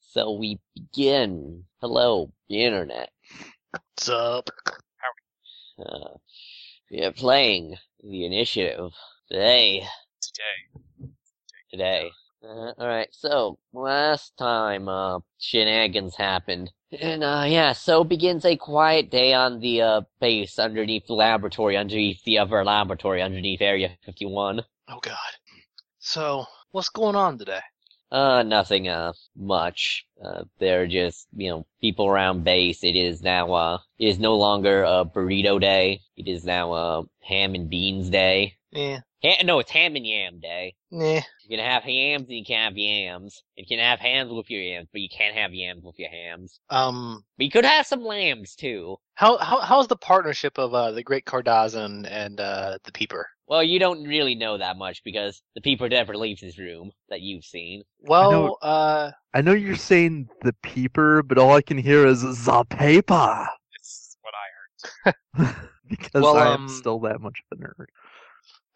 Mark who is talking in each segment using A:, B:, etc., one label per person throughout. A: So we begin. Hello, Internet.
B: What's up?
A: Uh, we are playing the initiative today.
B: Today.
A: Today. Uh, Alright, so last time uh, shenanigans happened. And uh, yeah, so begins a quiet day on the uh, base underneath the laboratory, underneath the other laboratory, underneath Area 51.
B: Oh god. So, what's going on today?
A: Uh, nothing, uh, much. Uh, they're just, you know, people around base. It is now, uh, it is no longer, uh, burrito day. It is now, uh, ham and beans day.
B: Eh,
A: Ha- no, it's ham and yam day.
B: eh,
A: You can have hams and you can have yams. You can have hams with your yams, but you can't have yams with your hams.
B: um,
A: But you could have some lambs, too.
B: how, how, how's the partnership of, uh, the Great Cardazan and, uh, the Peeper?
A: Well, you don't really know that much because the people never leave this room that you've seen.
B: Well, uh,
C: I know you're saying the peeper, but all I can hear is the paper
D: It's what I heard.
C: because
B: Well,
C: I am
B: um,
C: still that much of a nerd.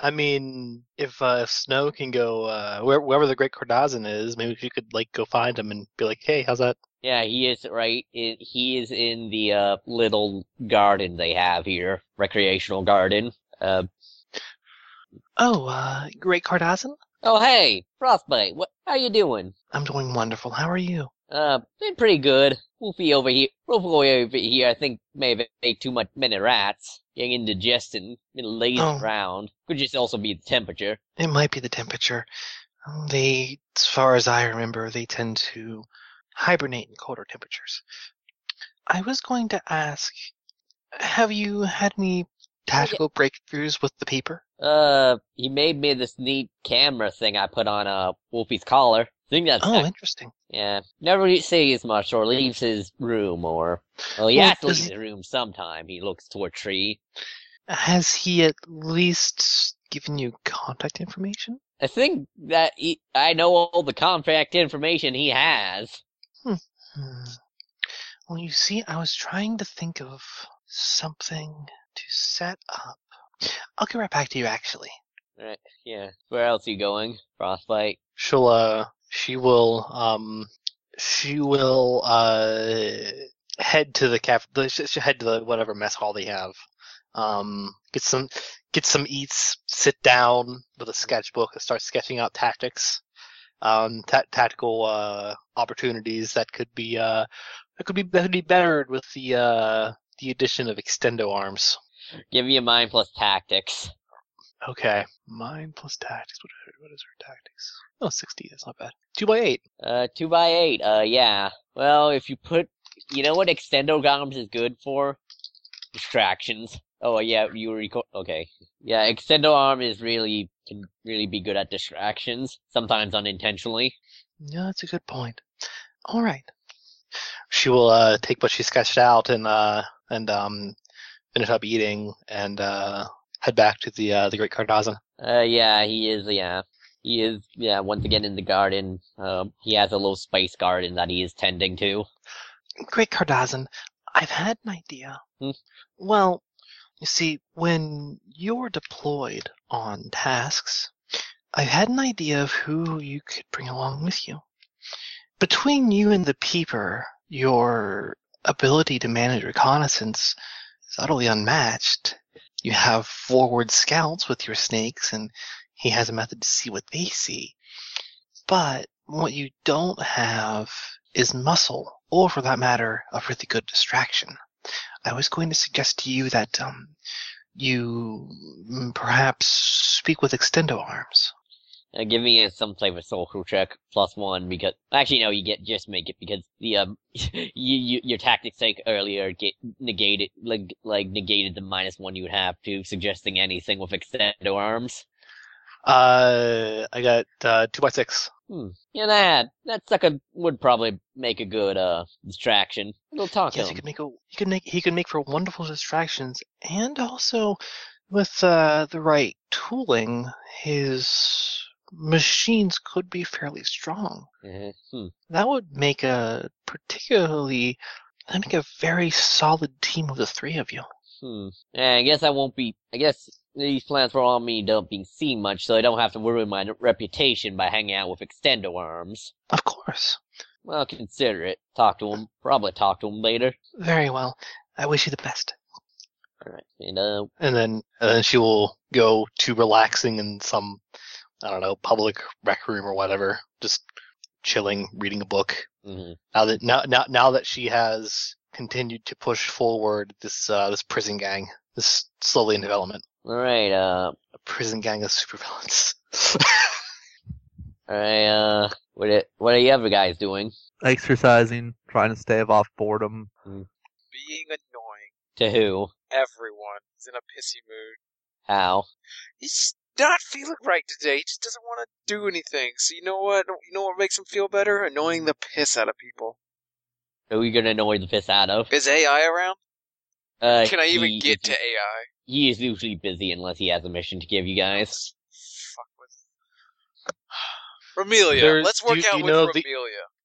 B: I mean, if, uh, if Snow can go, uh, where, wherever the Great Cardazan is, maybe you could, like, go find him and be like, hey, how's that?
A: Yeah, he is right. i he is in the uh, little garden they have here, recreational garden. Uh,
B: Oh, uh, Great Cardazan?
A: oh hey, Frostbite, what? How you doing?
B: I'm doing wonderful. How are you?
A: Uh, been pretty good. Wolfie over here, Wolfie over here, I think may have ate too much many rats, getting indigestion, been lazing
B: Oh.
A: around. Could just also be the temperature.
B: It might be the temperature. Um, They, as far as I remember, they tend to hibernate in colder temperatures. I was going to ask, have you had any tactical breakthroughs with the paper?
A: Uh, he made me this neat camera thing I put on uh Wolfie's collar. think that's
B: Oh, interesting.
A: Yeah, never really sees much or leaves his room or. Well, he
B: Well,
A: has to leave
B: does he-
A: his room sometime. He looks to a tree.
B: Has he at least given you contact information?
A: I think that he, I know all the contact information he has.
B: Hmm. Well, you see, I was trying to think of something to set up. I'll get right back to you, actually.
A: Yeah. Where else you going? Frostbite?
B: she'll uh she will um she will uh head to the caf the- she- she'll head to the whatever mess hall they have um get some get some eats sit down with a sketchbook and start sketching out tactics um ta- tactical uh opportunities that could be uh that could be that could be bettered with the uh the addition of extendo arms
A: Give me a mind plus tactics.
B: okay mine plus tactics what, are- what is her tactics oh 60 that's not bad 2 by 8
A: Uh, two by eight. Uh, yeah. Well, if you put, you know what extendo golems is good for? Distractions. Oh yeah, you record. Okay. Yeah, extendo arm is really can really be good at distractions. Sometimes unintentionally.
B: Yeah, that's a good point. All right. She will uh, take what she sketched out and uh, and um, finish up eating and uh, head back to the uh, the Great Cardazan.
A: Uh, yeah, he is. Yeah, he is. Yeah, once again in the garden. Um, he has a little space garden that he is tending to.
B: Great Cardazan, I've had an idea.
A: Hmm.
B: Well, you see, when you're deployed on tasks, I've had an idea of who you could bring along with you. Between you and the peeper, your ability to manage reconnaissance is utterly unmatched. You have forward scouts with your snakes, and he has a method to see what they see. But what you don't have is muscle, or for that matter, a really good distraction. I was going to suggest to you that um, you mm, perhaps speak with extendo arms.
A: Uh, give me uh, some type of social check plus one because actually no, you get just make it because the um, you, you your tactics like earlier get negated like like negated the minus one you would have to suggesting anything with extendo arms.
B: Uh, I got uh, two by six.
A: Yeah, that that sucker would probably make a good uh distraction. Little talk to
B: Yes,
A: him.
B: he could make a he could make he could make for wonderful distractions, and also with uh, the right tooling, his machines could be fairly strong.
A: Uh-huh. Hmm.
B: That would make a particularly that'd make a very solid team of the three of you.
A: Hmm. Yeah, I guess I won't be. I guess these plans were on me don't being seen much, so I don't have to ruin my reputation by hanging out with extendo arms.
B: Of course.
A: Well, consider it. Talk to him. Probably talk to him later.
B: Very well. I wish you the best.
A: All right. And uh,
B: And then, and then she will go to relaxing in some, I don't know, public rec room or whatever, just chilling, reading a book.
A: mhm.
B: Now that now now now that she has continued to push forward this uh, this prison gang, this slowly in development,
A: all right. Uh,
B: a prison gang of supervillains.
A: all right. Uh, what it, what are you other guys doing?
C: Exercising, trying to stave off boredom.
D: Being annoying.
A: To who?
D: Everyone is in a pissy mood.
A: How?
D: He's not feeling right today. He just doesn't want to do anything. So you know what? You know what makes him feel better? Annoying the piss out of people.
A: Who are you gonna annoy the piss out of?
D: Is AI around?
A: Uh,
D: Can I even
A: he
D: get
A: is-
D: to AI?
A: He is usually busy unless he has a mission to give you guys.
D: Fuck with. Romelia.
B: There's-
D: Let's
B: do
D: work
B: you- do
D: out
B: you
D: with
B: know
D: Romelia.
B: the-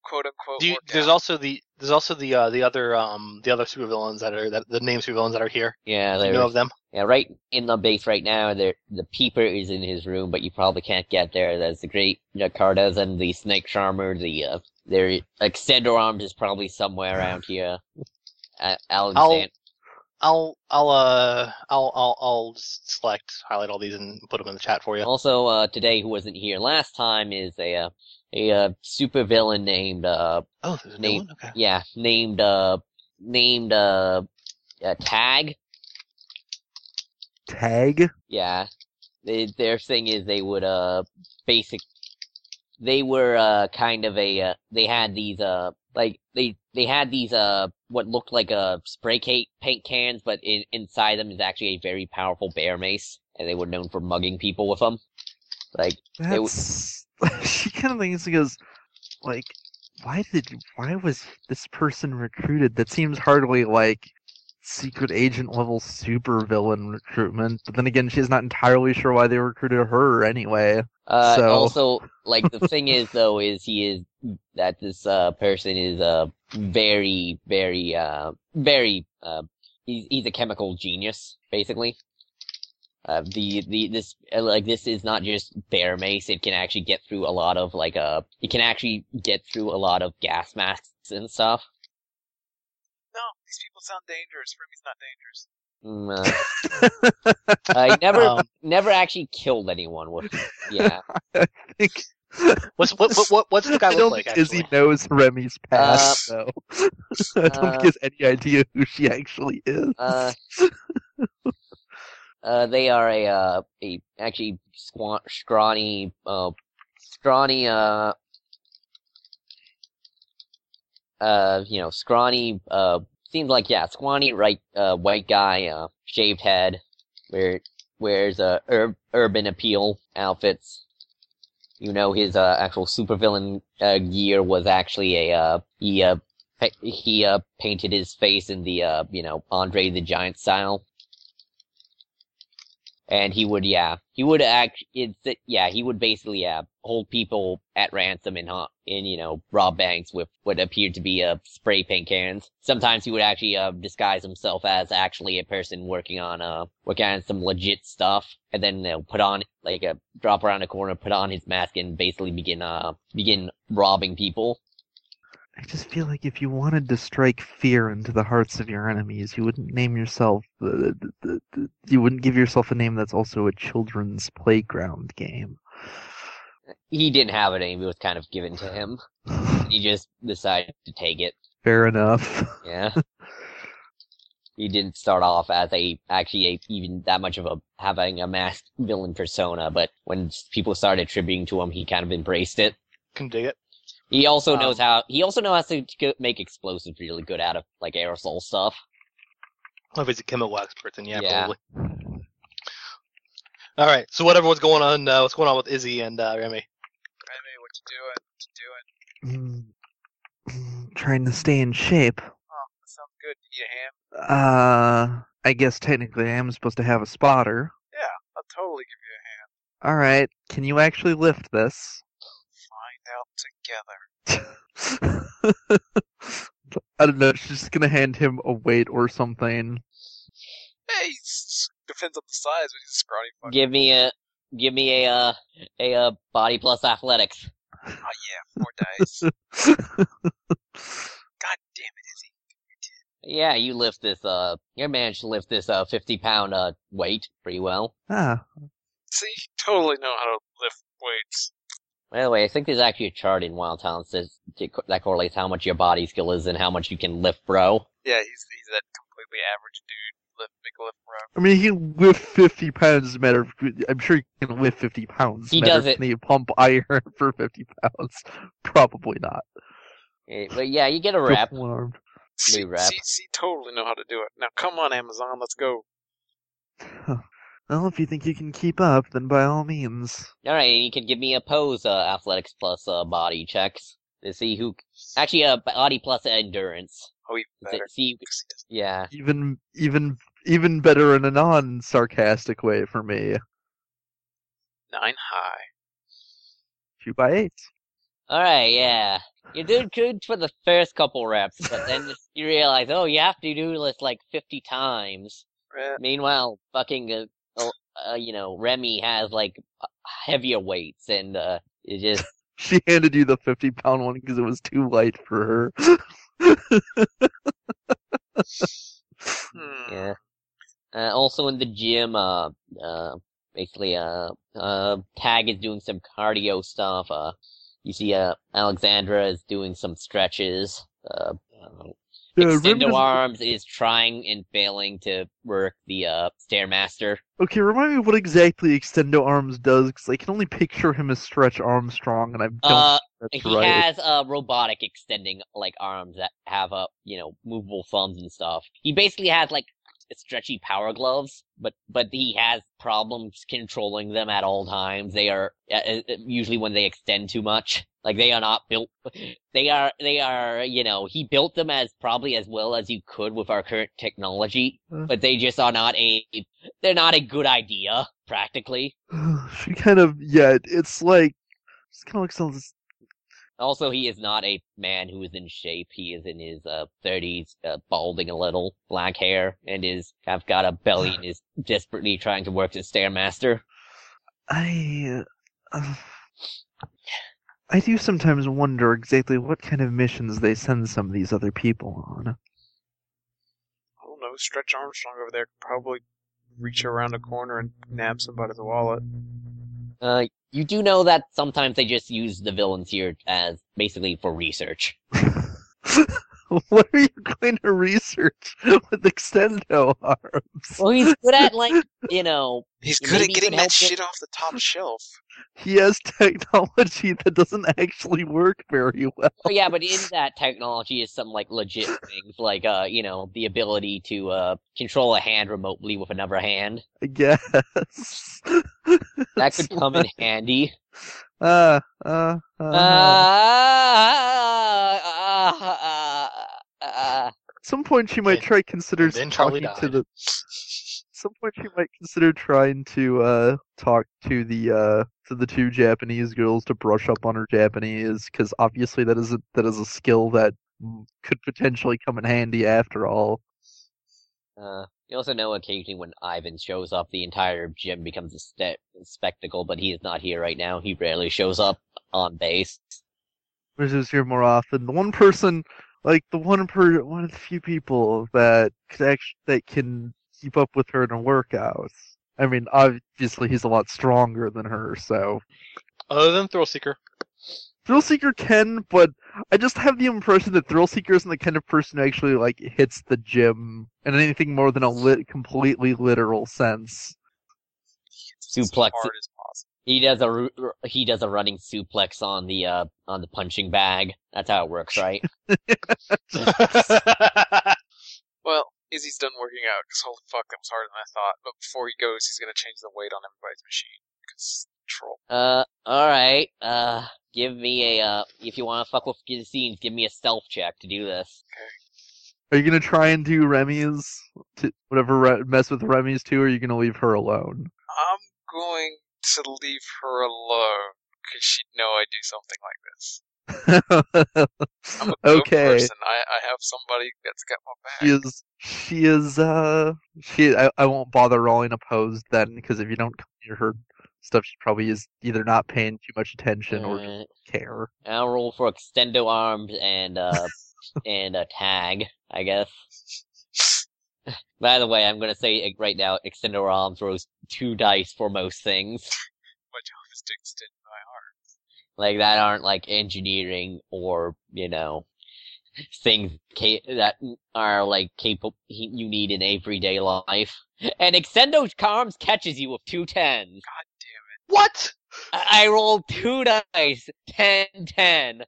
D: Quote unquote.
B: Do you,
D: work
B: there's
D: out.
B: also the there's also the uh, the other um the other supervillains that are that the name supervillains that are here.
A: Yeah,
B: Do you
A: there.
B: know of them?
A: Yeah, right in the base right now. There, the peeper is in his room, but you probably can't get there. There's the great Jakartas and the snake charmer. The uh, their extender arms is probably somewhere around here. Uh, Alexander.
B: I'll I'll uh I'll I'll I'll just select highlight all these and put them in the chat
C: Oh,
B: for you.
A: Also, uh, today, who wasn't here last time, is a uh, a uh, super villain named uh,
B: Oh, there's a
A: Nate.
B: new one. Okay.
A: yeah, named uh, named uh, uh Tag.
C: Tag?
A: Yeah, they, their thing is they would uh basic. They were uh kind of a uh, they had these uh like they they had these uh what looked like uh spray ca- paint cans, but in, inside them is actually a very powerful bear mace, and they were known for mugging people with them. Like w-
C: That's. she kind of thinks, and goes, like, why did. Why was this person recruited? That seems hardly like secret agent level super villain recruitment. But then again, she's not entirely sure why they recruited her anyway.
A: Uh,
C: So-
A: also, like the thing is though, is he is that this uh person is uh very, very, uh, very uh, he's he's a chemical genius basically. Uh, the the this uh, like this is not just bear mace; it can actually get through a lot of like uh, it can actually get through a lot of gas masks and stuff.
D: No, these people sound dangerous. Remy's not dangerous.
A: Mm, uh, I never
B: Um,
A: never actually killed anyone with yeah.
B: what's what, what what what's the guy
C: I don't
B: look like?
C: think Izzy
B: actually?
C: knows Remy's past, though. I don't
A: uh,
C: think has any idea who she actually is.
A: Uh, uh, they are a uh, a actually squan- scrawny uh scrawny uh uh you know scrawny uh seems like yeah scrawny right uh white guy uh shaved head wear wears uh ur- urban appeal outfits. You know his uh, actual supervillain uh, gear was actually a uh, he uh, pa- he uh, painted his face in the uh, you know Andre the Giant style, and he would yeah he would act it's yeah he would basically yeah hold people at ransom and ha- and you know rob banks with what appeared to be uh, spray paint cans. Sometimes he would actually uh, disguise himself as actually a person working on uh working on some legit stuff, and then they'll put on like a drop around a corner, put on his mask, and basically begin uh begin robbing people.
C: I just feel like if you wanted to strike fear into the hearts of your enemies, you wouldn't name yourself. The, the, the, the- you wouldn't give yourself a name that's also a children's playground game.
A: he didn't have it and it was kind of given to him. He just decided to take it.
C: Fair enough.
A: Yeah. he didn't start off as a actually a, even that much of a having a masked villain persona, but when people started attributing to him, he kind of embraced it.
B: Can dig it.
A: He also
B: Um,
A: knows how he also knows how to go- make explosives really good out of like aerosol stuff.
B: Well, if he's a chemical expert, then yeah,
A: Yeah.
B: probably. All right. So whatever was going on, uh, what's going on with Izzy and uh, Remy?
D: Remy, what you doing? What you doing?
C: Mm, mm, Trying to stay in shape.
D: Oh, That sounds good. Eat a ham.
C: Uh, I guess technically I am supposed to have a spotter.
D: I'll totally give you a ham.
C: All right, can you actually lift this?
D: Find out together.
C: I don't know. She's just gonna hand him a weight or something.
D: Hey, s- s- depends on the size. But he's a scrawny fuck.
A: Give me a give me a uh, a uh, body plus athletics.
D: Oh yeah, four dice. God damn it, Izzy.
A: Yeah, you lift this, uh, you managed to lift this, uh, 50 pound, uh, weight pretty well.
C: ah,
D: See, you totally know how to lift weights.
A: By the way, I think there's actually a chart in Wild Talents that, that correlates how much your body skill is and how much you can lift, bro.
D: Yeah, he's he's that completely average dude. Lift, make a lift around.
C: I mean, he can lift 50 pounds. as a Matter of, I'm sure he can lift 50 pounds.
A: He
C: matter
A: does
C: of
A: it.
C: Can he pump iron for 50 pounds? Probably not.
A: Eh, But yeah, you get a
C: Just
A: rep.
C: one arm.
D: See,
A: rap.
D: see, see, totally know how to do it. Now come on, Amazon, let's go.
C: Well, if you think you can keep up, then by all means.
A: Alright, you can give me a pose, uh, athletics plus, uh, body checks to see who, actually, uh, body plus endurance.
D: Oh, even
A: To
D: better.
A: See,
D: Because he doesn't-
A: yeah.
C: Even, even, even better in a non-sarcastic way for me.
D: Nine high.
C: Two by eight.
A: Alright, yeah. You're doing good for the first couple reps, but then you realize, oh, you have to do this like 50 times.
D: Right.
A: Meanwhile, fucking, uh, oh, uh, you know, Remy has like heavier weights and, uh, it just,
C: She handed you the 50 pound one because it was too light for her.
D: Hmm.
A: yeah. Uh, also in the gym, uh, uh, basically, uh, uh, Tag is doing some cardio stuff, uh, you see, uh, Alexandra is doing some stretches, uh, uh,
C: Yeah, Remy
A: Extendo
C: doesn't-
A: Arms is trying and failing to work the uh, Stairmaster.
C: Okay, remind me what exactly Extendo Arms does, because I can only picture him as Stretch Armstrong, and I don't
A: Uh,
C: think that's
A: he
C: right.
A: has uh, robotic extending like arms that have uh, you know movable thumbs and stuff. He basically has like stretchy power gloves, but but he has problems controlling them at all times. They are uh, uh, usually when they extend too much. Like they are not built. They are they are you know he built them as probably as well as you could with our current technology,
C: Mm.
A: but they just are not a they're not a good idea practically.
C: she kind of, yeah, it's like, it's kind of like sounds.
A: Also, he is not a man who is in shape. He is in his uh, 30s, uh, balding a little, black hair, and is have got a belly and is desperately trying to work the stairmaster.
C: I, uh, I do sometimes wonder exactly what kind of missions they send some of these other people on.
D: I don't know. Stretch Armstrong over there could probably reach around a corner and nab somebody with a wallet.
A: Uh, you do know that sometimes they just use the villains here as basically for research.
C: what are you going to research with Extendo Arms?
A: Well, he's good at like you know.
D: He's
A: Yeah,
D: good at
A: maybe you
D: getting
A: can help
D: that shit off the top shelf.
C: He has technology that doesn't actually work very well.
A: Oh yeah, but in that technology is some like legit things like uh you know the ability to uh control a hand remotely with another hand
C: I guess.
A: that could come in handy.
C: Uh, uh, uh, At
A: Uh-huh.
C: some point, she might
B: Then-
C: try consider
B: then Charlie
C: talking to the. At some point, she might consider trying to uh talk to the uh to the two Japanese girls to brush up on her Japanese, because obviously that is a that is a skill that mm, could potentially come in handy after all.
A: Uh, you also know occasionally when Ivan shows up, the entire gym becomes a ste- spectacle, but he is not here right now. He rarely shows up on base.
C: versus here more often. The one person, like the one per one of the few people that could actually that can keep up with her in a workout. I mean, obviously he's a lot stronger than her, so
B: Other than Thrill Seeker.
C: Thrill Seeker can, but I just have the impression that Thrill Seeker isn't the kind of person who actually like hits the gym in anything more than a lit completely literal sense.
D: It's as
A: Suplex
D: hard
A: it.
D: as possible.
A: He does a ru- ru- he does a running suplex on the uh on the punching bag. That's how it works, right?
D: Well, Izzy's done working out because holy fuck, that was harder than I thought. But before he goes, he's gonna change the weight on everybody's machine because troll.
A: uh, all right. Uh, give me a uh if you want to fuck with the scenes, give me a stealth check to do this.
C: Are you gonna try and do Remy's, to, whatever Re- mess with Remy's too, or are you gonna leave her alone?
D: I'm going to leave her alone because she'd know I do something like this. I'm a good
C: okay.
D: person. I, I have somebody that's got my back.
C: She is. She is. Uh. She. I. I won't bother rolling opposed then, because if you don't come near her stuff she probably is either not paying too much attention or just
A: Uh,
C: care.
A: I'll roll for extendo arms and uh and a tag, I guess. By the way, I'm gonna say it right now, extendo arms rolls two dice for most things.
D: My job is to extend my arm.
A: like that aren't like engineering or you know things ca- that are like capable you need in everyday life. And Extendo Carms catches you with two tens.
D: God damn it.
B: What?
A: I, I rolled two dice, 10, 10.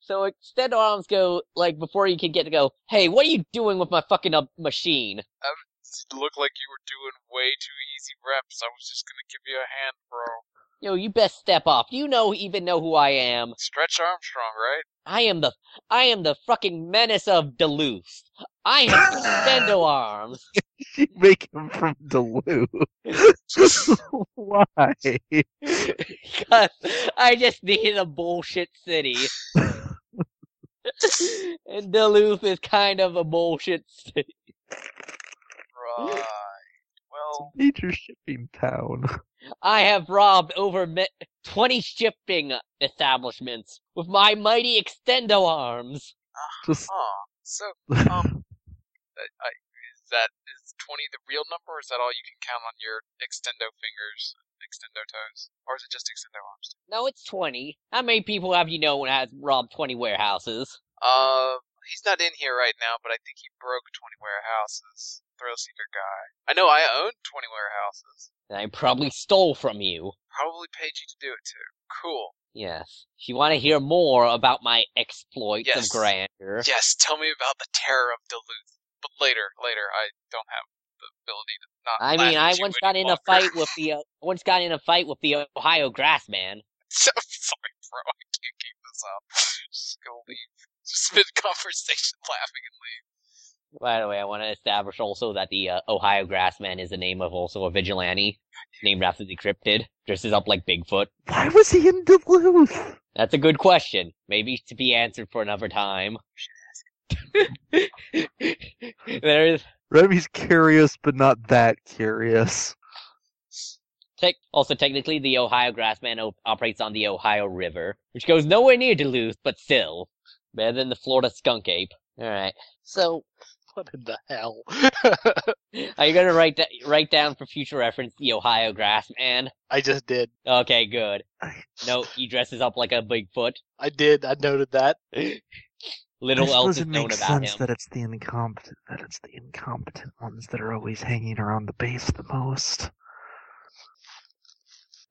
A: So Extendo Arms go like before you can get to go. Hey, what are you doing with my fucking uh, machine?
D: It looked like you were doing way too easy reps. I was just gonna give you a hand, bro.
A: Yo, you best step up. You know, even know who I am.
D: Stretch Armstrong, right?
A: I am the I am the fucking menace of Duluth. I am Extendo Arms.
C: You make him from Duluth. Why?
A: Because I just needed a bullshit city. and Duluth is kind of a bullshit city.
D: Right. Well,
C: Major shipping town.
A: I have robbed over me- 20 shipping establishments with my mighty extendo arms.
C: Just
D: huh. So, um, I, I, is that is twenty the real number, or is that all you can count on your extendo fingers, extendo toes, or is it just extendo arms?
A: No, it's 20. How many people have you known has robbed 20 warehouses?
D: Uh, he's not in here right now, but I think he broke twenty warehouses. Thrill seeker guy. I know I own twenty warehouses.
A: And I probably stole from you.
D: Probably paid you to do it too. Cool.
A: Yes. If you want to hear more about my exploits
D: Yes.
A: of grandeur,
D: Yes. Tell me about the terror of Duluth. But later, later, I don't have the ability to not.
A: I
D: laugh
A: mean,
D: at
A: I
D: you
A: once
D: any
A: got in a
D: longer.
A: fight with the uh, once got in a fight with the Ohio Grassman.
D: So sorry, bro. I can't keep this up. Just go leave. Just mid conversation laughing and leave.
A: By the way, I want to establish also that the uh, Ohio Grassman is the name of also a vigilante named after the cryptid, dresses up like Bigfoot.
C: why was he in Duluth?
A: That's a good question. Maybe to be answered for another time. There's
C: Remy's curious, but not that curious.
A: tech also technically the Ohio Grassman op- operates on the Ohio River, which goes nowhere near Duluth, but still better than the Florida skunk ape. All right.
B: So, what in the hell?
A: Are you gonna write that write down for future reference the Ohio Grassman?
B: I just did.
A: Okay, good. No, he dresses up like a Bigfoot.
B: I did. I noted that.
A: Little
C: I
A: else
C: suppose
A: is
C: it
A: known
C: makes
A: about
C: sense
A: him.
C: that it's the incompetent that it's the incompetent ones that are always hanging around the base the most.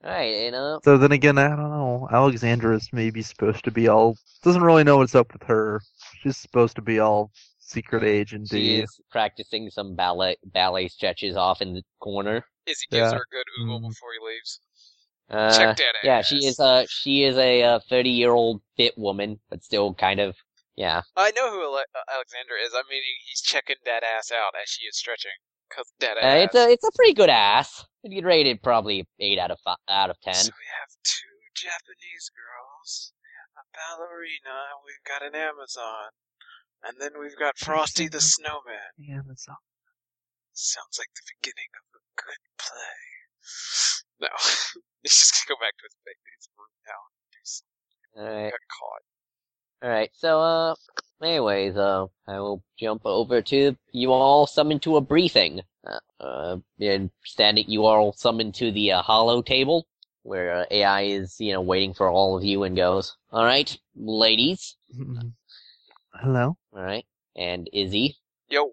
A: Alright, you know.
C: So then again, I don't know. Alexandra's maybe supposed to be all doesn't really know what's up with her. She's supposed to be all secret agent.
A: She is practicing some ballet ballet stretches off in the corner.
D: Izzy gives
C: Yeah.
D: her a good oogle
C: Mm.
D: before he leaves.
A: Uh,
D: Check that out.
A: yeah, she is uh, a she is a thirty year old fit woman, but still kind of yeah.
D: I know who Ale- uh, Alexander is. I mean, he- he's checking that ass out as she is stretching. Cause that
A: Uh,
D: ass.
A: it's a it's a pretty good ass. It'd get rated probably eight out of five, out of ten.
D: So we have two Japanese girls, we have a ballerina, and we've got an Amazon, and then we've got Frosty the Snowman.
C: Amazon.
D: Sounds like the beginning of a good play. No. He's just gonna go back to his, ba- his room now.
A: All right.
D: Got caught.
A: Alright, so, uh, anyways, uh, I will jump over to, you are all summoned to a briefing. Uh, uh, and standing, you are all summoned to the, uh, hollow table, where uh, AI is, you know, waiting for all of you and goes, alright, ladies,
C: Mm. Hello.
A: alright, and Izzy,
D: Yo,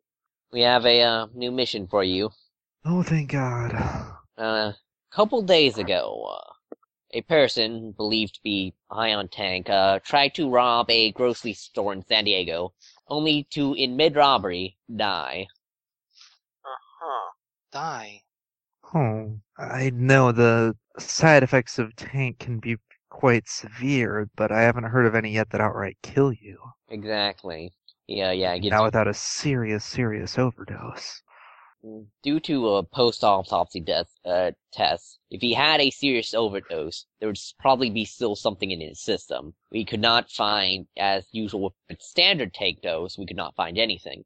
A: we have a, uh, new mission for you.
C: Oh, thank God.
A: Uh, couple days ago, uh, a person believed to be high on tank uh, tried to rob a grocery store in San Diego, only to, in mid robbery, die.
D: huh.
B: Die.
C: Oh, I know the side effects of tank can be quite severe, but I haven't heard of any yet that outright kill you.
A: Exactly. Yeah, yeah. it Gets,
C: Now without a serious, serious overdose.
A: due to a post autopsy death uh, test, if he had a serious overdose, there would s- probably be still something in his system. We could not find, as usual with standard take dose, we could not find anything.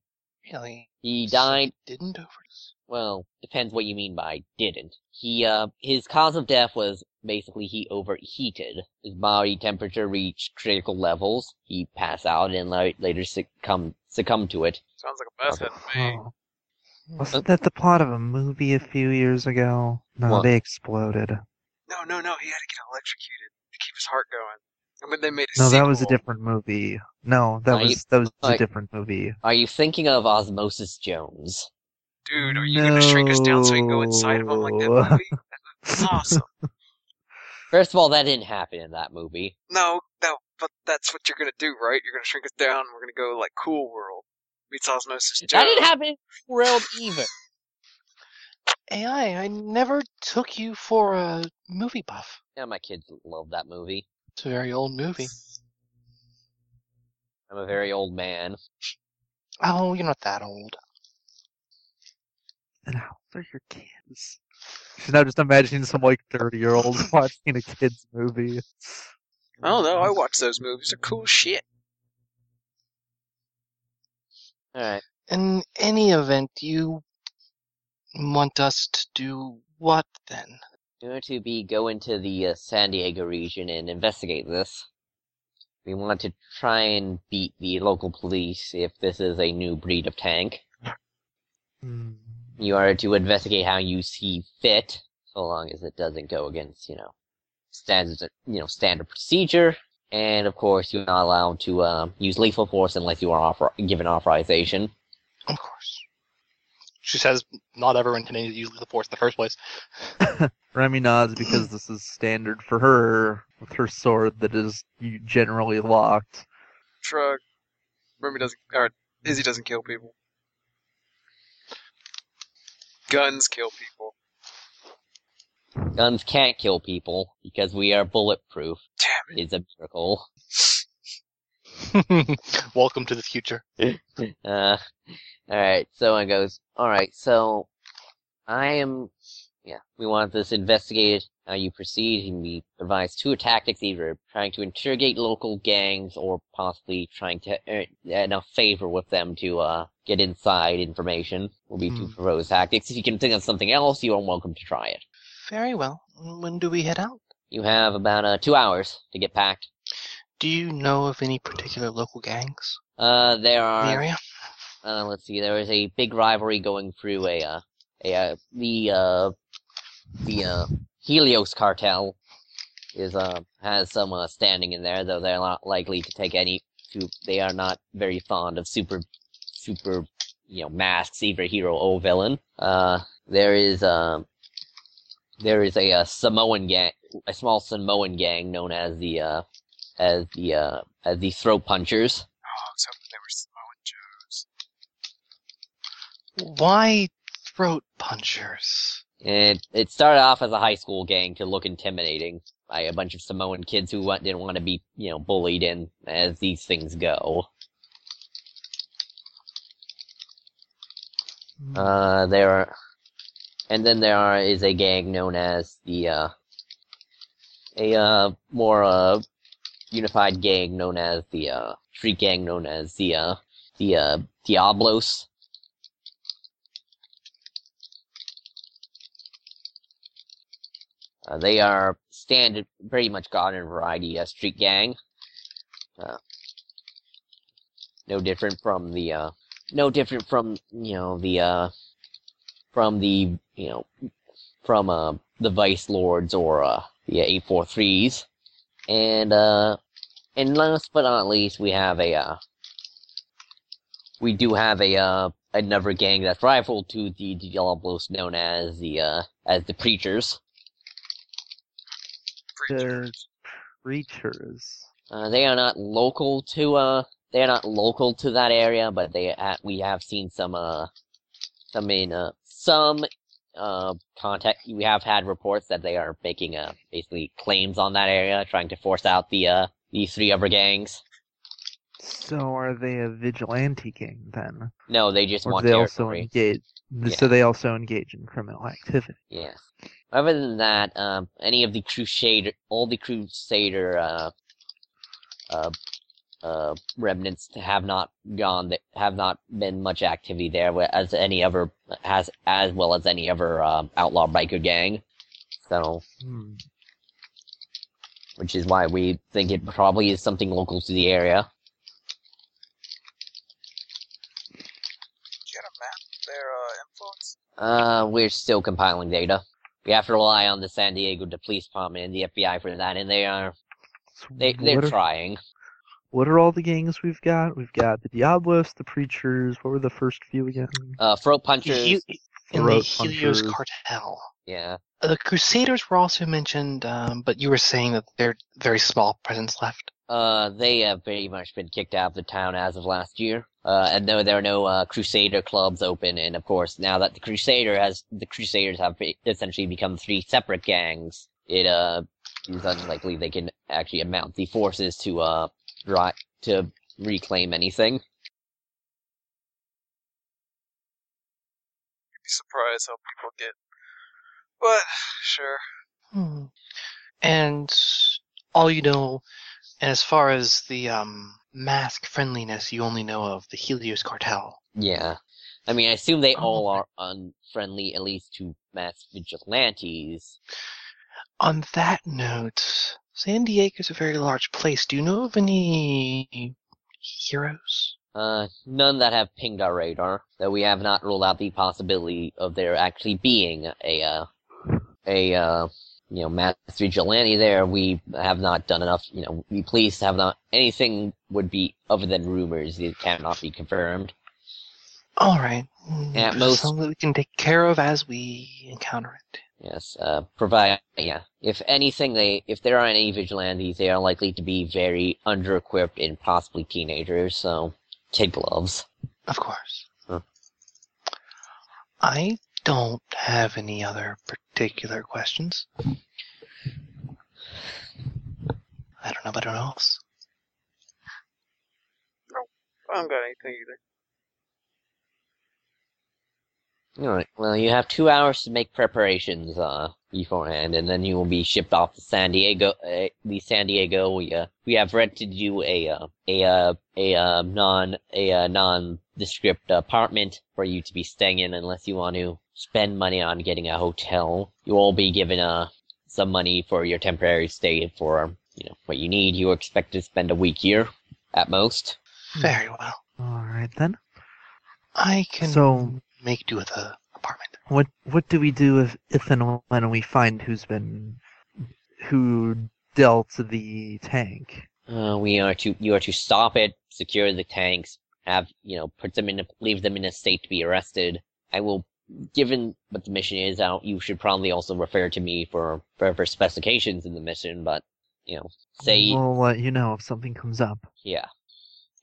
B: Really?
A: He died
B: Didn't overdose.
A: well, depends what you mean by didn't. He, uh, his cause of death was basically he overheated. His body temperature reached critical levels. He passed out and li- later succumb succumbed to it.
D: Sounds like a mess head to me.
C: Oh. Wasn't that the plot of a movie a few years ago? No,
A: What?
C: they exploded.
D: No, no, no. He had to get electrocuted to keep his heart going. And when they made a
C: No, that was a
D: sequel-
C: different movie. No, that
A: No, you-
C: was that was a
A: like-
C: different movie.
A: Are you thinking of Osmosis Jones?
D: Dude, are you going to shrink us down so we can go inside of him like that
C: No.
D: movie? That's awesome.
A: First of all, that didn't happen in that movie.
D: No, no, but that's what you're gonna do, right? You're gonna shrink us down. and We're gonna go like Cool World meets Osmosis Jones.
A: That didn't happen in World either.
B: AI, I never took you for a movie buff.
A: Yeah, my kids love that movie.
B: It's a very old movie.
A: I'm a very old man.
B: Oh, you're not that old.
C: And how old are your kids? She's now just imagining some like thirty year old watching a kids movie.
D: I don't know. I watch those movies. They're cool shit.
A: Alright.
B: In any event, you want us to do what then?
A: In order to be go into the uh, San Diego region and investigate this, we want to try and beat the local police if this is a new breed of tank.
C: Hmm.
A: You are to investigate how you see fit, so long as it doesn't go against, you know, standards, you know, standard procedure. And of course, you're not allowed to uh, use lethal force unless you are author- given authorization.
B: Of course. She says not everyone can e-, use the force in the first place.
C: Remy nods because this is standard for her with her sword that is u- generally locked.
D: Shrug. Remy doesn't. Or Izzy doesn't kill people. Guns kill people.
A: Guns can't kill people because we are bulletproof.
D: Damn it.
A: It's a miracle.
B: Welcome to the future.
A: Uh, alright, so it goes, alright, so I am, yeah, we want this investigated, how you proceed, and we advise two tactics, either trying to interrogate local gangs or possibly trying to earn enough favor with them to, uh, get inside information will be two
C: Hmm.
A: proposed tactics. If you can think of something else, you are welcome to try it.
B: Very well. When do we head out?
A: You have about, uh, two hours to get packed.
B: Do you know of any particular local gangs
A: Uh, there
B: in
A: are,
B: the area?
A: uh, let's see, there is a big rivalry going through a, uh, a, uh, the, uh, the, uh, Helios cartel is, uh, has some, uh, standing in there, though they're not likely to take any, to, they are not very fond of super, super, you know, masks, either hero or villain. Uh, there is, um, there is a, uh Samoan gang, a small Samoan gang known as the, uh, as the, uh, as the Throat Punchers.
D: Oh, I was hoping they were Samoan Joe.
B: Why throat punchers?
A: It it started off as a high school gang to look intimidating by a bunch of Samoan kids who wa- didn't want to be you know bullied in as these things go. Uh, there are, and then there are is a gang known as the uh, a uh more uh unified gang known as the uh street gang known as the uh the uh Diablos. Uh, they are standard, pretty much garden variety uh, street gang. Uh, no different from the, uh, no different from you know the, uh, from the you know from uh, the vice lords or uh, the eight four threes, and uh, and last but not least, we have a, uh, we do have a uh, another gang that's rival to the Diablos, known as the uh, as the Preachers.
C: They're
D: Preachers.
C: creatures.
A: Uh, they are not local to uh they are not local to that area, but they ha- we have seen some uh some in uh some uh contact we have had reports that they are making uh basically claims on that area, trying to force out the uh the three other gangs.
C: So are they a vigilante gang then?
A: No, they just
C: Or
A: want
C: do they also
A: territory.
C: engage? So they also engage in criminal activity.
A: Yes. Other than that, um, any of the Crusader, all the Crusader, uh, uh, uh, remnants have not gone, that have not been much activity there wh- as any other, has, as well as any other, um, outlaw biker gang. So,
C: Hmm.
A: which is why we think it probably is something local to the area.
D: Do you have a map of their uh, influence?
A: Uh, we're still compiling data. We have to rely on the San Diego the police department and the FBI for that, and they are,
C: So
A: they, they're
C: what are,
A: trying.
C: what are all the gangs we've got? We've got the Diablos, the Preachers. What were the first few again?
A: Uh, throat punchers.
B: He- in the
C: Throat
B: Helios
C: punchers.
B: cartel.
A: yeah.
B: Uh, The Crusaders were also mentioned, um, but you were saying that they're very small presence left.
A: Uh, they have pretty much been kicked out of the town as of last year. Uh, and no, there are no uh, Crusader clubs open, and of course, now that the Crusader has, the Crusaders have be- essentially become three separate gangs. It uh is unlikely they can actually amount the forces to uh dri to reclaim anything.
D: You'd be surprised how people get. But sure.
B: Hmm. And all you know, and as far as the um, mask friendliness, you only know of the Helios cartel.
A: Yeah, I mean, I assume they
B: Oh,
A: all are unfriendly, at least to mass vigilantes.
B: On that note, San Diego's a very large place. Do you know of any heroes?
A: Uh, none that have pinged our radar, though we have not ruled out the possibility of there actually being a, uh, a, uh, you know, mass vigilante there. We have not done enough, you know, the police have not, anything would be other than rumors. It cannot be confirmed.
B: All right. Hmm,
A: At
B: there's
A: most-
B: Some that we can take care of as we encounter it.
A: Yes, uh, provide, yeah. If anything, they, if there are any vigilantes, they are likely to be very under equipped and possibly teenagers, so, kid gloves.
B: Of course.
A: Huh.
B: I don't have any other particular questions. I don't know about anyone else.
D: I don't got anything either.
A: Alright, well, you have two hours to make preparations, uh, beforehand, and then you will be shipped off to San Diego, uh, the San Diego, we, uh, we have rented you a, uh, a, uh, a, uh, non, a, uh, nondescript apartment for you to be staying in unless you want to spend money on getting a hotel. You will be given, uh, some money for your temporary stay for, you know, what you need. You expect to spend a week here, at most.
C: Hmm.
B: Very well.
C: All right then.
B: I can
C: So-
B: make do with the apartment.
C: What what do we do if if and when we find who's been who dealt the tank?
A: Uh, we are to you are to stop it, secure the tanks, have you know put them in a, leave them in a state to be arrested. I will, given what the mission is out, you should probably also refer to me for for, for specifications in the mission. But you know, say
C: we'll let you know if something comes up.
A: yeah,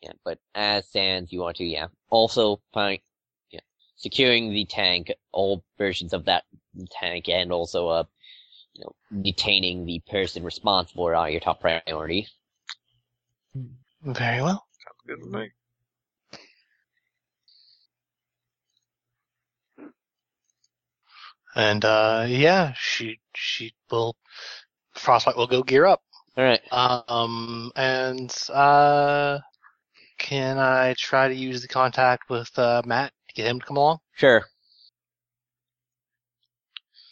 A: yeah. But as stands, you are to yeah. Also, find yeah, securing the tank, all versions of that tank, and also uh, you know, detaining the person responsible are your top priority.
B: Very well.
D: Sounds good to me.
B: And uh yeah, she she will Frostlight will go gear up.
A: All right.
B: Um and uh can I try to use the contact with uh Matt to get him to come along?
A: Sure.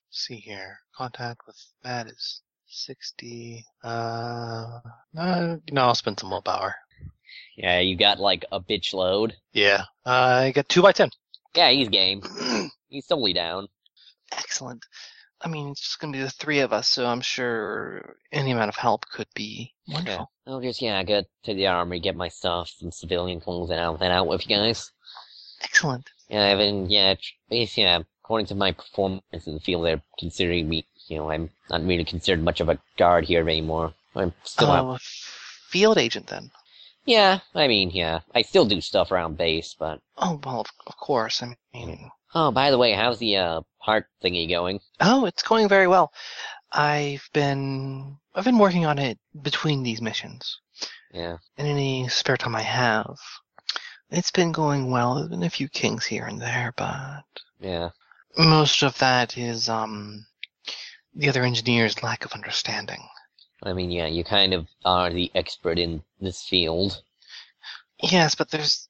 B: see here. Contact with that is 60. Uh, no, no, I'll spend some more power.
A: Yeah, you got like a bitch load.
B: Yeah. Uh, I got 2 by 10
A: Yeah, he's game. He's totally down.
B: Excellent. I mean, it's just going to be the three of us, so I'm sure any amount of help could be wonderful.
A: I'll just yeah, go to the armory, get my stuff, some civilian clothes, and I'll head out with you guys.
B: Excellent.
A: Yeah, I've been yeah, tr- it's, yeah. According to my performance in the field, they're considering me. You know, I'm not really considered much of a guard here anymore. I'm still out.
B: Oh, a field agent then.
A: Yeah, I mean, yeah, I still do stuff around base, but
B: Oh, well, of, of course. I mean,
A: oh, by the way, how's the uh heart thingy going?
B: oh, it's going very well. I've been, I've been working on it between these missions.
A: Yeah,
B: in any spare time I have. It's been going well. There's been a few kinks here and there, but
A: yeah,
B: most of that is um the other engineer's lack of understanding.
A: I mean, yeah, you kind of are the expert in this field.
B: Yes, but there's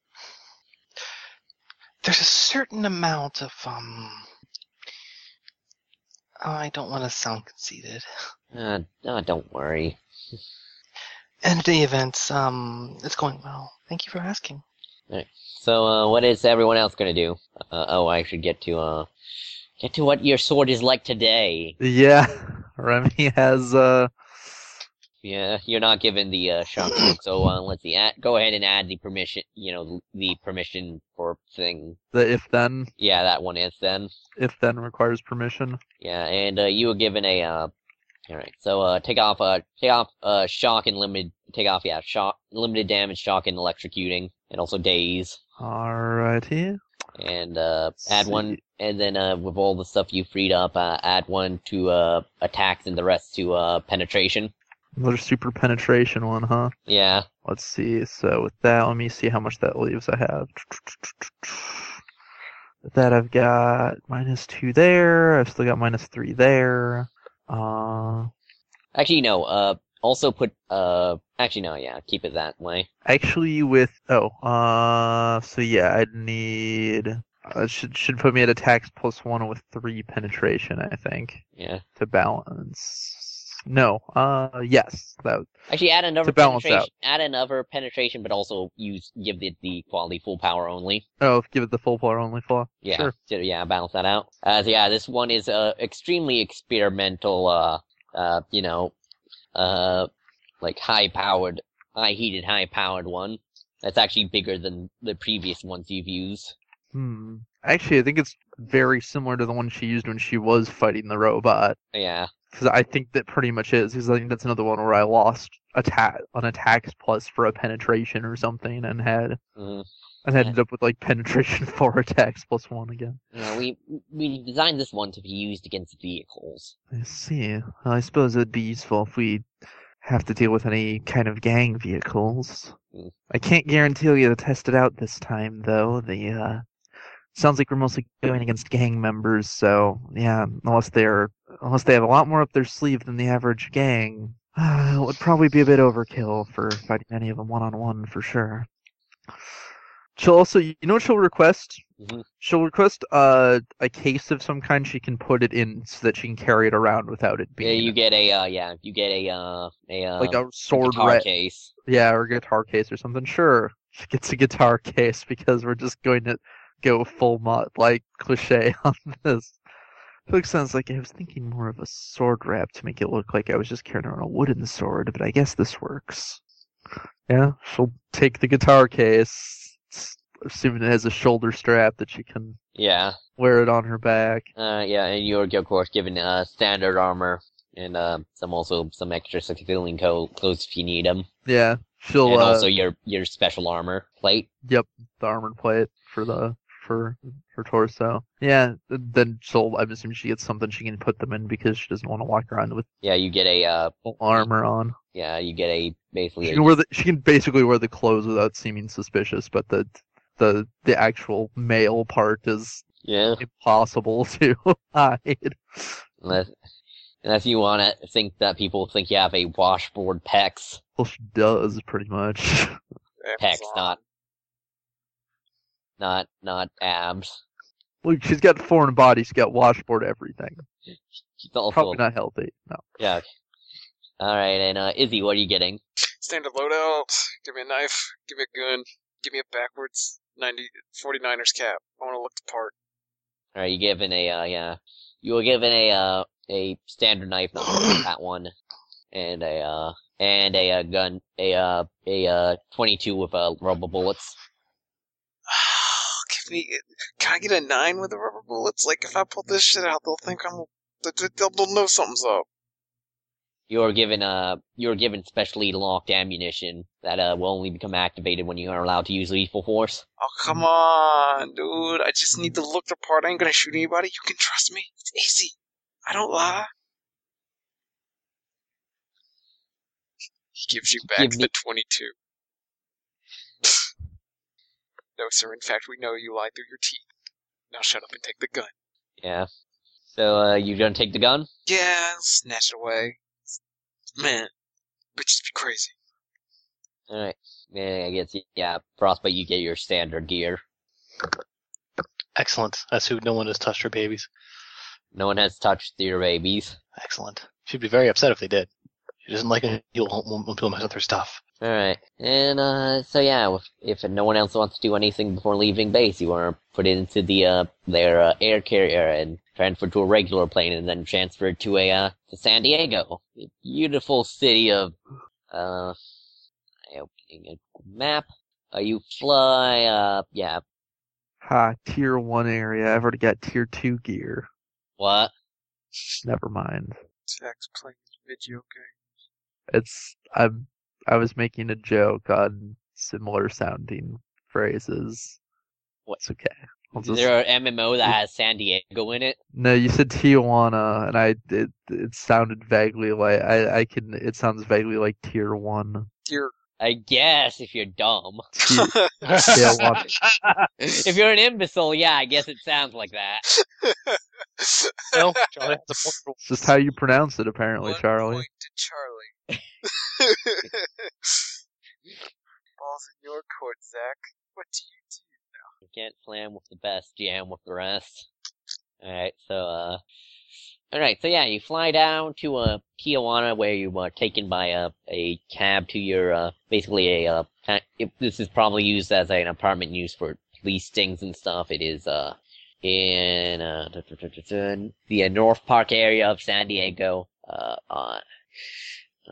B: there's a certain amount of um. I don't want to sound conceited.
A: Uh, no, don't worry.
B: And the events, um, it's going well. Thank you for asking.
A: So, uh, what is everyone else gonna do? Uh, oh, I should get to, uh, get to what your sword is like today.
C: Yeah, Remy has uh
A: Yeah, you're not given the, uh, shotgun, so, uh, let's see, add, go ahead and add the permission, you know, the permission for thing.
C: the if then
A: Yeah, that one is then.
C: if then requires permission.
A: Yeah, and, uh, you were given a, uh, alright, so, uh, take off, uh, take off, uh, shock and limited, take off, yeah, shock, limited damage, shock and electrocuting, and also daze.
C: Alrighty.
A: and uh,
C: Let's
A: add one, and then uh, with all the stuff you freed up, uh, add one to uh, attacks and the rest to uh, penetration.
C: Another super penetration one, huh?
A: Yeah,
C: Let's see. So with that, let me see how much that leaves I have. With that, I've got minus two there. I've still got minus three there. Uh,
A: actually no. Uh, also put uh, actually no, yeah, keep it that way.
C: actually, with oh, uh, so yeah, I'd need. Uh, should should put me at attacks plus one with three penetration, I think,
A: Yeah,
C: to balance. No, uh, yes, that
A: actually add another
C: To balance
A: penetration. Add another penetration, but also use give it the quality full power only.
C: Oh, give it the full power only flaw.
A: Yeah,
C: Sure.
A: so, yeah, balance that out. Uh, so, yeah, this one is uh, extremely experimental. Uh, uh, you know, uh, like high powered, high heated, high powered one. That's actually bigger than the previous ones you've used.
C: Hmm. Actually, I think it's very similar to the one she used when she was fighting the robot.
A: Yeah,
C: Because I think that pretty much is. Because I think that's another one where I lost attack on attacks plus for a penetration or something, and had
A: mm.
C: and ended up with like penetration four attacks plus one again.
A: You know, we we designed this one to be used against vehicles.
C: I see. Well, I suppose it would be useful if we have to deal with any kind of gang vehicles.
A: Mm.
C: I can't guarantee you'll get to test it out this time, though. The uh, sounds like we're mostly going against gang members, so yeah, unless they're unless they have a lot more up their sleeve than the average gang, it would probably be a bit overkill for fighting any of them one on one for sure. She'll also, you know, what she'll request.
A: Mhm.
C: She'll request uh, a case of some kind. She can put it in so that she can carry it around without it
A: Yeah,
C: being
A: you get a uh, yeah, you get a uh, a uh,
C: like a sword
A: guitar
C: rack.
A: case.
C: Yeah, or a guitar case or something. Sure, she gets a guitar case because we're just going to go full mod like cliche on this. It looks sounds like I was thinking more of a sword wrap to make it look like I was just carrying around a wooden sword, but I guess this works. Yeah, she'll take the guitar case, s- assuming it has a shoulder strap that she can
A: Yeah,
C: wear it on her back.
A: uh, yeah, and you're of course given uh, standard armor and uh, some also some extra civilian co- clothes if you need them.
C: Yeah, she'll
A: and
C: uh,
A: also your your special armor plate.
C: the armored plate for the for her torso. Yeah, th- then she'll. I'm assuming she gets something she can put them in because she doesn't want to walk around with
A: Yeah, you get a uh,
C: full armor on.
A: yeah, you get a basically
C: She
A: a,
C: can wear the, She can basically wear the clothes without seeming suspicious, but the the the actual male part is
A: yeah,
C: impossible to hide.
A: unless unless you want to think that people think you have a washboard pecs,
C: Well, she does pretty much.
A: pecs,
D: Amazon.
A: not not not abs.
C: Look, she's got foreign body. She's got washboard everything.
A: She's also
C: Probably not healthy. No.
A: yeah. All right, and uh, Izzy, what are you getting?
D: Standard loadout. Give me a knife. Give me a gun. Give me a backwards 90, 49ers cap. I want to look the part.
A: All right, you given a uh, yeah, you were given a uh, a standard knife, not that one, and a uh, and a uh, gun, a uh, a uh, twenty two with uh, rubber bullets.
D: Give me. Can I get a nine with the rubber bullets? Like if I pull this shit out, they'll think I'm. They'll, they'll- they'll know something's up.
A: You are given uh you are given specially locked ammunition that uh will only become activated when you are allowed to use lethal force.
D: Oh come on, dude! I just need to look the part. I ain't gonna shoot anybody. You can trust me. It's easy. I don't lie. He gives you back
A: Give
D: the
A: me-
D: twenty-two. no, sir. In fact, we know you lied through your teeth. Now shut up and take the gun.
A: Yeah. So uh you gonna take the gun?
D: Yeah, snatch it away. Man, bitches be crazy.
A: Alright. Yeah, I guess, yeah, Frostbite, you get your standard gear.
B: Excellent. That's who no one has touched her babies.
A: No one has touched your babies.
B: Excellent. She'd be very upset if they did. She doesn't like it. You'll won't people mess with her stuff.
A: Alright. And, uh, so yeah, if no one else wants to do anything before leaving base, you want to put it into the, uh, their, uh, air carrier and transfer to a regular plane and then transfer to a, uh, to San Diego. The beautiful city of, uh, I opening a map. Uh, you fly, uh, yeah,
C: Ha, tier one area. I've already got tier two gear.
A: what?
C: Never mind.
D: Tax playing video game.
C: It's I'm I was making a joke on similar sounding phrases.
A: What?
C: It's okay. I'll
A: Is
C: just-
A: there an MMO that has San Diego in it?
C: No, you said Tijuana, and I it it sounded vaguely like I I can. It sounds vaguely like tier one.
D: Dear.
A: I guess if you're dumb.
C: Tier, Tijuana.
A: If you're an imbecile, yeah, I guess it sounds like that.
B: no, Charlie has a point rule.
C: It's just how you pronounce it, apparently,
D: One
C: Charlie.
D: Point to Charlie. Balls in your court, Zach. What do you do?
A: You can't slam with the best, jam with the rest. Alright, so, uh. Alright, so yeah, you fly down to, uh, Tijuana where you are taken by a, a cab to your, uh, basically a, uh, ca- if this is probably used as an apartment used for police stings and stuff. It is, uh, in, uh, duh, duh, duh, duh, duh, in the uh, North Park area of San Diego, uh, on,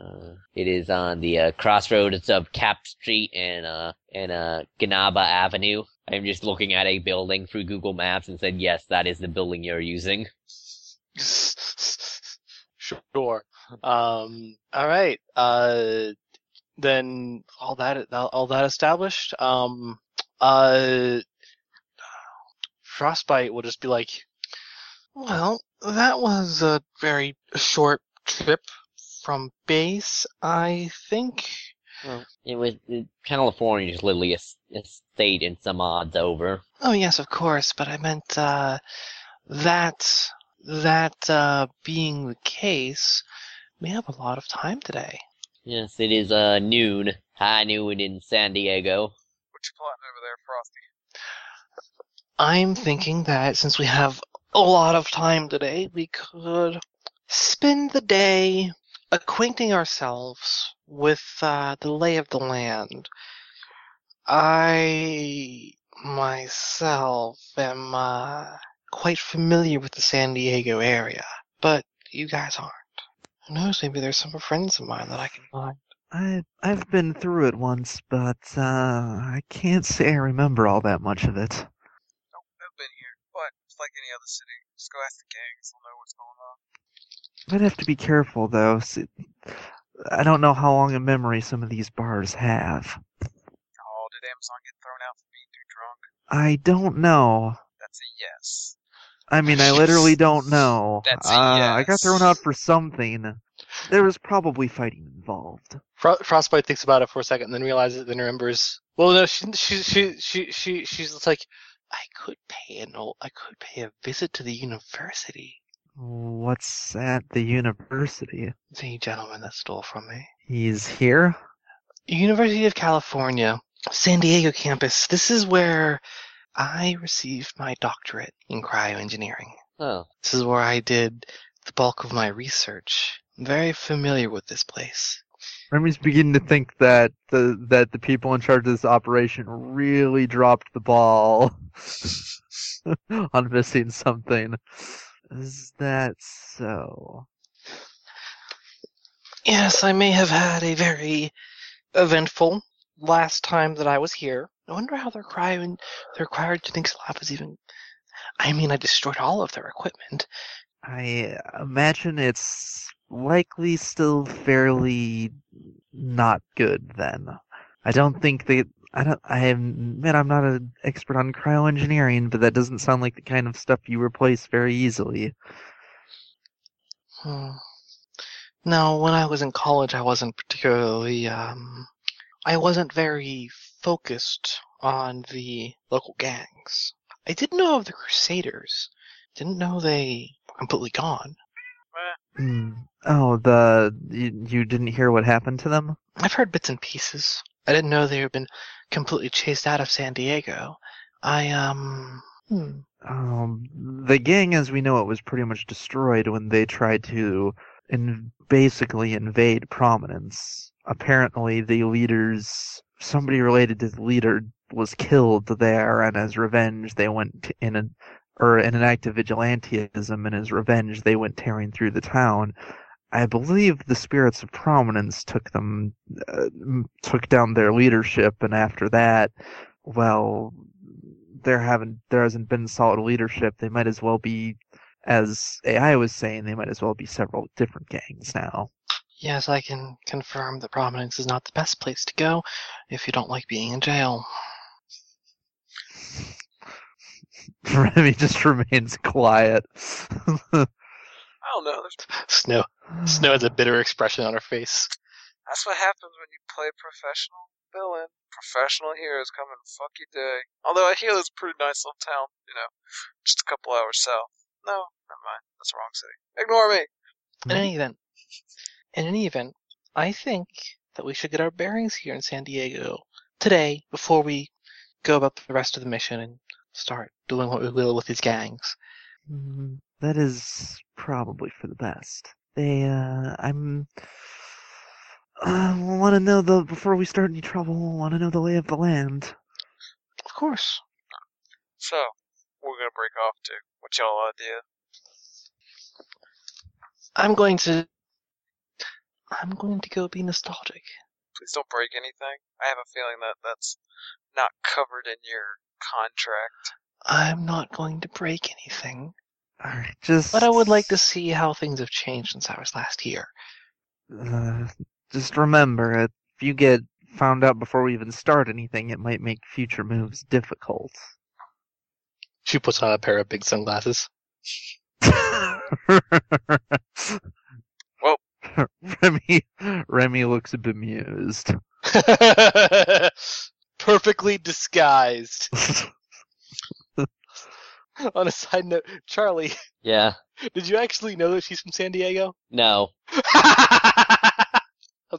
A: uh, it is on the uh, crossroads of Cap Street and uh and uh Ganaba Avenue. I'm just looking at a building through Google Maps and said, "Yes, that is the building you're using."
B: sure. Um, all right. Uh, then all that all that established. Um, uh, Frostbite will just be like, "Well, that was a very short trip from base. I think
A: It was it, California is literally a, s- a state and some odds over.
B: Oh yes, of course, but I meant uh, that that uh, being the case, we have a lot of time today.
A: Yes, it is uh noon, high noon in San Diego.
D: What you plotting over there, Frosty?
B: I'm thinking that since we have a lot of time today, we could spend the day acquainting ourselves with uh, the lay of the land. I myself am uh, quite familiar with the San Diego area, but you guys aren't. Who knows? Maybe there's some friends of mine that I can find.
C: I I've been through it once, but uh, I can't say I remember all that much of it.
D: I've been here, but it's like any other city. Just go ask the gangs. They'll know what's going on.
C: Might have to be careful though. See, I don't know how long a memory some of these bars have.
D: Oh, did Amazon get thrown out for being too drunk?
C: I don't know.
D: That's a yes.
C: I mean, I literally don't know.
D: That's a
C: uh, I got thrown
D: yes.
C: out for something. There was probably fighting involved.
B: Fro- Frostbite thinks about it for a second, and then realizes, then remembers. Well, no, she she she she she she's just like, I could pay an old, I could pay a visit to the university.
C: What's at the university?
B: The gentleman that stole from me,
C: He's here.
B: University of California, San Diego campus. This is where I received my doctorate in cryoengineering.
A: Oh,
B: This is where I did the bulk of my research. I'm very familiar with this place.
C: Remy's beginning to think that the that the people in charge of this operation really dropped the ball on missing something. Is that so?
B: Yes, I may have had a very eventful last time that I was here. I wonder how their cryo their cryogenics lab was even. I mean, I destroyed all of their equipment.
C: I imagine it's likely still fairly not good then. I don't think they I don't I admit I'm not an expert on cryoengineering, but that doesn't sound like the kind of stuff you replace very easily.
B: Hmm. Now, when I was in college, I wasn't particularly. Um, I wasn't very focused on the local gangs. I did know of the Crusaders. Didn't know they were completely gone.
C: Hmm. Oh, the you, you didn't hear what happened to them?
B: I've heard bits and pieces. I didn't know they had been completely chased out of San Diego. I, um, hmm.
C: Um, the gang, as we know it, was pretty much destroyed when they tried to in- basically invade prominence. Apparently, the leaders, somebody related to the leader, was killed there, and as revenge, they went t- in a or in an act of vigilantism, and as revenge, they went tearing through the town. I believe the spirits of prominence took them, uh, m- took down their leadership, and after that, well, there haven't there hasn't been solid leadership. They might as well be, as AI was saying, they might as well be several different gangs now.
B: yes, I can confirm that Providence is not the best place to go if you don't like being in jail.
C: Remy just remains quiet.
D: I don't know. There's,
B: Snow,
C: Hmm.
B: Snow has a bitter expression on her face.
D: that's what happens when you play professional villain. Professional heroes come and fuck your day. Although I hear there's a pretty nice little town, you know, just a couple hours south. No, never mind. That's the wrong city. Ignore me.
B: In any event, in any event, I think that we should get our bearings here in San Diego today before we go about the rest of the mission and start doing what we will with these gangs.
C: Mm, That is probably for the best. They, uh, I'm. I want to know the before we start any trouble. Want to know the lay of the land.
B: Of course.
D: So, we're gonna break off too. What y'all idea?
B: I'm going to. I'm going to go be nostalgic.
D: Please don't break anything. I have a feeling that that's not covered in your contract.
B: I'm not going to break anything,
C: All right, just.
B: but I would like to see how things have changed since I was last here.
C: Uh, just remember, if you get found out before we even start anything, it might make future moves difficult.
B: She puts on a pair of big sunglasses.
D: Well-
C: Remy, Remy looks bemused.
B: Perfectly disguised. On a side note, Charlie,
A: Yeah.
B: did you actually know that she's from San Diego?
A: No.
B: I'm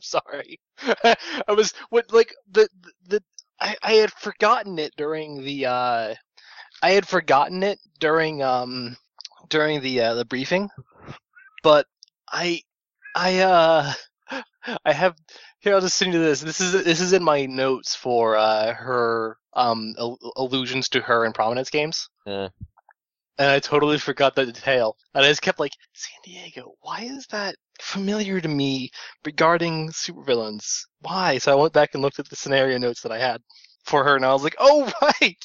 B: sorry. I was what like the the I, I had forgotten it during the uh I had forgotten it during um during the uh, the briefing, but I I uh I have here I'll just send you this. This is this is in my notes for uh her um al- allusions to her in prominence games.
A: Uh.
B: And I totally forgot that detail. And I just kept like, San Diego, why is that familiar to me regarding supervillains. Why? So I went back and looked at the scenario notes that I had for her, and I was like, oh right,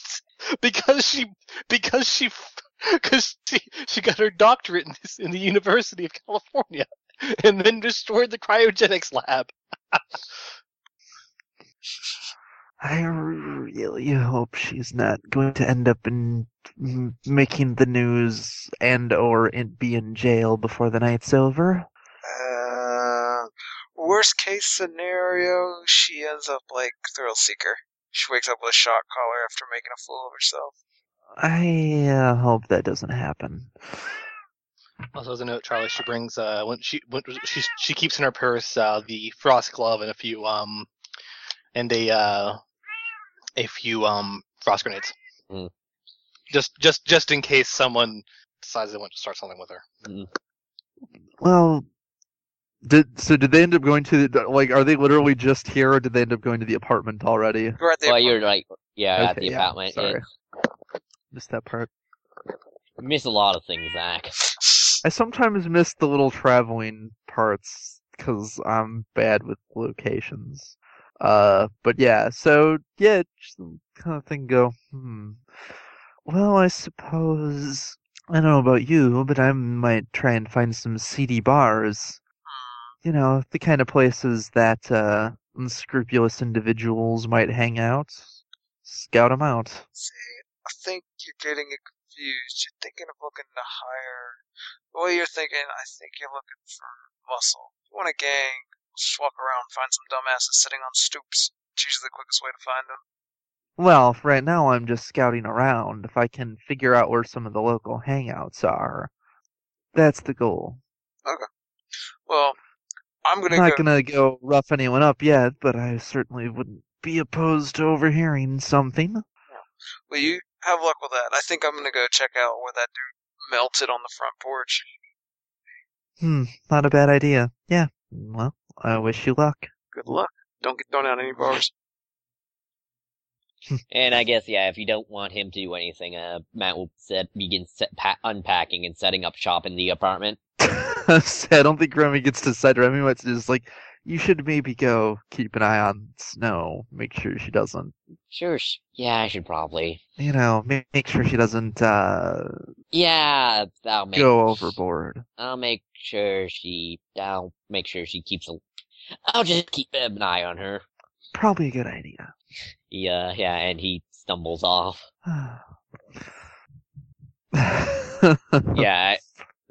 B: because she because she because she, she got her doctorate in, this, in the University of California, and then destroyed the cryogenics lab.
C: I really hope she's not going to end up in m- making the news and or in, be in jail before the night's over.
D: Uh, worst case scenario, she ends up like Thrill Seeker. She wakes up with a shock collar after making a fool of herself.
C: I uh, hope that doesn't happen.
B: Also, as a note, Charlie, she brings uh when she when she she keeps in her purse uh the frost glove and a few um and a uh a few um frost grenades.
E: Hmm.
A: Mm.
B: Just just just in case someone decides they want to start something with her.
C: Well, did so? Did they end up going to the, like? Are they literally just here, or did they end up going to the apartment already?
D: We're at the
A: Well, you're right. Yeah, at
C: Okay,
A: the
C: yeah,
A: apartment.
C: Sorry,
A: It's-
C: missed that part.
A: you miss a lot of things, Zach.
C: I sometimes miss the little traveling parts because I'm bad with locations. Uh, but yeah, so yeah, just kind of thing go. Hmm. Well, I suppose I don't know about you, but I might try and find some seedy bars. You know, the kind of places that uh, unscrupulous individuals might hang out. Scout 'em out.
D: See, I think you're getting it confused. You're thinking of looking to hire. The way you're thinking, I think you're looking for muscle. You want a gang? Just walk around, find some dumbasses sitting on stoops. It's usually the quickest way to find them.
C: Well, for right now I'm just scouting around. If I can figure out where some of the local hangouts are, that's the goal.
D: Well, I'm
C: I'm
D: gonna
C: not
D: go.
C: gonna go rough anyone up yet, but I certainly wouldn't be opposed to overhearing something.
D: Well, you have luck with that. I think I'm gonna go check out where that dude melted on the front porch.
C: Hmm, not a bad idea. Yeah. Well, I wish you luck.
D: Good luck. Don't get thrown out any bars.
A: And I guess yeah, if you don't want him to do anything, uh, Matt will set, begin set, pa- unpacking and setting up shop in the apartment.
C: I don't think Remy gets to decide. Remy wants to just like, you should maybe go keep an eye on Snow. Make sure she doesn't,
A: Sure. sh- Yeah, I should probably.
C: you know, ma- make sure she doesn't uh
A: Yeah, I'll make
C: go overboard.
A: I'll make sure she. I'll make sure she keeps a. I'll just keep an eye on her.
C: Probably a good idea.
A: Yeah, yeah, and he stumbles off. yeah. I,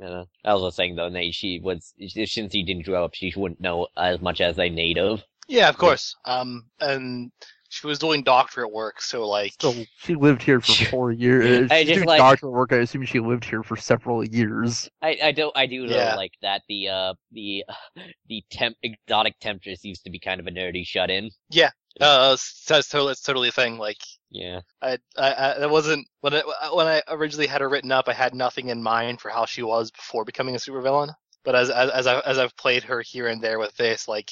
A: uh, I was saying though, Nate, she was since he didn't grow up, she wouldn't know as much as a native.
E: Yeah, of course. Um, and she was doing doctorate work, so like,
C: so she lived here for four years.
A: I
C: She's
A: just
C: doing
A: like-
C: doctoral work. I assume she lived here for several years.
A: I, I don't I do though
E: Yeah.
A: like that the uh the the temp exotic temptress seems to be kind of a nerdy shut in.
E: uh, so that's totally, that's totally a thing. Like,
A: Yeah.
E: I, I, I that wasn't when I when I originally had her written up. I had nothing in mind for how she was before becoming a supervillain. But as as as, I, as I've played her here and there with this, like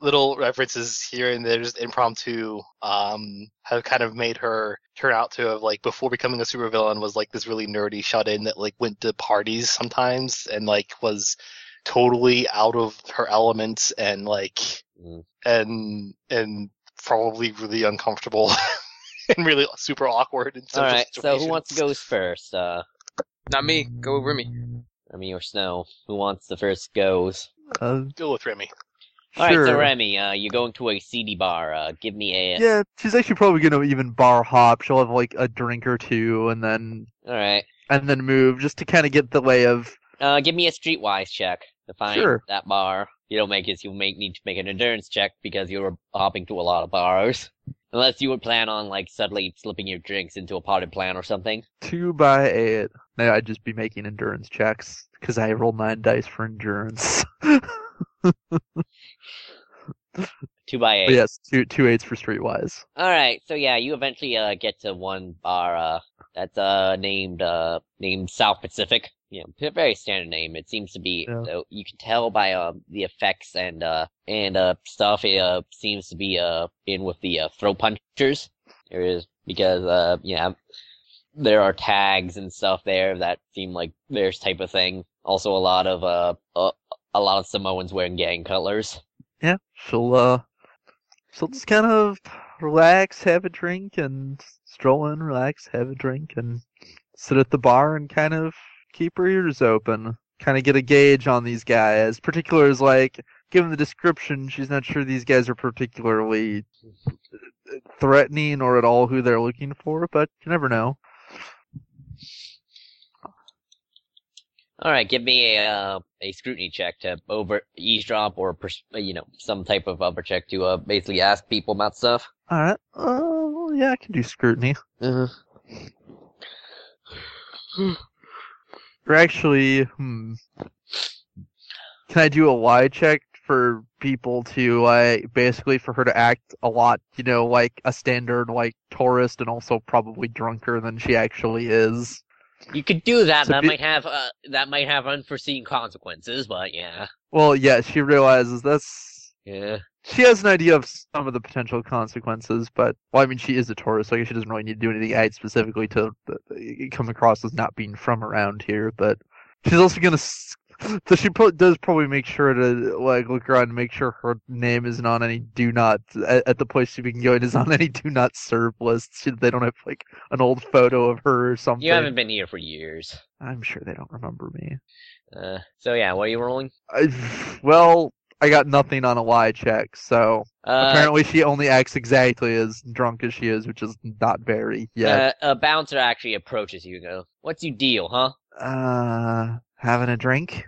E: little references here and there, just impromptu, um, have kind of made her turn out to have like before becoming a supervillain was like this really nerdy shut in that like went to parties sometimes and like was totally out of her element and like
A: Mm.
E: and and probably really uncomfortable and really super awkward. In
A: All
E: social
A: right. So who wants to
E: situations.
A: go first? Uh,
D: Not me. Go with Remy.
A: I mean, or Snow? Who wants the first goes?
C: Uh,
E: Go with Remy.
A: All right.
C: sure.
A: So Remy, uh, you're going to a CD bar. Uh, give me a.
C: Yeah, she's actually probably gonna even bar hop. She'll have like a drink or two, and then
A: All right.
C: and then move just to kind of get the lay of.
A: Uh, give me a streetwise check to find
C: Sure.
A: that bar. You don't make it. You make need to make an endurance check because you were hopping to a lot of bars. Unless you would plan on like suddenly slipping your drinks into a potted plant or something.
C: Two by eight. Now I'd just be making endurance checks because I roll nine dice for endurance.
A: Two by eight.
C: But yes, two two eights for streetwise.
A: All right, so yeah, you eventually uh, get to one bar uh, that's uh, named uh, named South Pacific. You know, p- very standard name. It seems to be.
C: Yeah.
A: Uh, you can tell by uh, the effects and uh, and uh, stuff. It uh, seems to be uh, in with the uh, throw punchers. There is because uh, yeah, there are tags and stuff there that seem like theirs type of thing. Also, a lot of uh, uh a lot of Samoans wearing gang colors.
C: Yeah, she'll uh, she'll just kind of relax, have a drink, and stroll in, relax, have a drink, and sit at the bar and kind of keep her ears open, kind of get a gauge on these guys. Particular is like, given the description, she's not sure these guys are particularly threatening or at all who they're looking for, but you never know.
A: All right, give me a uh, a scrutiny check to over eavesdrop or pers- uh, you know some type of over check to uh, basically ask people about stuff.
C: All right, oh yeah, I can do scrutiny. Uh-huh.
A: Uh,
C: Or actually, hmm. Can I do a lie check for people to like basically for her to act a lot, you know, like a standard like tourist and also probably drunker than she actually is.
A: you could do that.
C: So
A: that
C: be-
A: might have uh, that might have unforeseen consequences, but yeah,
C: Well, yeah, she realizes that's
A: yeah.
C: she has an idea of some of the potential consequences, but well, I mean, she is a tourist, so I guess she doesn't really need to do anything out specifically to uh, come across as not being from around here. But she's also gonna, s- so she pro- does probably make sure to like look around and make sure her name isn't on any do not at, at the place she can go. It is on any do not serve lists. She, they don't have like an old photo of her or something.
A: You haven't been here for years.
C: I'm sure they don't remember me.
A: Uh, so yeah, what are you rolling?
C: I, well, I got nothing on a lie check, so.
A: Uh,
C: Apparently, she only acts exactly as drunk as she is, which is not very yet.
A: uh, a bouncer actually approaches you. and Go, what's your deal, huh?
C: Uh, having a drink?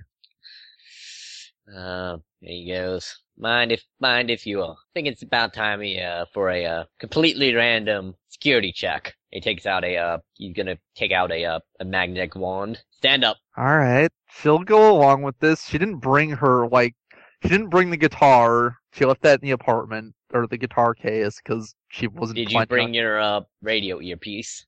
A: Uh, there he goes. Mind if mind if you uh, think it's about time he, uh, for a uh, completely random security check. He takes out a uh, he's gonna take out a uh, a magnetic wand. Stand up.
C: All right, she'll go along with this. She didn't bring her like, she didn't bring the guitar. She left that in the apartment. or the guitar case because she wasn't.
A: Did you
C: planning
A: bring
C: on-
A: your uh, radio earpiece?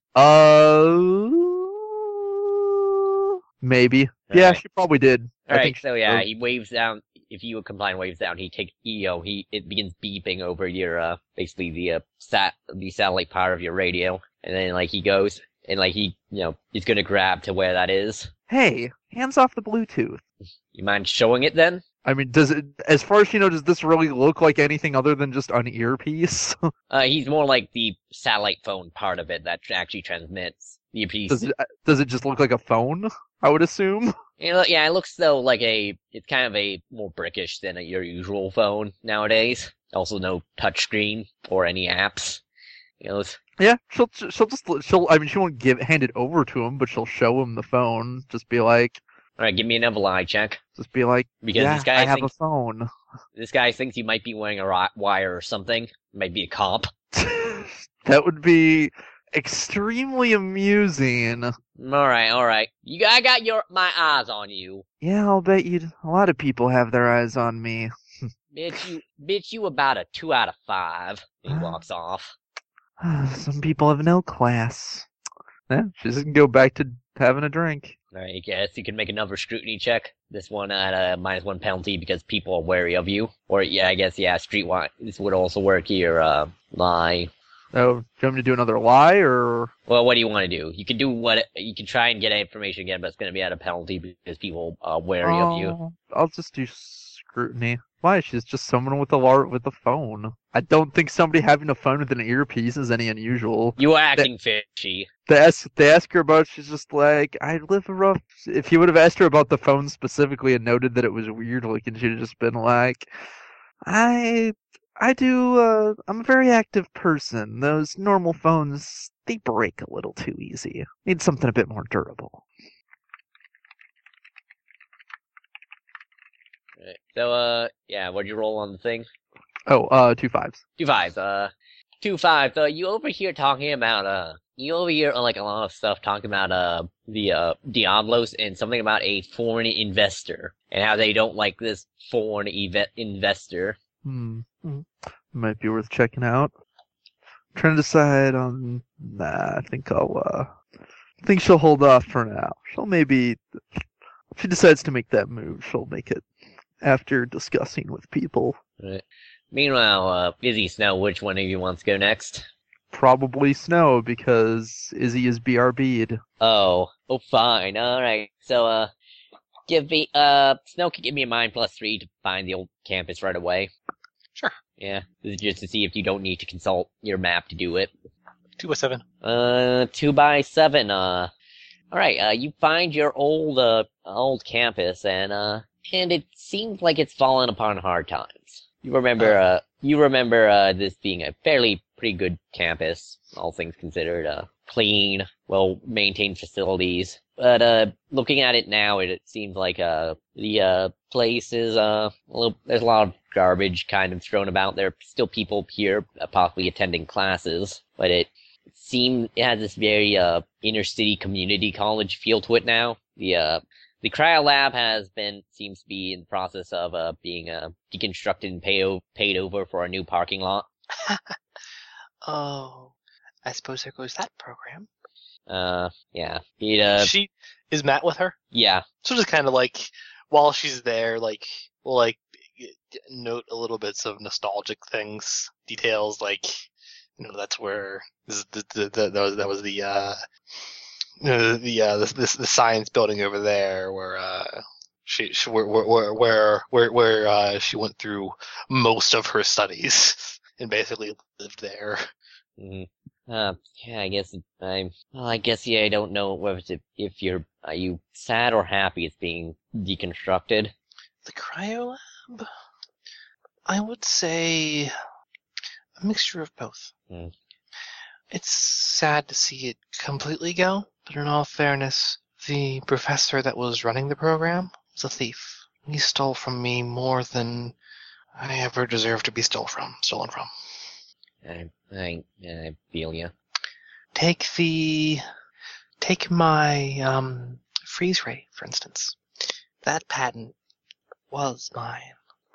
C: Uh, maybe. yeah,
A: Alright.
C: she probably did.
A: All
C: I
A: right,
C: think she
A: so yeah,
C: did.
A: he waves down. If you comply and waves down, he takes EO. He it begins beeping over your uh, basically the uh, sat the satellite power of your radio, and then like he goes and like he you know he's gonna grab to where that is.
C: Hey, hands off the Bluetooth.
A: You mind showing it then?
C: I mean, does it? As far as you know, does this really look like anything other than just an earpiece?
A: Uh, he's more like the satellite phone part of it that tr- actually transmits the piece.
C: does it? uh, Does it just look like a phone? I would assume.
A: You know, yeah, it looks though like a it's kind of a more brickish than a, your usual phone nowadays. Also, no touchscreen or any apps. You know, it's-
C: Yeah, she'll she'll just she'll. I mean, she won't give hand it over to him, but she'll show him the phone. Just be like,
A: all right, give me another lie check
C: just be like,
A: because
C: yeah,
A: this guy
C: I have
A: thinks
C: a phone.
A: this guy thinks he might be wearing a ri- wire or something. Might be a cop.
C: that would be extremely amusing.
A: All right, all right. You, I got your my eyes on you,
C: Yeah, I'll bet you a lot of people have their eyes on me.
A: bitch. You, bitch. You about a two out of five. He
C: Ah.
A: walks off.
C: Some people have an L class. Yeah, she doesn't go back to having a drink.
A: All right, I guess you can make another scrutiny check. This one at a minus one penalty because people are wary of you. Or yeah, I guess yeah, streetwise. This would also work here. Uh, lie.
C: Oh, do you want me to do another lie or?
A: Well, what do you want to do? You can do what you can try and get information again, but it's going to be at a penalty because people are wary of you.
C: Oh, I'll just do scrutiny. Why? She's just someone with a lar- with a phone. I don't think somebody having a phone with an earpiece is any unusual.
A: You are acting fishy.
C: They ask they ask her about. She's just like, I live a rough. If you would have asked her about the phone specifically and noted that it was weird looking, she'd have just been like, I I do. Uh, I'm a very active person. Those normal phones they break a little too easy. Need something a bit more durable.
A: Right. So, uh, yeah, what'd you roll on the thing?
C: Oh, uh, two fives.
A: Two fives, uh, two fives. Uh, you over here talking about, uh, you over here, uh, like, a lot of stuff talking about, uh, the, uh, Diablos and something about a foreign investor and how they don't like this foreign ev- investor.
C: Hmm. Might be worth checking out. Trying to decide on. Nah, I think I'll. Uh, I think she'll hold off for now. She'll maybe. If she decides to make that move, she'll make it after discussing with people.
A: Meanwhile, uh, Busy Snow, which one of you wants to go next?
C: Probably Snow because Izzy is BRB'd.
A: Oh, oh, fine. All right. So, uh, give me, uh, Snow can give me a mind plus three to find the old campus right away.
E: Sure.
A: Yeah, this is just to see if you don't need to consult your map to do it.
E: Two by seven.
A: Uh, two by seven. Uh, all right. Uh, you find your old uh old campus, and uh, and it seems like it's fallen upon hard times. You remember uh, you remember uh, this being a fairly pretty good campus, all things considered. Uh, clean, well maintained facilities. But uh, looking at it now, it, it seems like uh the uh place is uh a little, there's a lot of garbage kind of thrown about. There are still people here uh, possibly attending classes, but it seem it has this very uh inner city community college feel to it now. The uh the cryolab has been seems to be in the process of uh being uh deconstructed and pay o- paid over for a new parking lot.
B: Oh, I suppose there goes that program.
A: Uh yeah. It uh
E: she is Matt with her.
A: yeah.
E: So just kind of like while she's there, like we'll like note a little bits of nostalgic things, details like you know that's where this, the, the, the, that was that was the uh you know, the uh this, this the science building over there where uh she, she where, where- where where where where uh she went through most of her studies and basically lived there.
A: Mm. Uh, yeah, I guess I'm. Well, I guess yeah. I don't know whether to, if you're are you sad or happy it's being deconstructed.
B: The cryo lab? I would say a mixture of both.
A: Hmm.
B: It's sad to see it completely go, but in all fairness, the professor that was running the program was a thief. He stole from me more than I ever deserved to be stole from, stolen from.
A: I I I feel you.
B: Take the take my um, freeze ray, for instance. That patent was mine.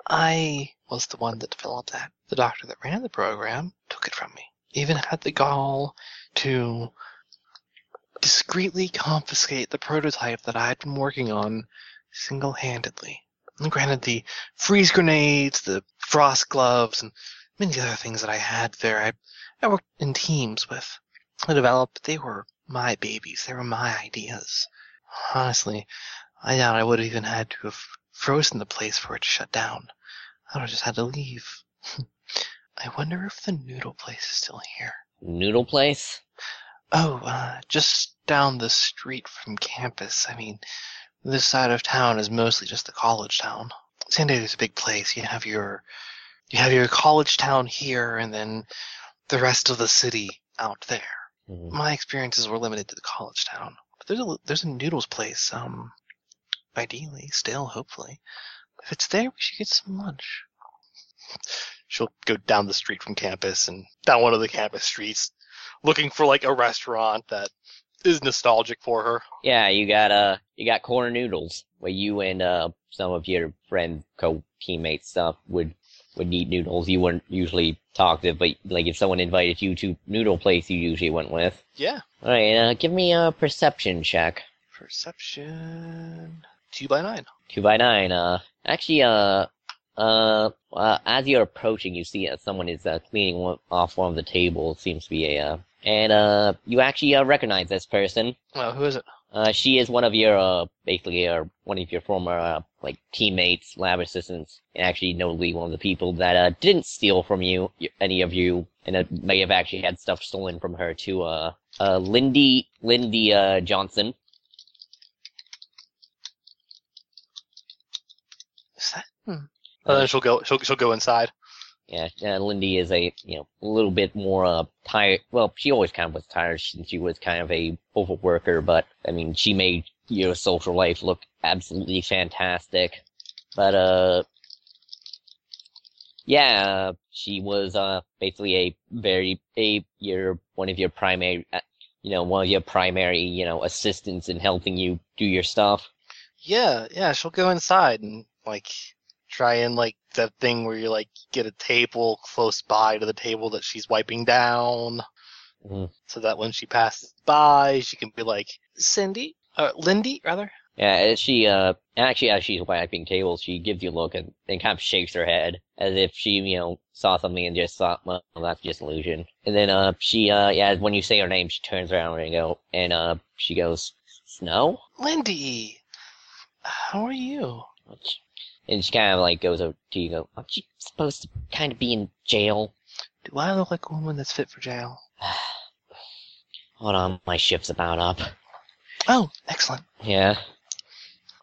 B: I was the one that developed that. The doctor that ran the program took it from me. Even had the gall to discreetly confiscate the prototype that I had been working on single handedly. And granted, the freeze grenades, the frost gloves, and many other things that I had there, I, I worked in teams with. I developed, they were my babies, they were my ideas. Honestly, I doubt I would have even had to have frozen the place for it to shut down. I would have just had to leave. I wonder if the noodle place is still here.
A: Noodle place?
B: Oh, uh, just down the street from campus. I mean, this side of town is mostly just the college town. San Diego's a big place. You have your, you have your college town here, and then the rest of the city out there.
A: Mhm.
B: My experiences were limited to the college town. But there's a there's a noodles place. Um, ideally, still, hopefully, if it's there, we should get some lunch.
E: she'll go down the street from campus and down one of the campus streets looking for like a restaurant that is nostalgic for her.
A: Yeah, you got uh, you got corner noodles where you and uh some of your friend co teammates stuff would would eat noodles. You wouldn't usually talk to, but like if someone invited you to noodle place, you usually went with.
E: Yeah.
A: All right, uh, give me a perception check.
B: Perception.
E: Two by nine.
A: Two by nine. Uh, actually, uh, uh, uh, as you're approaching, you see uh, someone is uh, cleaning one, off one of the tables. Seems to be a, uh, and uh, you actually uh, recognize this person.
B: Well, who is it?
A: Uh, she is one of your, uh, basically, uh, one of your former, uh, like teammates, lab assistants, and actually notably one of the people that uh, didn't steal from you, y- any of you, and uh, may have actually had stuff stolen from her too. Uh, uh, Lindy, Lindy uh, Johnson.
B: Is that?
E: And then she'll go she'll she'll go inside.
A: Yeah, uh, Lindy is a you know a little bit more uh, tired. Well, she always kind of was tired since she was kind of a overworker, but I mean, she made your social life look absolutely fantastic. But uh, yeah, she was uh basically a very a your one of your primary, uh, you know, one of your primary you know assistants in helping you do your stuff.
E: Yeah, yeah, she'll go inside and like try and like that thing where you like get a table close by to the table that she's wiping down.
A: Mhm.
E: So that when she passes by, she can be like Cindy or Lindy rather.
A: Yeah, as she uh actually as she's wiping tables, she gives you a look and, and kind of shakes her head as if she, you know, saw something and just thought, well, that's just illusion. And then uh she uh yeah, when you say her name, she turns around and go and uh she goes, Snow?
B: Lindy, how are you?
A: And she kinda like goes over to you and go, Aren't you supposed to kinda be in jail?
B: Do I look like a woman that's fit for jail?
A: Hold on, my shift's about up.
B: Oh, excellent.
A: Yeah.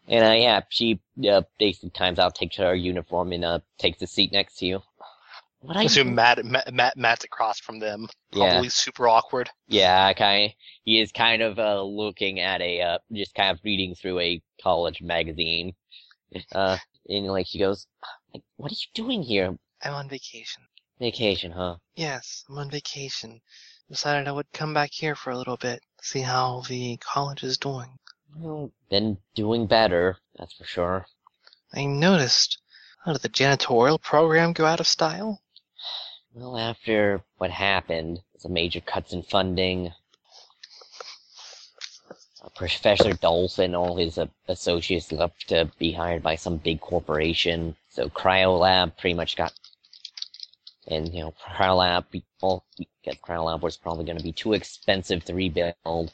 A: And uh yeah, she uh basically times out, takes her uniform and uh takes the seat next to you. What
E: I assume Matt, Matt, Matt Matt's across from them.
A: Yeah.
E: Probably super awkward.
A: Yeah, kind. He is kind of uh, looking at a uh, just kind of reading through a college magazine, uh, and like she goes, like, "What are you doing here?
B: I'm on vacation.
A: Vacation, huh?"
B: Yes, I'm on vacation. Decided I would come back here for a little bit, see how the college is doing.
A: Well, been doing better, that's for sure.
B: I noticed. How did the janitorial program go out of style?
A: Well, after what happened, some major cuts in funding. Uh, Professor Dolphin and all his uh, associates left to be hired by some big corporation. So Cryolab pretty much got, and you know Cryolab, be- well, because Cryolab was probably going to be too expensive to rebuild.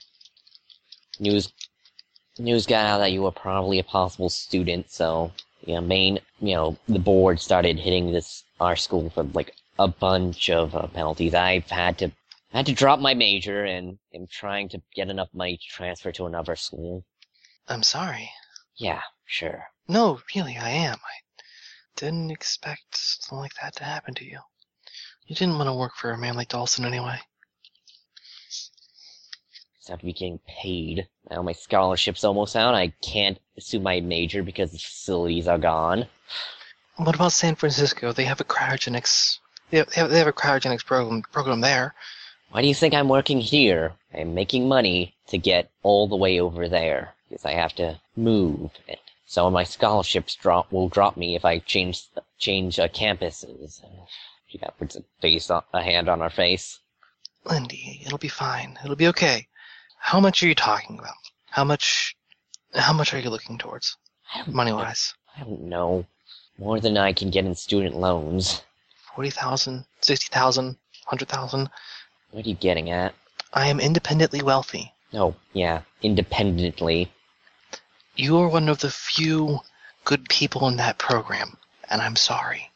A: News, news got out that you were probably a possible student, so you know, main, you know, the board started hitting this our school for like a bunch of uh, penalties. I've had to I had to drop my major and am trying to get enough money to transfer to another school.
B: I'm sorry.
A: Yeah, sure.
B: No, really, I am. I didn't expect something like that to happen to you. You didn't want to work for a man like Dawson anyway.
A: Just have to be getting paid. Now my scholarship's almost out. I can't pursue my major because the facilities are gone.
B: What about San Francisco? They have a cryogenics. They have, they have, they have a cryogenics program program there.
A: Why do you think I'm working here? I'm making money to get all the way over there because I have to move. And so my scholarships drop will drop me if I change change uh, campuses. She got puts a face on a hand on her face.
B: Lindy, it'll be fine. It'll be okay. How much are you talking about? How much how much are you looking towards?
A: I don't
B: Money wise?
A: I don't know. More than I can get in student loans.
B: Forty thousand, sixty thousand, hundred thousand?
A: What are you getting at?
B: I am independently wealthy.
A: No, yeah, independently.
B: You are one of the few good people in that program, and I'm sorry.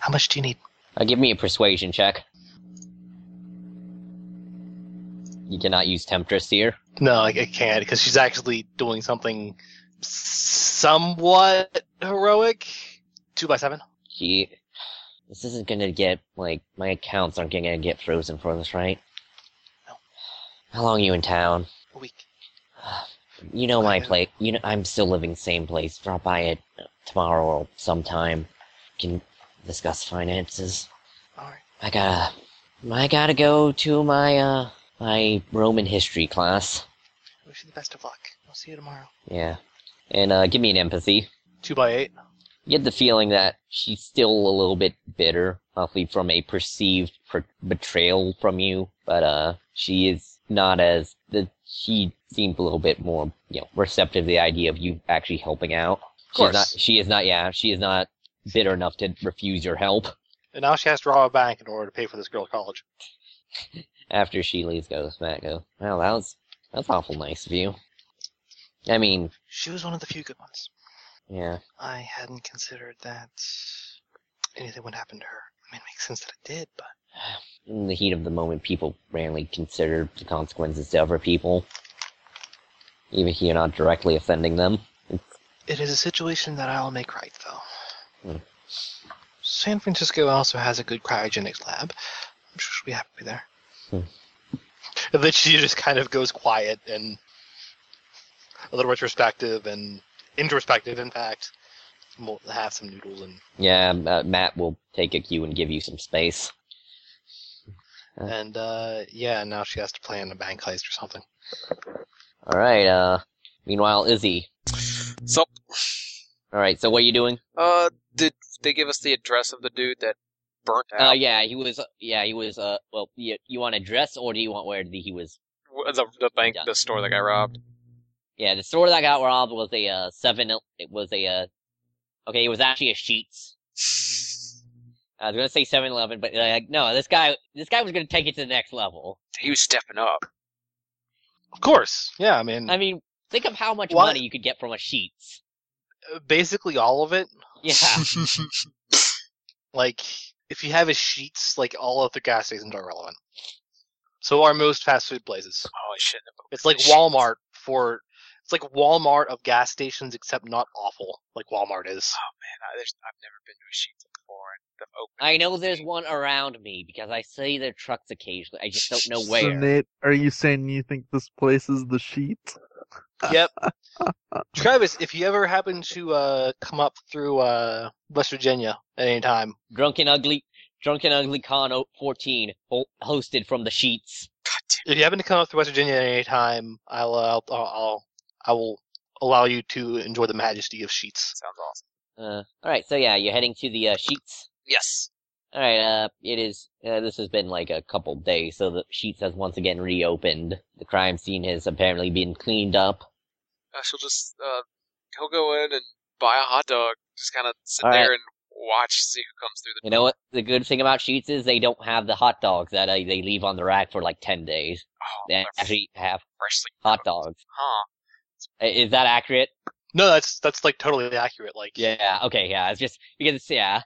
B: How much do you need?
A: Uh, give me a persuasion check. You cannot use temptress here.
E: No, I, I can't because she's actually doing something somewhat heroic. Two by seven.
A: Gee, this isn't gonna get like my accounts aren't gonna get frozen for this, right?
B: No.
A: How long you in town?
B: A week.
A: You know my
B: I know.
A: place. You know I'm still living same place. Drop by it tomorrow or sometime. Can discuss finances.
B: Alright.
A: I gotta, I gotta go to my uh my Roman history class.
B: Wish you the best of luck. I'll see you tomorrow.
A: Yeah, and uh, give me an empathy.
E: Two by eight.
A: You get the feeling that she's still a little bit bitter, possibly from a perceived per- betrayal from you, but uh, she is not as the she seems a little bit more you know receptive to the idea of you actually helping out.
E: Of course.
A: She's not, she is not. Yeah, she is not bitter enough to refuse your help
E: And now she has to rob a bank in order to pay for this girl's college.
A: after she leaves. Goes Matt. Go. Well, that was that's awful nice of you. I mean,
B: She was one of the few good ones.
A: yeah.
B: I hadn't considered that anything would happen to her. I mean, it makes sense that it did, but
A: In the heat of the moment, people rarely consider the consequences to other people, even if you're not directly offending them.
B: it is a situation that I'll make right, though.
A: Hmm.
B: San Francisco also has a good cryogenics lab. I'm sure she'll be happy there.
E: And then she just kind of goes quiet and a little retrospective and introspective, in fact. We'll have some noodles and
A: Yeah, uh, Matt will take a cue and give you some space.
E: and uh, yeah. Now she has to plan a bank heist or something.
A: All right. Uh, meanwhile, Izzy.
D: So,
A: All right. So what are you doing?
D: uh, did they give us the address of the dude that burnt
A: Uh,
D: out
A: yeah, he was. Yeah, he was. Uh, well, you, you want a dress or do you want where the, he was?
D: w- the, the bank,
A: Yeah.
D: the store that got robbed?
A: Yeah, the store that got robbed was a uh, seven. It was a. Uh, okay, it was actually a Sheets. I was gonna say 7-Eleven, but uh, like no, this guy, this guy was gonna take it to the next level.
D: He was stepping up.
E: Of course, yeah. I
B: Hmm.
E: mean,
A: I mean, think of how much
E: What?
A: money you could get from a Sheets.
E: basically all of it.
A: Yeah,
E: Like, if you have a sheets, like all of the gas stations are relevant. So are most fast food places.
D: Oh, I shouldn't have.
E: It's like
D: Sheetz.
E: Walmart for it's like Walmart of gas stations, except not awful like Walmart is.
D: Man, I, there's, I've never been to a sheet before. And the open
A: I know there's one around me because I see their trucks occasionally. I just don't know
C: So,
A: where.
C: Nate, are you saying you think this place is the sheet?
E: Yep. Travis, if you ever happen to uh, come up through uh, West Virginia at any time,
A: Drunken Ugly, Drunken Ugly Con O- 14, ho- hosted from the sheets.
D: goddamn.
E: if you happen to come up through West Virginia at any time, I'll uh, I'll, I'll I will allow you to enjoy the majesty of sheets.
D: Sounds awesome.
A: Uh, all right, so yeah, you're heading to the uh, sheets.
D: Yes.
A: All right, uh, it is. Uh, this has been like a couple days, so the sheets has once again reopened. The crime scene has apparently been cleaned up.
D: Uh, she'll just, uh, he'll go in and buy a hot dog. Just kind of sit
A: All right.
D: there and watch, see who comes through the
A: You know what? The good thing about Sheets is they don't have the hot dogs that uh, they leave on the rack for like 10 days.
D: Oh,
A: They
D: they're
A: actually have
D: freshly
A: hot dogs.
D: Huh.
A: I- Is that accurate?
E: No, that's that's like totally accurate. Like
A: Yeah, okay, yeah. It's just because, it's, yeah.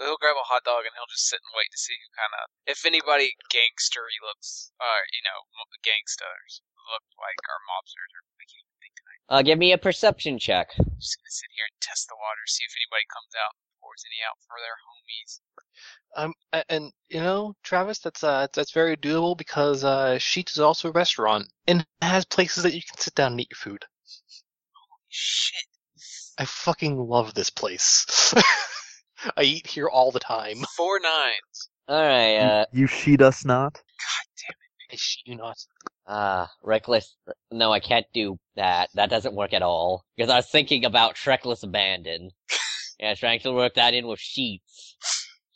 D: So he'll grab a hot dog and he'll just sit and wait to see who kind of, if anybody gangstery looks, uh, you know, mo- gangsters look like our mobsters. Or I can't even think.
A: Uh, give me a perception check.
D: I'm just gonna sit here and test the water, see if anybody comes out, and pours any out for their homies.
E: Um, a- and you know, Travis, that's uh, that's very doable because uh, Sheets is also a restaurant and has places that you can sit down and eat your food.
D: Shit.
E: I fucking love this place. I eat here all the time.
D: Four nines.
A: Alright, uh,
C: You sheet us not?
E: I shit you not.
A: ah, reckless. No, I can't do that. That doesn't work at all. Because I was thinking about Shrekless Abandon. Yeah, trying to work that in with sheets.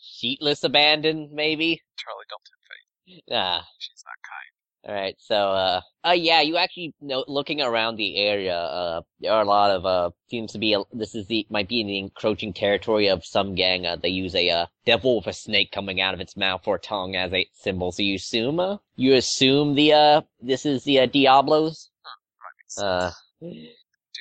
A: Sheetless abandon, maybe?
D: Charlie, don't do fate.
A: Ah.
D: She's not kind.
A: All right, so uh, uh, yeah, you actually know, looking around the area, uh, there are a lot of uh, seems to be a, this is the might be in the encroaching territory of some gang. Uh, they use a uh, devil with a snake coming out of its mouth or tongue as a symbol. So you assume uh, you assume the uh, this is the uh, Diablos. Uh,
D: Do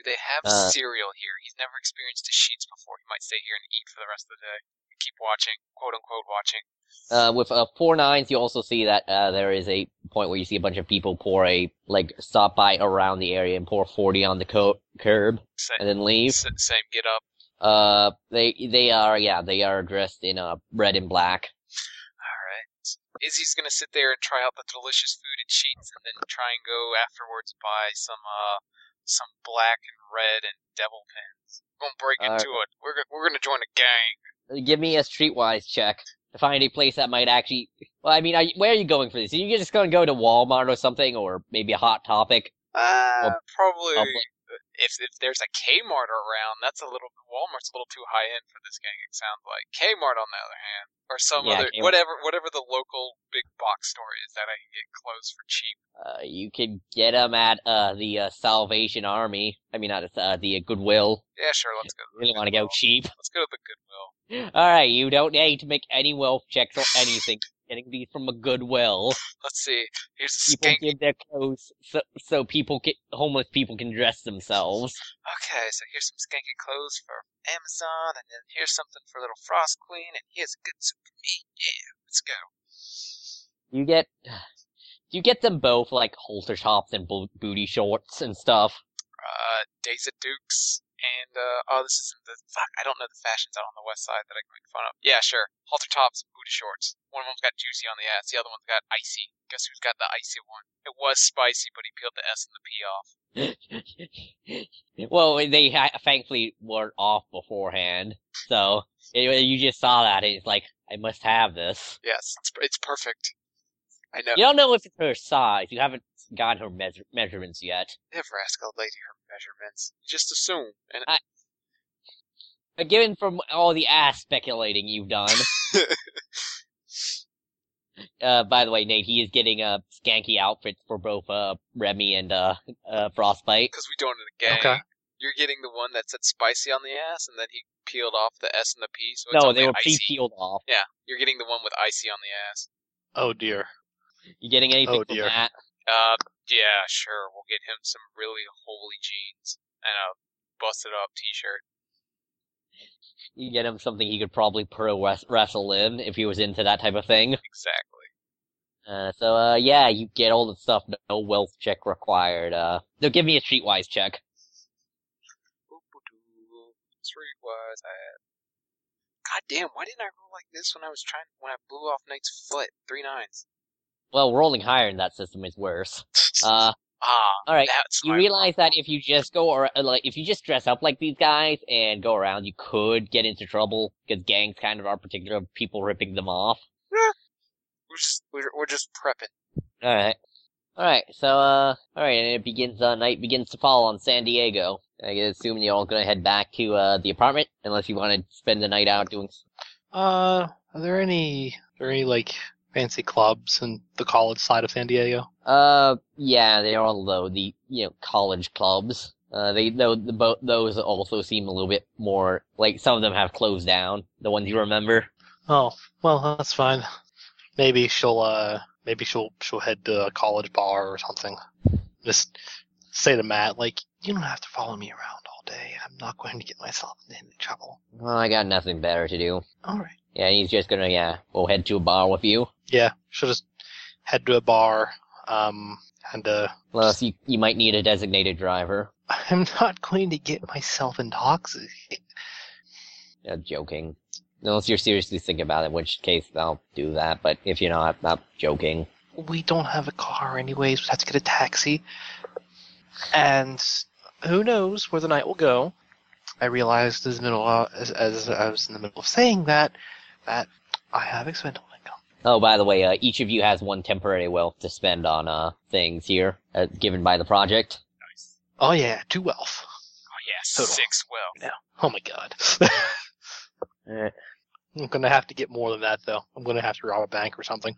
D: they have
A: Uh,
D: cereal here? He's never experienced the sheets before. He might stay here and eat for the rest of the day. Keep watching, quote unquote watching.
A: Uh, with uh, four nines, you also see that uh, there is a point where you see a bunch of people pour a like stop by around the area and pour forty on the co- curb
D: Sa-
A: and then leave.
D: sa- same get up.
A: Uh, they they are yeah they are dressed in uh red and black.
D: All right. Izzy's gonna sit there and try out the delicious food and sheets, and then try and go afterwards buy some uh some black and red and devil pins. We're gonna break
A: All right.
D: into it. We're go- we're gonna join a gang.
A: Give me a streetwise check to find a place that might actually. Well, I mean, are you, where are you going for this? Are you just going to go to Walmart or something, or maybe a Hot Topic?
E: Ah.
D: Uh, probably.
A: probably.
D: If, if there's a Kmart around, that's a little Walmart's a little too high end for this gang. It sounds like Kmart, on the other hand, or some
A: Yeah,
D: other
A: Kmart.
D: whatever whatever the local big box store is that I can get clothes for cheap.
A: Uh, you can get them at uh the uh, Salvation Army. I mean, not uh, the Goodwill.
D: Yeah, sure. Let's go. to the
A: You don't want to go
D: Goodwill.
A: cheap.
D: Let's go to the Goodwill.
A: All right, you don't need to make any wealth checks or anything. Getting these from a Goodwill.
D: Let's see. Here's the
A: People
D: skank.
A: give their clothes so so people can homeless people can dress themselves.
D: Okay, so here's some skanky clothes for Amazon, and then here's something for little Frost Queen, and here's a good soup for me. Yeah, let's go.
A: You get, you get them both like halter tops and bo- booty shorts and stuff.
D: uh, Days of Dukes, and uh, oh, this isn't the fuck. I don't know the fashions out on the west side that I can make fun of. Yeah, sure. Halter tops, booty shorts. One of them's got juicy on the ass. The other one's got icy. Guess who's got the icy one? It was spicy, but he peeled the S and the P off.
A: well, they ha- thankfully weren't off beforehand, so it, you just saw that. and It's like I must have this.
D: Yes, it's it's perfect. I know.
A: You don't know if it's her size. You haven't gotten her measure- measurements yet.
D: Never ask a lady her measurements. Just assume. And
A: But given from all the ass speculating you've done. Uh, by the way, Nate, he is getting uh, skanky outfits for both uh, Remy and uh, uh, Frostbite.
D: because we don't in a gang,
E: Okay.
D: you're getting the one that said spicy on the ass, and then he peeled off the S and the P. So it's
A: No,
D: only
A: they were
D: icy.
A: pre-peeled off.
D: You're getting the one with icy on the ass.
E: Oh dear.
A: You getting anything
E: Oh,
A: from
E: dear.
A: that?
D: Uh, yeah, sure. We'll get him some really holy jeans and a busted up T-shirt.
A: You get him something he could probably pro wres- wrestle in if he was into that type of thing.
D: Exactly.
A: Uh, so uh, yeah, you get all the stuff. No wealth check required. Uh, no, give me a streetwise check.
D: Boop-a-doo. Streetwise, I had. God damn! Why didn't I roll like this when I was trying? When I blew off Knight's foot, three nines.
A: Well, rolling higher in that system is worse. Uh,
D: ah,
A: all right.
D: that's
A: You
D: my
A: realize that if you just go or uh, like if you just dress up like these guys and go around, you could get into trouble because gangs kind of are particular of people ripping them off.
D: We're just, we're, we're just prepping.
A: All right. All right. So, uh, all right, and it begins. Uh, night begins to fall on San Diego. I assume you're all gonna head back to uh the apartment, unless you want to spend the night out doing. s-
E: Uh, are there any are there any like fancy clubs in the college side of San Diego?
A: Uh, yeah, they are all low. The you know college clubs. Uh, they though the bo- those also seem a little bit more like some of them have closed down. The ones you remember.
E: Oh, well, that's fine. Maybe she'll uh maybe she'll she'll head to a college bar or something. Just say to Matt like you don't have to follow me around all day. I'm not going to get myself into any trouble.
A: Well, I got nothing better to do.
E: All right.
A: Yeah, he's just gonna yeah, we'll head to a bar with you.
E: Yeah, she'll just head to a bar. Um, and uh,
A: Unless you you might need a designated driver.
E: I'm not going to get myself intoxicated.
A: Uh, joking. Unless you're seriously thinking about it, in which case I'll do that. But if you're not, not joking.
E: We don't have a car anyways. We have to get a taxi.
B: And who knows where the night will go? I realized as middle as, as I was in the middle of saying that that I have expendable income.
A: Oh, by the way, uh, each of you has one temporary wealth to spend on uh, things here, uh, given by the project.
E: Oh yeah, two wealth.
D: Oh yeah,
E: Total.
D: six well.
E: Oh my god.
A: Alright.
E: I'm gonna have to get more than that though. I'm gonna have to rob a bank or something.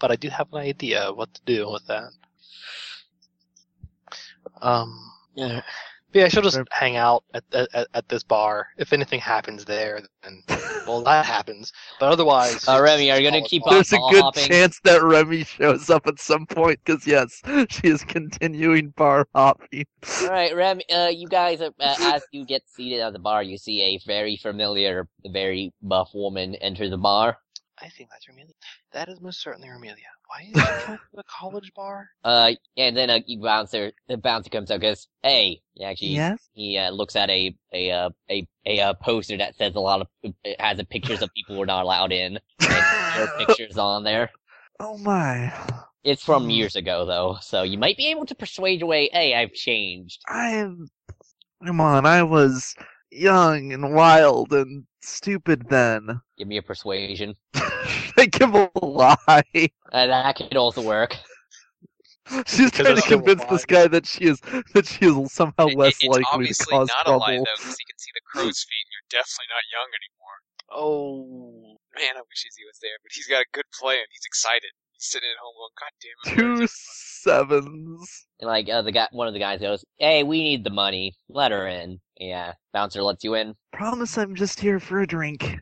E: But I do have an idea of what to do with that. Um, yeah, But yeah. She'll just
C: Right.
E: hang out at, at at this bar. If anything happens there, then well, that happens. But otherwise,
A: Uh, Remy, are you gonna
E: Follow
A: keep
E: the
A: on
C: There's a
A: ball
C: good
A: hopping?
C: chance that Remy shows up at some point because yes, she is continuing bar hopping.
A: Alright, Remy, uh, you guys, uh, uh, as you get seated at the bar, you see a very familiar, very buff woman enter the bar.
B: I think that's Romelia. That is most certainly Romelia. Why is she going to the college bar?
A: Uh, and then a bouncer, the bouncer comes up and goes, "Hey, actually,
C: Yes.
A: he uh, looks at a a uh, a a uh, poster that says a lot of it has the pictures of people who are not allowed in. And your pictures on there.
C: oh my.
A: It's from
C: Hmm.
A: years ago though, so you might be able to persuade your way. Hey, I've changed.
C: I'm. Come on, I was young and wild and stupid then.
A: Give me a persuasion.
C: I give a lie.
A: Uh, that could also work.
C: She's trying to
E: it's a
C: convince
E: lie.
C: this guy that she is that she is somehow
D: It-
C: less
D: it's
C: likely to
D: obviously
C: cause
D: not
C: trouble.
D: a lie though, because you can see the crow's feet, and you're definitely not young anymore. Oh man, I wish Izzy was there, but he's got a good play and he's excited. He's sitting at home going, "God damn it!" where is
C: Two
D: it?"
C: sevens.
A: And like uh, the guy, one of the guys goes, "Hey, we need the money. Let her in." Yeah, bouncer lets you in.
C: Promise, I'm just here for a drink.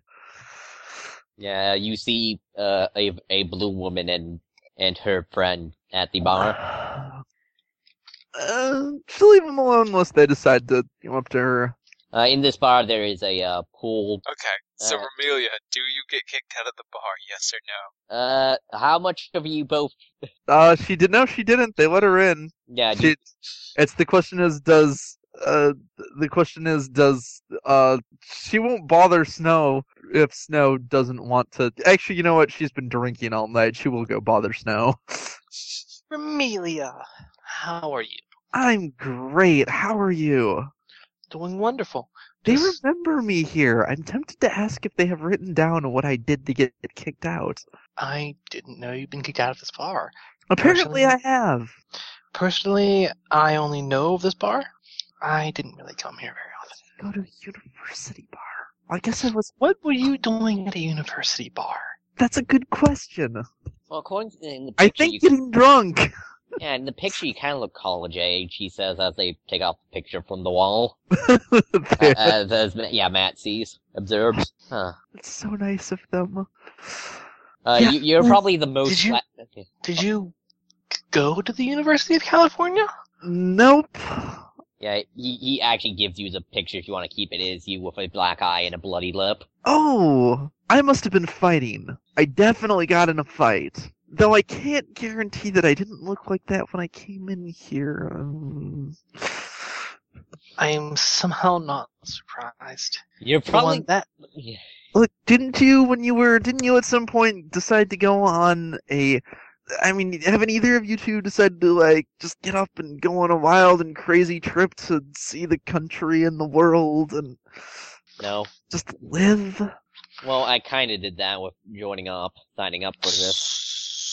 A: Yeah, you see uh, a a blue woman and and her friend at the bar.
C: Uh, she'll leave him alone unless they decide to come up to her.
A: Uh, in this bar, there is a uh, pool.
D: Okay, so
A: Uh,
D: Romelia, do you get kicked out of the bar? Yes or no?
A: Uh, how much of you both?
C: Uh, she did. No, she didn't. They let her in.
A: Yeah, you-
C: She, it's the question is does uh the question is does uh she won't bother Snow if Snow doesn't want to. Actually, you know what? She's been drinking all night. She will go bother Snow.
B: Romelia, how are you?
C: I'm great. How are you?
B: Doing wonderful.
C: They
B: Just-
C: remember me here. I'm tempted to ask if they have written down what I did to get kicked out.
B: I didn't know you'd been kicked out of this bar.
C: Apparently, I
B: Personally-
C: have.
B: Personally, I only know of this bar. I didn't really come here very often.
C: go to a university bar? I guess it was.
B: What were you doing at a university bar?
C: That's a good question.
A: well, according to in the
C: I
A: picture,
C: think
A: you,
C: getting drunk.
A: yeah, in the picture you kind of look college age. He says as they take off the picture from the wall. Uh,
C: There.
A: as, as Ma- yeah, Matt sees, observes. Huh.
C: It's so nice of them.
A: Uh,
C: Yeah,
A: you, you're
B: well,
A: probably the most.
B: did you-
A: la- okay.
B: Did you go to the University of California?
C: Nope.
A: Yeah, he, he actually gives you the picture if you want to keep it. Is you with a black eye and a bloody lip?
C: Oh, I must have been fighting. I definitely got in a fight. Though I can't guarantee that I didn't look like that when I came in here. Um,
B: I am somehow not surprised.
A: You're
B: The
A: probably.
B: one that
A: Yeah.
C: look, didn't you when you were? Didn't you at some point decide to go on a? I mean, haven't either of you two decided to like just get up and go on a wild and crazy trip to see the country and the world and
A: No.
C: just live?
A: Well, I kind of did that with joining up, signing up for this.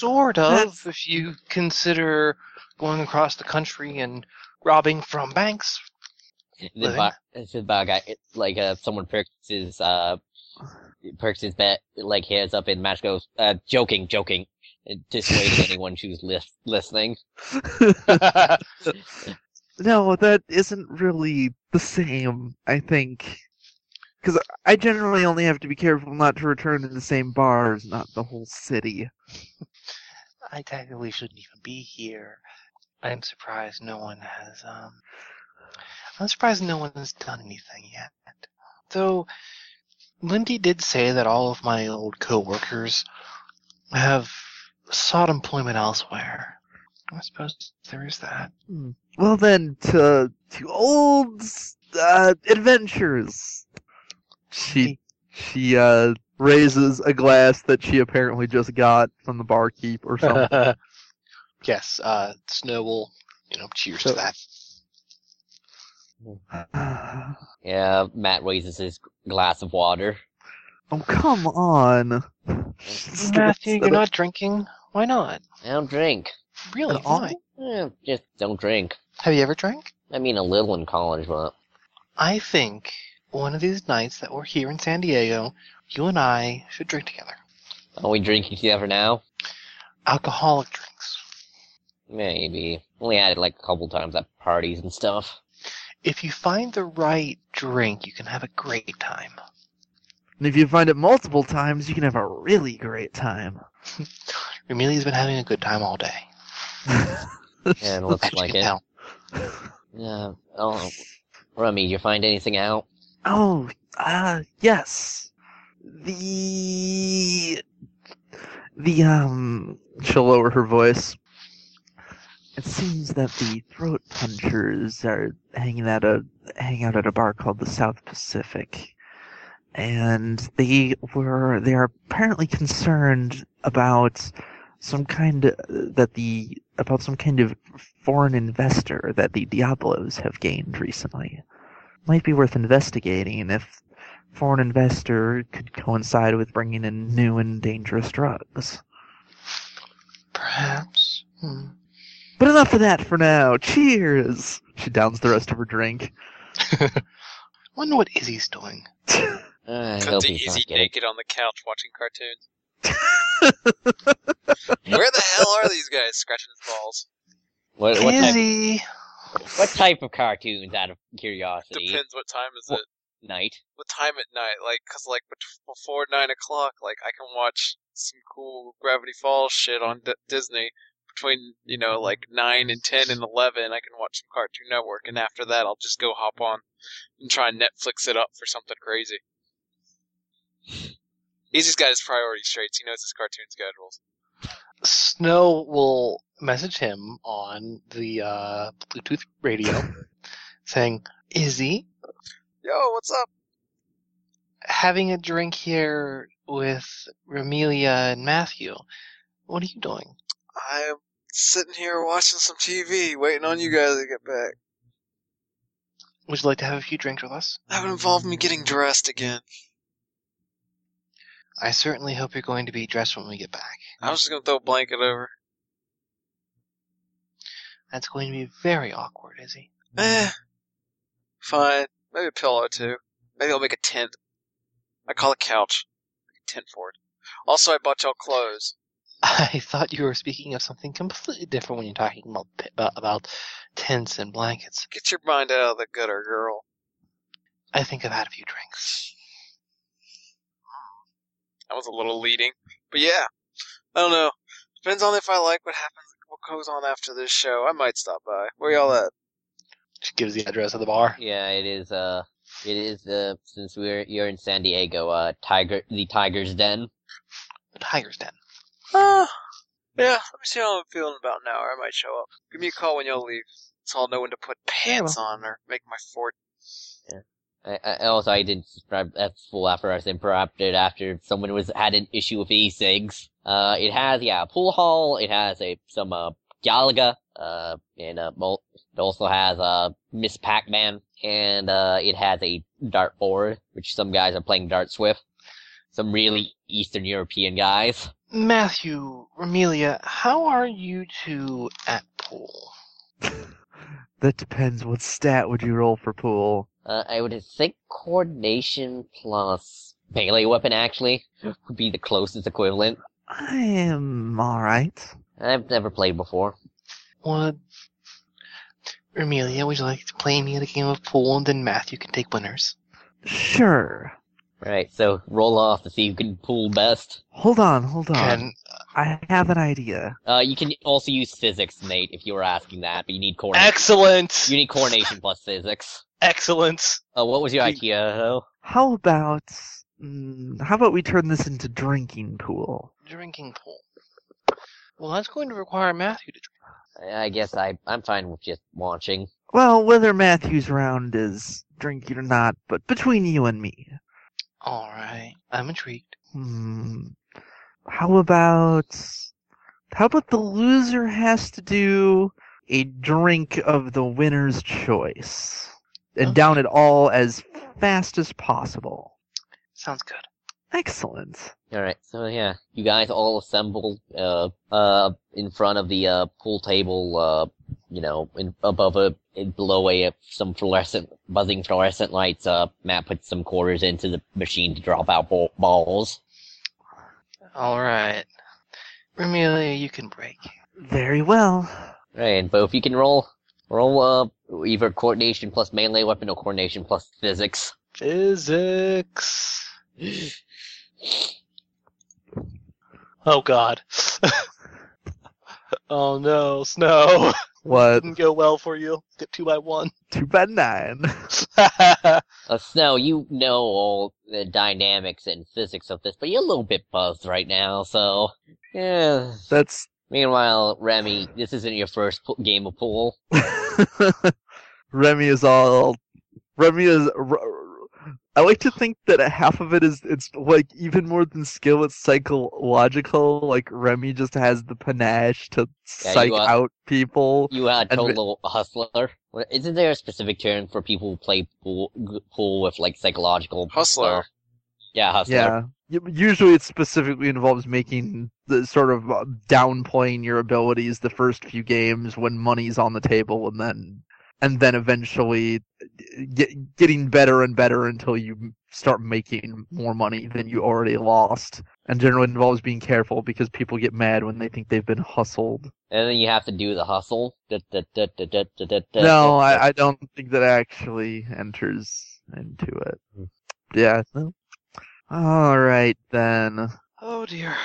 B: sort of,
C: That's-
B: if you consider going across the country and robbing from banks.
A: the
B: Living.
A: bar, it's the bar guy, it- like uh, someone perks his uh, perks his bet, like hairs up in match goes, uh, joking, joking, and dissuading anyone who's lis- listening.
C: No, that isn't really the same, I think. Because I generally only have to be careful not to return to the same bars, not the whole city.
B: I technically shouldn't even be here. I'm surprised no one has um I'm surprised no one has done anything yet. Though Lindy did say that all of my old coworkers have sought employment elsewhere. I suppose there is that.
C: Well, then, to to old uh, adventures. She she uh, raises a glass that she apparently just got from the barkeep or something.
E: yes, uh, Snow will, you know, cheers
C: So-
E: to that.
C: oh,
A: Yeah, Matt raises his glass of water.
C: come on!
B: Matthew,
C: Just glass
B: you're
C: that
B: not drinking? Why not?
A: I don't drink.
B: Really?
C: At all?
B: Why?
A: Eh, just don't drink.
B: Have you ever drank?
A: I mean, a little in college, but
B: I think one of these nights that we're here in San Diego, you and I should drink together.
A: Are we drinking together now?
B: Alcoholic drinks.
A: Maybe. Only had it like a couple times at parties and stuff.
B: If you find the right drink, you can have a great time.
C: And if you find it multiple times, you can have a really great time.
B: Amelia's been having a good time all day.
A: Yeah, it looks
B: as you
A: like
B: can
A: it.
B: tell.
A: Yeah. Oh, Rummy, you find anything out?
C: Oh, uh, yes. The the um she'll lower her voice. It seems that the throat punchers are hanging out a hang out at a bar called the South Pacific. And they were they are apparently concerned about some kind that the about some kind of foreign investor that the Diablos have gained recently might be worth investigating if foreign investor could coincide with bringing in new and dangerous drugs.
B: Perhaps. Hmm.
C: But enough of that for now. Cheers. She downs the rest of her drink.
B: Wonder what Izzy's doing.
A: Uh, I
D: Cut
A: hope
D: to
A: he's
D: Izzy
A: not getting.
D: naked on the couch watching cartoons. Where the hell are these guys scratching his balls?
A: What, what, type,
B: Izzy.
A: what type of cartoons? Out of curiosity,
D: Depends what time is
A: Well-
D: it.
A: night.
D: What time at night? Like, cause like bet- before nine o'clock, like I can watch some cool Gravity Falls shit on D- Disney. Between you know like nine and ten and eleven, I can watch some Cartoon Network, and after that, I'll just go hop on and try and Netflix it up for something crazy. He's just got his priority straight. He knows his cartoon schedules.
E: Snow will message him on the uh, Bluetooth radio saying,
B: Izzy
D: Yo, what's up?
B: having a drink here with Romelia and Matthew. What are you doing?
D: I'm sitting here watching some TV, waiting on you guys to get back.
B: Would you like to have a few drinks with us?
D: That would involve me getting dressed again.
B: I certainly hope you're going to be dressed when we get back.
D: I'm just gonna throw a blanket over.
B: That's going to be very awkward, Izzy.
D: Eh. Fine. Maybe a pillow too. Maybe I'll make a tent. I call a couch. Make a tent for it. Also, I bought y'all clothes.
B: I thought you were speaking of something completely different when you're talking about pi- about, about tents and blankets.
D: Get your mind out of the gutter, girl.
B: I think I've had a few drinks.
D: That was a little leading, but yeah. I don't know. Depends on if I like what happens, what goes on after this show. I might stop by. Where y'all at?
E: she gives the address of the bar.
A: Yeah, it is. Uh, it is the since we're you're in San Diego. Uh, tiger the tiger's den.
B: The tiger's den.
D: Uh, yeah. Let me see how I'm feeling about an hour. I might show up. Give me a call when y'all leave, so I'll know when to put pants on or make my fort.
A: I, I, also, I didn't subscribe that's full after I was interrupted after someone was had an issue with e-cigs. Uh, it has yeah a pool hall. It has a some uh Galaga. Uh, and uh, mul- it also has uh Miss Pac-Man, and uh, it has a dartboard, which some guys are playing darts with. Some really Eastern European guys.
B: Matthew, Romelia, how are you two at pool?
C: That depends. What stat would you roll for pool?
A: Uh, I would think coordination plus melee weapon actually would be the closest equivalent.
C: I am alright.
A: I've never played before.
B: Would Romelia, would you like to play me at a game of pool and then Matthew can take winners?
C: Sure.
A: Right, so roll off to see who can pool best.
C: Hold on, hold on.
B: Can
C: I have an idea.
A: Uh, you can also use physics, Nate, if you were asking that, but you need coordination.
E: Excellent!
A: you need coordination plus physics.
E: Excellent!
A: Uh, what was your idea, though?
C: How about mm, how about we turn this into drinking pool?
B: drinking pool. Well, that's going to require Matthew to drink.
A: I I guess I, I'm fine with just launching.
C: Well, whether Matthew's round is drinking or not, but between you and me,
B: All right, I'm intrigued.
C: Hmm. How about how about the loser has to do a drink of the winner's choice and
B: Okay.
C: down it all as fast as possible.
B: Sounds good.
C: Excellent.
A: Alright, so yeah, you guys all assembled, uh, uh, in front of the, uh, pool table, uh, you know, in, above a, in, below a, uh, some fluorescent, buzzing fluorescent lights, uh, Matt puts some quarters into the machine to drop out ball- balls.
B: All right. Romelia, you can break.
C: Very well.
A: Right, and both you can roll, roll, uh, either coordination plus melee weapon or coordination plus physics.
E: Physics. Oh God. oh no, Snow.
C: What?
E: Didn't go well for you. Get two by one.
C: Two by nine.
A: Uh, Snow, you know all the dynamics and physics of this, but you're a little bit buzzed right now, so. Yeah.
C: That's.
A: Meanwhile, Remy, this isn't your first po- game of pool.
C: Remy is all. Remy is. r- r- I like to think that half of it is. It's like even more than skill, it's psychological. Like Remy just has the panache to
A: Yeah, you
C: psych
A: are-
C: out people.
A: You are a
C: And we-
A: total hustler. What- Isn't there a specific term for people who play pool, g- pool with like psychological
D: Hustler.
A: stuff? Yeah, hustler.
C: Yeah. U- Usually, it specifically involves making the sort of uh, downplaying your abilities the first few games when money's on the table, and then and then eventually uh, get, getting better and better until you start making more money than you already lost. And generally involves being careful because people get mad when they think they've been hustled.
A: And then you have to do the hustle. Da- da- da- da- da- da- da- da- da-
C: no,
A: da.
C: I, I don't think that actually enters into it. Yeah. no. All right then.
D: Oh dear.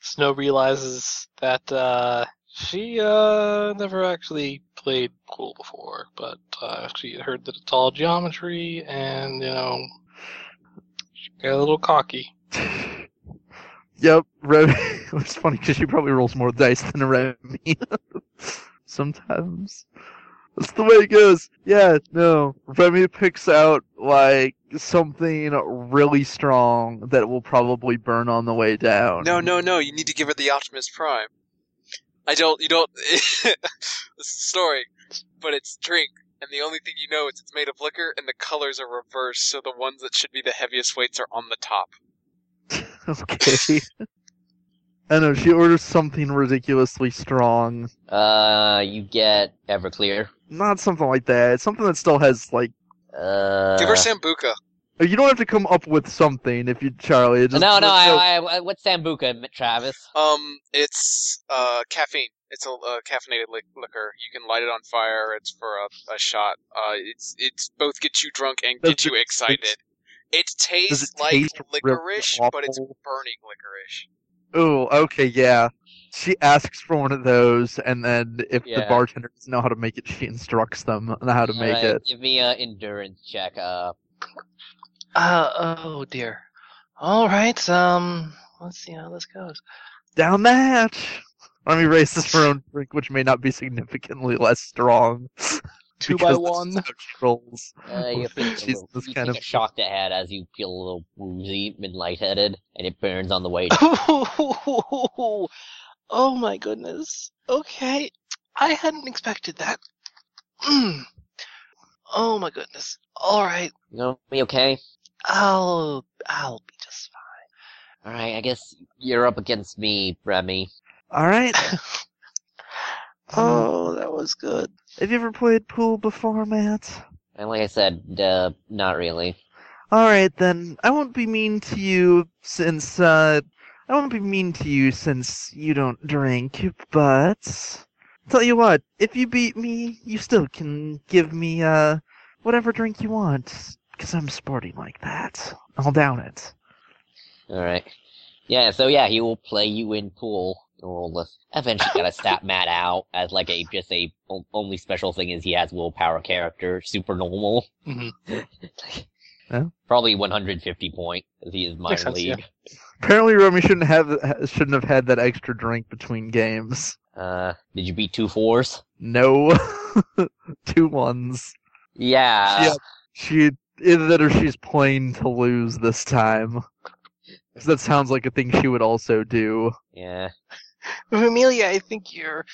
E: Snow realizes that uh, she uh, never actually played pool before, but uh, she heard that it's all geometry, and you know, she got a little cocky.
C: Yep, Remy. it's funny because she probably rolls more dice than a Remy. Sometimes. That's the way it goes. Yeah, no. Remy picks out, like, something really strong that will probably burn on the way down.
D: No, no, no. You need to give her the Optimus Prime. I don't. You don't. it's a story, but it's drink, and the only thing you know is it's made of liquor, and the colors are reversed, so the ones that should be the heaviest weights are on the top.
C: Okay. I know, she orders something ridiculously strong.
A: Uh, you get Everclear.
C: Not something like that. Something that still has, like,
A: Uh,
D: Give her Sambuca.
C: you don't have to come up with something if you, Charlie. it Just,
A: no, no, I, I, I- what's Sambuca, Travis?
D: Um, it's uh caffeine. It's a, uh caffeinated li- liquor. You can light it on fire. It's for a, a shot. Uh, it's it's both get you drunk and
C: Does
D: get you excited. It tastes
C: Does it
D: like
C: taste really
D: licorice, but it's
C: awful?
D: burning licorice.
C: Oh, okay, yeah. She asks for one of those, and then if the
A: Yeah.
C: bartender doesn't know how to make it, she instructs them on how to make
A: Alright,
C: it.
A: Uh, Give me an endurance check. Uh,
B: Uh, oh dear. All right, um, let's see how this goes.
C: Down the hatch! Let me raise this for her own drink, which may not be significantly less strong.
E: Two
C: because
E: by
C: this is
E: one.
C: how she rolls.
A: uh, you feel a
C: She's
A: little-
C: this
A: you
C: kind
A: take
C: of-
A: a shot to head as you feel a little woozy and lightheaded, and it burns on the way.
B: oh my goodness. Okay. I hadn't expected that. Mm. Oh my goodness. All right.
A: You know, me okay?
B: I'll I'll be just
A: All right, I guess you're up against me, Remy.
C: Alright,
B: fine. oh, that was good.
C: have you ever played pool before, Matt?
A: And like I said, uh, not really.
C: All right then. I won't be mean to you since uh I won't be mean to you since you don't drink, but tell you what, if you beat me, you still can give me uh whatever drink you want cuz I'm sporty like that. I'll down it.
A: All right. Yeah, so yeah, he will play you in pool. Or eventually gotta stat Matt out as like a just a o- only special thing is he has willpower character, super normal.
E: Mhm.
C: Yeah.
A: Probably 150 point as he is minor
E: Makes sense, yeah.
A: league.
C: Apparently Romy shouldn't have ha- shouldn't have had that extra drink between games.
A: Uh, did you beat two fours?
C: No. Two ones.
A: Yeah.
C: Yeah. She either that or she's playing to lose this time. 'Cause that sounds like a thing she would also do.
A: Yeah.
B: Amelia, I think you're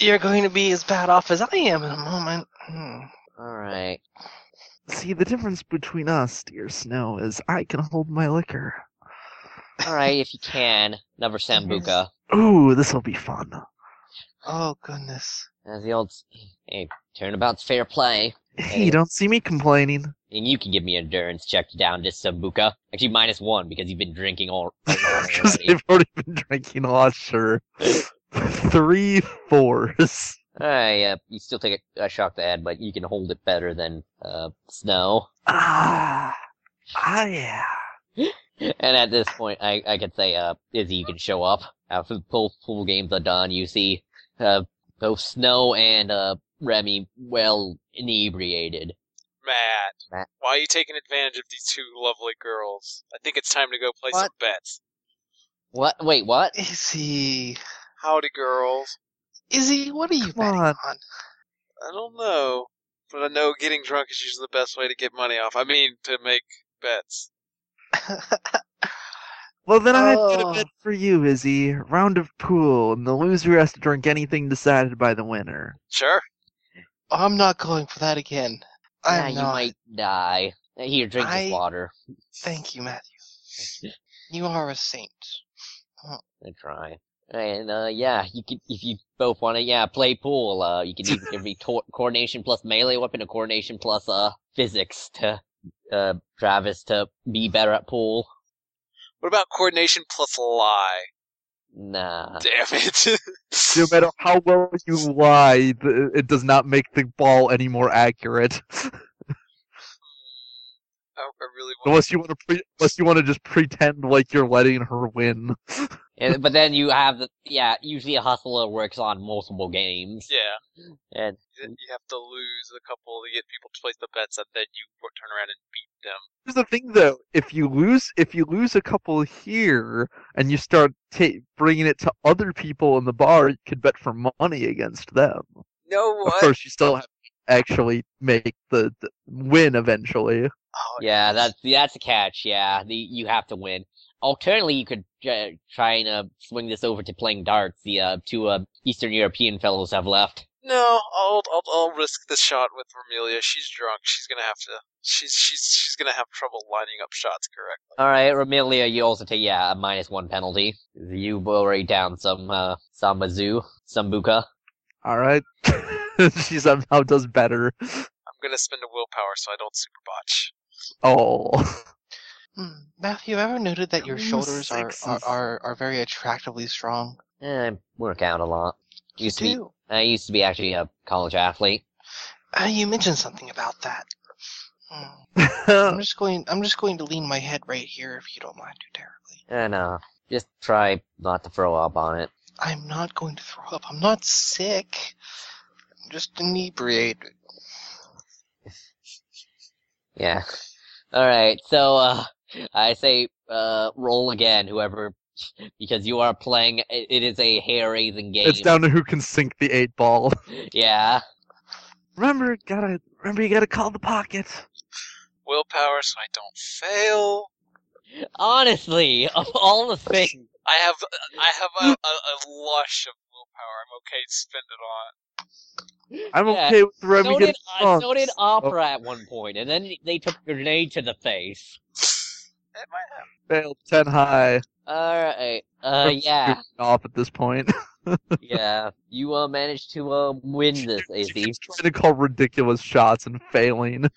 B: you're going to be as bad off as I am in a moment. Hmm.
A: All right.
C: See, the difference between us, dear Snow, is I can hold my liquor.
E: Mm-hmm.
A: All right, if you can, another sambuca.
C: Ooh, this'll be fun.
B: Oh goodness.
A: As the old, s- hey, turnabout's fair play.
C: Hey, you don't see me complaining.
A: And you can give me endurance check down just some buka. Actually, minus one because you've been drinking all. all morning
C: Because
A: already.
C: I've already been drinking a lot, sure. Three fours.
A: Ah, yeah, you still take a, a shock to add, but you can hold it better than uh, snow.
C: Ah. Ah, yeah.
A: And at this point, I, I could say, uh, Izzy, you can show up after the pool, pool games are done. You see, uh, both Snow and uh, Remy well inebriated.
D: Matt,
A: Matt.
D: why are you taking advantage of these two lovely girls? I think it's time to go play
A: What?
D: some bets.
A: What? Wait, what?
B: Izzy,
D: Howdy, girls.
B: Izzy, what are you
C: Come
B: betting
C: on.
B: on?
D: I don't know, but I know getting drunk is usually the best way to get money off. I mean, to make bets.
C: Well, then I've got
B: Oh.
C: a bet for you, Izzy. Round of pool, and the loser has to drink anything decided by the winner.
D: Sure.
B: I'm not going for that again.
A: Yeah,
B: I'm
A: you
B: not.
A: might die. Here, drink
B: I-
A: this water.
B: Thank you, Matthew. You are a saint.
A: I try. And uh, yeah, you could if you both want to. Yeah, play pool. Uh, you could either give me to- coordination plus melee weapon or coordination plus uh physics to uh Travis to be better at pool.
D: What about coordination plus lie?
A: Nah.
D: Damn it.
C: No matter how well you lie, th- it does not make the ball any more accurate.
D: I, I really want
C: unless you want to, pre- unless you want to just pretend like you're letting her win.
A: And, but then you have the yeah. Usually a hustler works on multiple games.
D: Yeah.
A: And
D: You you have to lose a couple to get people to place the bets, and then you w- turn around and beat them.
C: Here's the thing, though. If you lose, if you lose a couple here, and you start ta bringing it to other people in the bar, you could bet for money against them.
D: No,
C: Of course, you still have to actually make the, the win eventually.
B: Oh,
A: yeah, that's that's a catch. Yeah, the, you have to win. Alternatively, you could uh, try and uh, swing this over to playing darts. The uh, two uh, Eastern European fellows have left.
D: No, I'll, I'll I'll risk the shot with Romelia. She's drunk. She's gonna have to. She's she's she's gonna have trouble lining up shots correctly.
A: All right, Romelia, you also take yeah a minus one penalty. You already down some uh, Sambazu, Sambuka.
C: All right. she somehow does better.
D: I'm gonna spend a willpower so I don't super botch.
C: Oh,
B: Hmm. Matthew, have you ever noted that your
C: Ooh,
B: shoulders are, are,
C: sexy.
B: are, are very attractively strong?
A: Eh, I work out a lot. Used to
B: Do
A: be,
B: you?
A: I used to be actually a college athlete.
B: Uh, you mentioned something about that. Hmm. I'm
C: I
B: just going. I'm just going to lean my head right here, if you don't mind too terribly.
A: And uh, just try not to throw up on it.
B: I'm not going to throw up. I'm not sick. I'm just inebriated.
A: Yeah. All right. So uh, I say uh, roll again, whoever, because you are playing. It, it is a hair raising game.
C: it's down to who can sink the eight ball.
A: Yeah.
C: Remember, gotta remember you gotta call the pocket.
D: Willpower so I don't fail.
A: Honestly, of all the things,
D: I have I have a, a, a lush of willpower. I'm okay to spend it on.
C: I'm
A: Yeah,
C: okay with Remy
A: so
C: getting
A: did I, so
C: punked.
A: did Opera at one point, and then they took a grenade to the face.
D: It might happen.
C: failed ten high.
A: All right. Uh, yeah,
C: Off at this point.
A: yeah. You uh managed to uh win this,
C: She
A: AC.
C: keeps trying to call ridiculous shots and failing.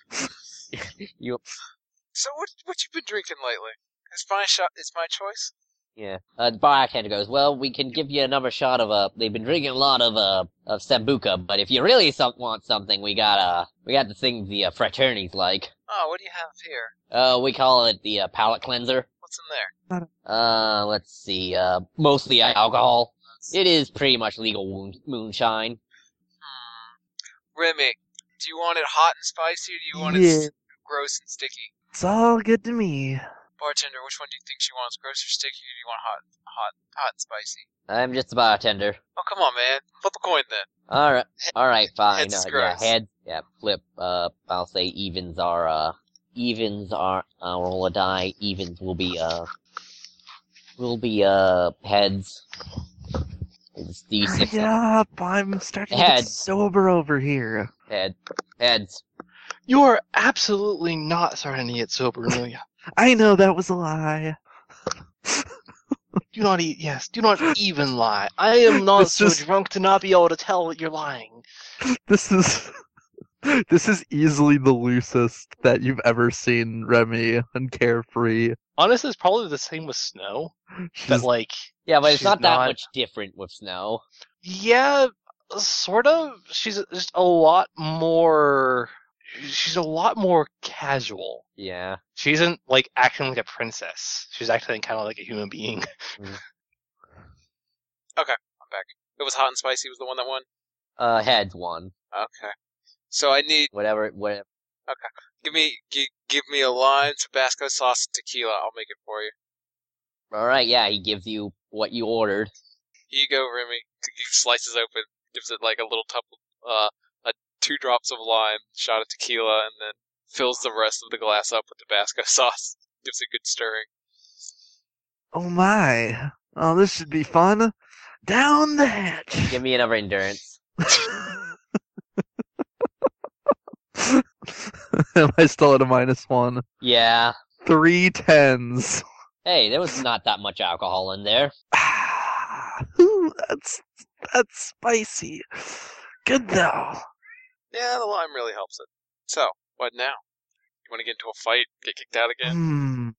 D: So what what you been drinking lately? It's my shot. It's my choice.
A: Yeah. Uh, the bartender goes, well, we can give you another shot of, uh, they've been drinking a lot of, uh, of Sambuca, but if you really some- want something, we got, uh, we got the thing the uh, fraternities like.
D: Oh, what do you have here?
A: Uh, we call it the, uh, palate cleanser.
D: What's in there?
A: Uh, let's see, uh, mostly alcohol. It is pretty much legal moon- moonshine.
D: Hmm. Remy, do you want it hot and spicy, or do you want it
C: Yeah.
D: s- gross and sticky?
C: It's all good to me.
D: Bartender, which one do you think she wants? Gross or sticky? Or do you want hot, hot, hot, and spicy?
A: I'm just a bartender.
D: Oh, come on, man. Flip a coin then.
A: Alright, alright, fine.
D: Heads
A: Uh,
D: is
A: yeah,
D: gross.
A: head, yeah, flip, uh, I'll say evens are, uh, evens are, I'll roll a die, evens will be, uh, will be, uh, heads. It's D6
C: Hurry up! I'm starting to
A: Head.
C: get sober over here.
A: head, heads.
B: You are absolutely not starting to get sober, Amelia.
C: I know that was a lie.
B: Do not eat. Yes, do not even lie. I am not
C: This
B: so
C: is-
B: drunk to not be able to tell that you're lying.
C: This is this is easily the loosest that you've ever seen Remy and Carefree.
E: Honestly, it's probably the same with Snow. That
C: She's
E: like,
A: Yeah, but it's
E: She's
A: not that
E: not-
A: much different with Snow.
E: yeah,
B: Sort of.
E: she's just a lot more. She's a lot more casual.
A: Yeah.
E: She isn't like acting like a princess. She's acting kind of like a human being.
D: It was hot and spicy. Was the one that won.
A: Uh, heads one.
D: Okay. So I need
A: Whatever. Whatever.
D: give me gi- give me a line Tabasco sauce and tequila. I'll make it for you.
A: All right. Yeah, he gives you what you ordered.
D: Here you go, Remy. He slices open, gives it like a little cup, uh, a two drops of lime, shot of tequila, and then fills the rest of the glass up with Tabasco sauce. Gives it good stirring.
C: oh my! Oh, this should be fun. Down the hatch.
A: Give me another endurance.
C: Am I still at a minus one?
A: Yeah.
C: Three tens.
A: Hey, there was not that much alcohol in there.
C: Ah, ooh, that's that's spicy. Good though.
D: Yeah, the lime really helps it. So, what now? You want to get into a fight? Get kicked out again?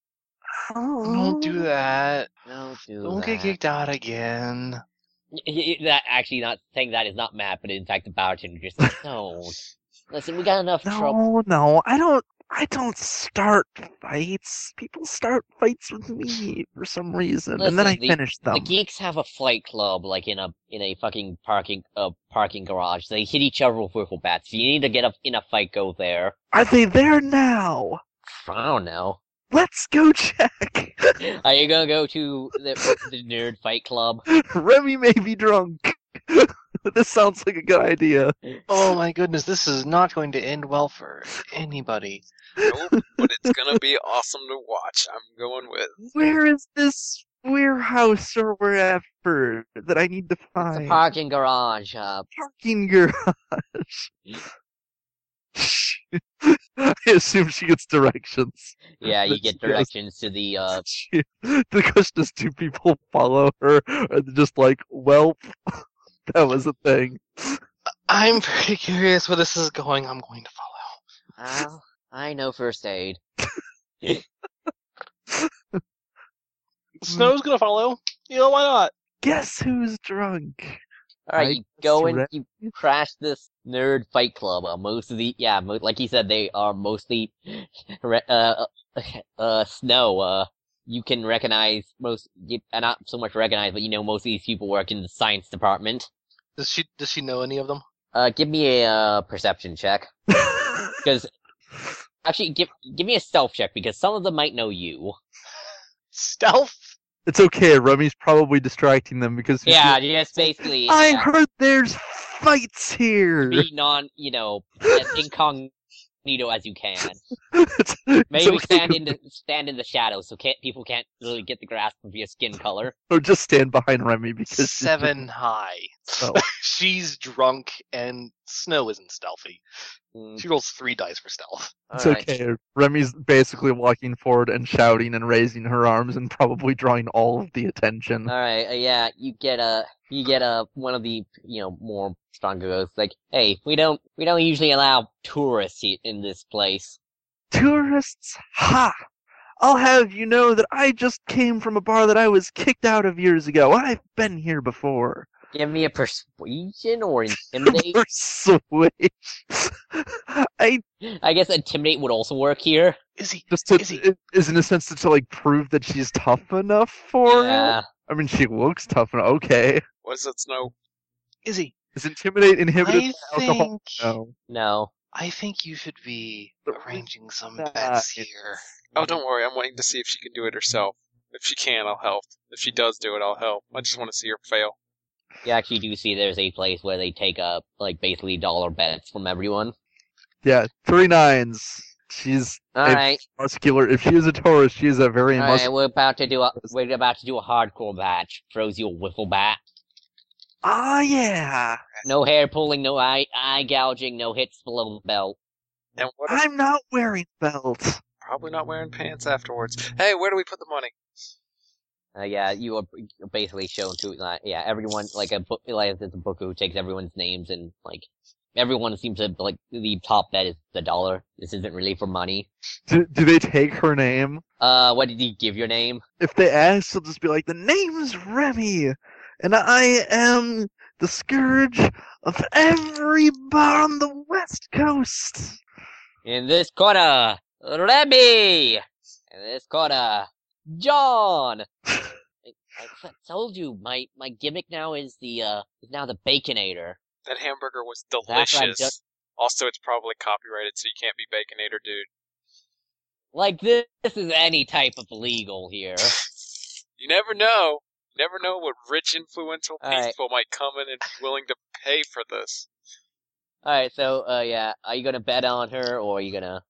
C: Hmm.
E: Don't
C: Oh.
E: do that.
A: No, do
E: Don't get
A: that.
E: kicked out again.
A: Y- y- y- That actually not saying that is not mad, but in fact the bartender just like, no. Listen, we got enough trouble.
C: No, no, I don't. I don't start fights. People start fights with me for some reason, and then I
A: Listen, the-
C: finish them.
A: The geeks have a fight club, like in a in a fucking parking uh, parking garage. They hit each other with wiffle bats. You need to get up in a fight. Go there.
C: Are they there now?
A: I don't know.
C: Let's go check.
A: Are you gonna go to the, the nerd fight club?
C: Remy may be drunk. this sounds like a good idea.
B: Oh my goodness, this is not going to end well for anybody.
D: nope. But it's gonna be awesome to watch. I'm going with.
C: Where is this warehouse or wherever that I need to
A: The
C: find?
A: parking garage. Uh,
C: parking garage. I assume she gets directions.
A: yeah, you
C: That's-
A: get
C: yes.
A: directions to the. Uh,
C: She- the question is, do people follow her, or they just like, well, that was a thing?
E: I'm pretty curious where this is going. I'm going to follow.
A: "Ah, I know first aid.
E: Snow's gonna follow. You know why not?
C: Guess who's drunk?
A: All right,
C: I
A: you go
C: guess
A: and
C: that-
A: you crash this nerd fight club. Uh, most of the yeah, mo- like you said, they are mostly re- uh, uh, uh snow. Uh, you can recognize most, you, uh, not so much recognize, but you know most of these people work in the science department.
E: Does she? Does she know any of them?
A: Uh, give me a uh, perception check because actually, give give me a stealth check because some of them might know you.
E: Stealth.
C: it's okay. Remy's probably distracting them because she's
A: Yeah,
C: like,
A: just basically.
C: I
A: yeah,
C: heard there's fights here.
A: be non, you know, as incognito as you can.
C: it's, it's
A: Maybe
C: okay
A: stand
C: 'cause-
A: in the stand in the shadow so can't people can't really get the grasp of your skin color.
C: or just stand behind Remy because she's just-
E: Seven high.
C: Oh.
E: She's drunk and Snow isn't stealthy.
A: Mm,
E: She rolls three dice for stealth.
C: It's
A: alright.
C: okay. Remy's basically walking forward and shouting and raising her arms and probably drawing all of the attention.
A: All right, uh, yeah, you get a you get a one of the you know more stronger ghosts like, hey, we don't we don't usually allow tourists he- in this place.
C: Tourists, ha! I'll have you know that I just came from a bar that I was kicked out of years ago. I've been here before.
A: Give me a persuasion or intimidate.
C: Persuade. I
A: I guess intimidate would also work here.
E: Is he?
C: just to,
E: Is he-
C: it is in a sense to, to like prove that she's tough enough for
A: Yeah,
C: it. I mean, she looks tough enough. Okay,
D: What is it, Snow?
B: Is he?
C: is intimidate inhibited
B: I
C: by alcohol?
B: think.
C: No.
A: no.
B: I think you should be
C: But we-
B: arranging some
C: Nah,
B: bets
C: it's-
B: here.
D: Oh, don't worry. I'm waiting to see if she can do it herself. If she can, I'll help. If she does do it, I'll help. I just want to see her fail.
A: You actually do see there's a place where they take up like basically dollar bets from everyone.
C: Yeah, three nines. She's
A: All
C: If-
A: right,
C: muscular. If she is a Taurus, she is a very
A: all
C: muscular.
A: right, we're about to do a we're about to do a hardcore match. Throws you a wiffle bat.
C: Ah, yeah.
A: No hair pulling, no eye eye gouging, no hits below the belt.
D: And what?
C: I'm not wearing belt.
D: Probably not wearing pants afterwards. Hey, where do we put the money?
A: Uh, yeah, you are basically shown to like yeah everyone like a book like it's a book who takes everyone's names and like everyone seems to like the top bet is the dollar. This isn't really for money.
C: Do, do they take her name?
A: Uh, what did he give your name?
C: If they ask, they'll just be like, "The name's Remy, and I am the scourge of every bar on the West Coast."
A: In this corner, Remy. In this corner, John. I, I told you my my gimmick now is the uh is now the Baconator.
D: That hamburger was
A: That's what I'm
D: delicious.
A: just-
D: also, it's probably copyrighted, so you can't be Baconator, dude.
A: Like this, this is any type of legal here.
D: You never know. You never know what rich, influential
A: All right.
D: people might come in and be willing to pay for this.
A: All right, so uh yeah, are you gonna bet on her or are you gonna?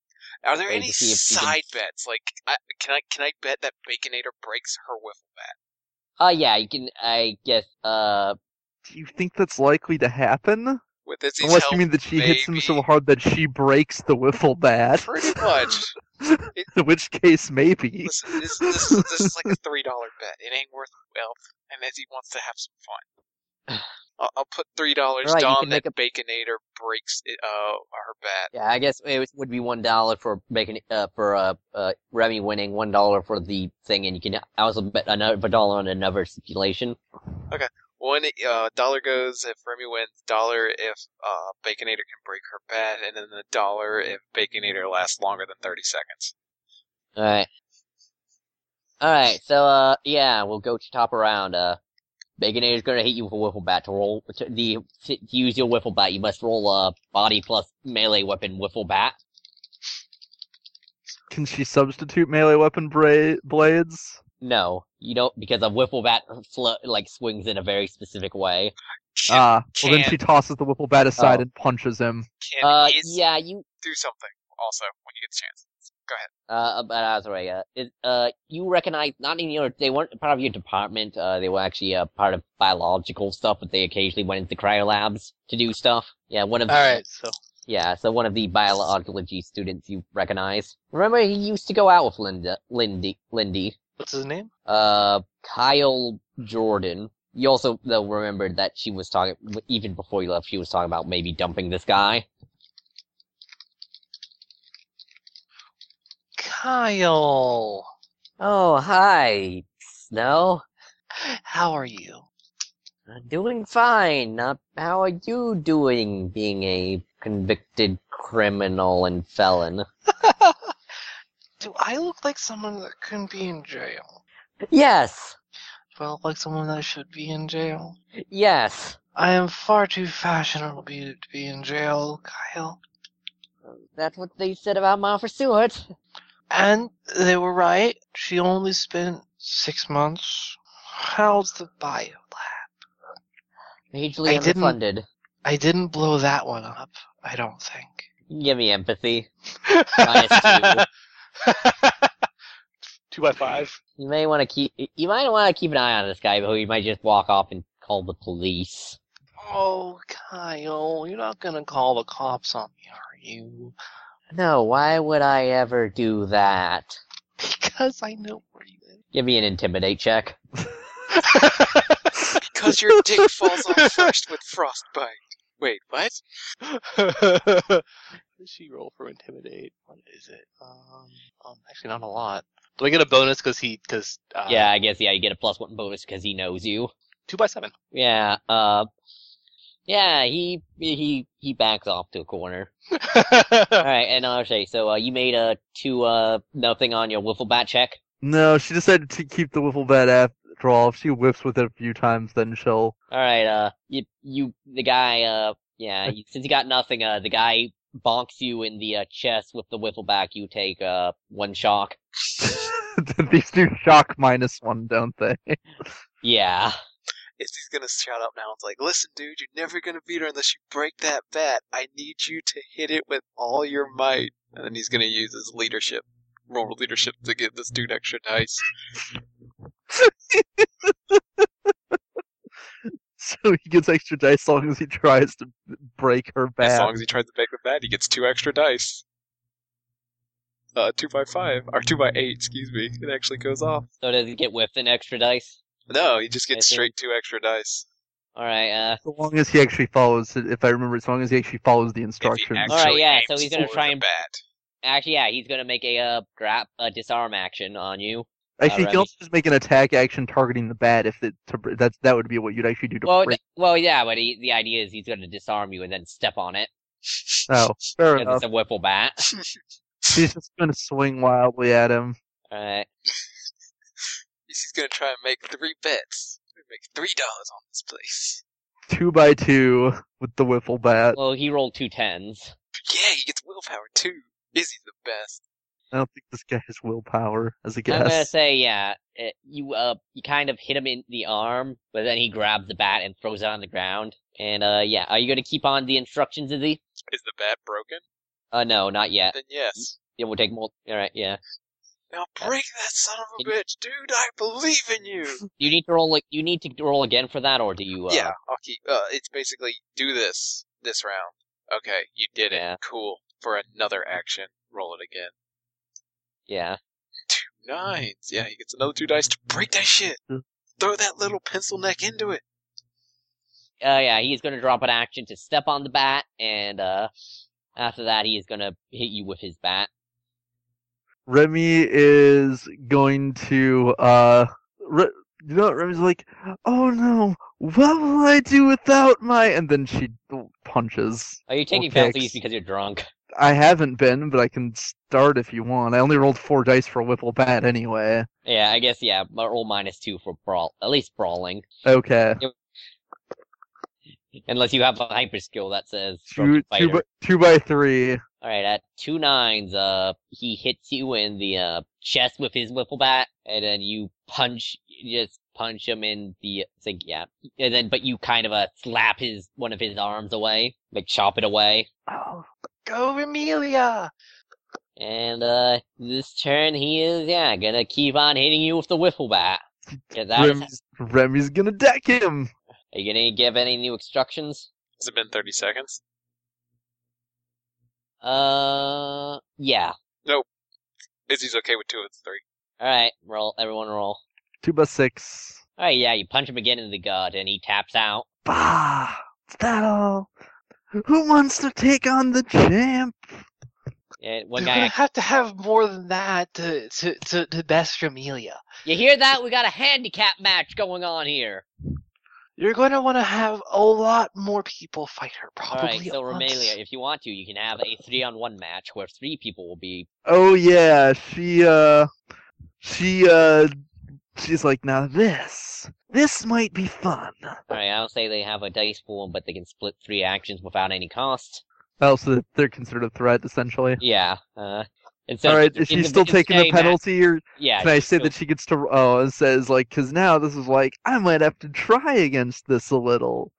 D: Are there
A: Wait
D: any
A: to see if you can-
D: side bets? Like, I, can I can I bet that Baconator breaks her wiffle bat?
A: Uh yeah, you can. I guess. Uh
C: Do you think that's likely to happen?
D: With this, he's
C: Unless you
D: held
C: mean that she hits him so
D: baby.
C: hard that she breaks the wiffle bat.
D: pretty much.
C: In which case, maybe.
D: Listen, this, this, this is like a three dollar bet. It ain't worth well, and as he wants to have some fun. I'll, I'll put three dollars
A: Right, you
D: down
A: can
D: that
A: make
D: Baconator breaks it, uh her bat.
A: yeah, I guess it was- would be one dollar for making uh for uh uh Remy winning, one dollar for the thing, and you can also bet another a dollar on another stipulation.
D: One uh, dollar goes if Remy wins. Dollar if uh, Baconator can break her bat, and then the dollar if Baconator lasts longer than thirty seconds.
A: All right. All right. So uh yeah, we'll go to top around. Uh, Baconator's gonna hit you with a wiffle bat to roll to the to use your wiffle bat. You must roll a body plus melee weapon wiffle bat.
C: Can she substitute melee weapon bra- blades?
A: No, you don't because a wiffle bat flo- like swings in a very specific way.
D: Can,
A: Uh,
C: Ah, well then
D: can-
C: she tosses the wiffle bat aside
A: Oh.
C: and punches him.
D: can
A: Uh,
D: Iz
A: yeah, you
D: do something also when you get the chance?
A: Uh, but uh, sorry, uh, it, uh, you recognize not in your they weren't part of your department. Uh, they were actually uh, part of biological stuff, but they occasionally went into cryolabs to do stuff. Yeah, one of
E: All right, so
A: yeah, so one of the biology students you recognize. Remember, he used to go out with Linda, Lindy, Lindy.
E: what's his name?
A: Uh, Kyle Jordan. You also though remembered that she was talking even before you left. She was talking about maybe dumping this guy.
E: Kyle.
A: Oh, hi, Snow.
B: How are you?
A: Uh, Doing fine. Uh, how are you doing being a convicted criminal and felon?
B: Do I look like someone that couldn't be in jail?
A: Yes!
B: Do I look like someone that should be in jail?
A: Yes!
B: I am far too fashionable be- to be in jail, Kyle.
A: That's what they said about Martha Stewart.
B: And they were right. She only spent six months. How's the bio lab?
A: Hugely
B: I didn't-
A: underfunded.
B: I didn't blow that one up, I don't think.
A: Give me empathy. Minus
E: Two by five.
A: You may want to keep. You might want to keep an eye on this guy, but he might just walk off and call the police.
B: Oh, Kyle, you're not gonna call the cops on me, are you?
A: No, why would I ever do that?
B: Because I know where you live.
A: Give me an intimidate check.
D: Because your dick falls off first with frostbite. Wait, what?
E: what does she roll for intimidate?
B: What is it? Um, um actually not a lot.
E: Do I get a bonus because he because uh,
A: yeah, I guess yeah, you get a plus one bonus because he knows you.
E: two by seven.
A: Yeah, uh, yeah, he he he backs off to a corner. All right, and I'll say so. Uh, you made a two uh nothing on your wiffle bat check.
C: No, she decided to keep the wiffle bat after all. If she whiffs with it a few times, then she'll.
A: All right, uh, you you the guy uh yeah you- since you got nothing uh the guy bonks you in the uh, chest with the wiffle bat. You take uh one shock.
C: These do shock minus one, don't they?
A: Yeah,
D: Is he's gonna shout out now? It's like, listen, dude, you're never gonna beat her unless you break that bat. I need you to hit it with all your might. And then he's gonna use his leadership, moral leadership, to give this dude extra dice.
C: So he gets extra dice as long as he tries to break her
D: As
C: bat.
D: long as he tries to break the bat, he gets two extra dice. uh, two by five or two by eight, excuse me. It actually goes off.
A: So does it get with an extra dice?
D: No, you just
A: I think-
D: get straight two extra dice.
A: All right. Uh,
C: So long as he actually follows, it- if I remember, as long as he actually follows the instructions.
A: All right, yeah,
D: aims
A: so he's gonna
D: for
A: try
D: the
A: and-
D: bat.
A: actually, yeah, he's gonna make a uh, grab a disarm action on you.
C: Actually, you
A: Alright.
C: can also just make an attack action targeting the bat if it, to, br- that that would be what you'd actually do to
A: Well,
C: break.
A: th- well, yeah, but he, the idea is he's gonna disarm you and then step on it
C: Oh, fair
A: because
C: enough.
A: it's a whipple bat.
C: He's just going to swing wildly at him.
A: All right.
D: He's gonna try and make three bets. He's gonna Make three dollars on this place.
C: Two by two with the wiffle bat.
A: Well, he rolled two tens.
D: Yeah, he gets willpower too. Is he the best?
C: I don't think this guy has willpower as a
A: I'm gonna
C: guess.
A: say, yeah, it, you uh, you kind of hit him in the arm, but then he grabs the bat and throws it on the ground. And uh, yeah, are you gonna keep on the instructions, Izzy?
D: Is the bat broken?
A: Uh, no, not yet.
D: Then yes.
A: It will take more. All right, yeah.
D: Now break that son of a bitch, dude! I believe in you.
A: You need to roll. a- You need to roll again for that, or do you? Uh,
D: yeah, I'll keep. Uh, it's basically do this this round. Okay, you did it.
A: Yeah.
D: Cool. For another action, roll it again.
A: Yeah.
D: Two nines. Yeah, he gets another two dice to break that shit.
C: Hmm.
D: Throw that little pencil neck into it.
A: Uh, yeah. He's gonna drop an action to step on the bat, and uh, after that, he is gonna hit you with his bat.
C: Remy is going to uh Re- you know what Remy's like, "Oh no, what will I do without my?" and then she punches.
A: Are you taking
C: kicks.
A: penalties because you're drunk?
C: I haven't been, but I can start if you want. I only rolled 4 dice for a whiffle bat anyway.
A: Yeah, I guess. Yeah, but roll minus two for brawl. At least brawling,
C: Okay.
A: unless you have a hyper skill that says.
C: Two,
A: fighter.
C: two, by, two by three.
A: All right, at two nines, uh, he hits you in the uh, chest with his wiffle bat, and then you punch, you just punch him in the, it's like, yeah, and then but you kind of uh, slap his one of his arms away, like chop it away,
F: Oh, go Amelia!
A: and uh, this turn he is yeah gonna keep on hitting you with the wiffle bat. 'Cause that is-
C: Remy's, Remy's gonna deck him.
A: are you gonna give any new instructions?
D: Has it been thirty seconds?
A: Uh, yeah.
D: Izzy's okay with two of the three.
A: All right, roll, everyone, roll.
C: Two by six.
A: All right, yeah, you punch him again in the gut, and he taps out.
C: Bah! Is that all? Who wants to take on the champ?
A: And Eh, one
F: You're
A: guy
F: gonna have to have more than that to to to, to best Amelia.
A: You hear that? We got a handicap match going on here.
F: You're gonna want to have a lot more people fight her,
A: All
F: probably.
A: right, so
F: at once.
A: Romelia, if you want to, you can have a three-on-one match where three people will be.
C: Oh yeah, she uh she uh she's like now this this might be fun.
A: All right, I'll say they have a dice pool, but they can split three actions without any cost.
C: Also they're considered a threat essentially.
A: Yeah. Uh, and so
C: All right,
A: it's-
C: is she
A: it's a-
C: still
A: it's
C: taking
A: a
C: the
A: match.
C: penalty or
A: Yeah.
C: can I
A: she's
C: say
A: still-
C: that she gets to oh it says like cuz now this is like I might have to try against this a little.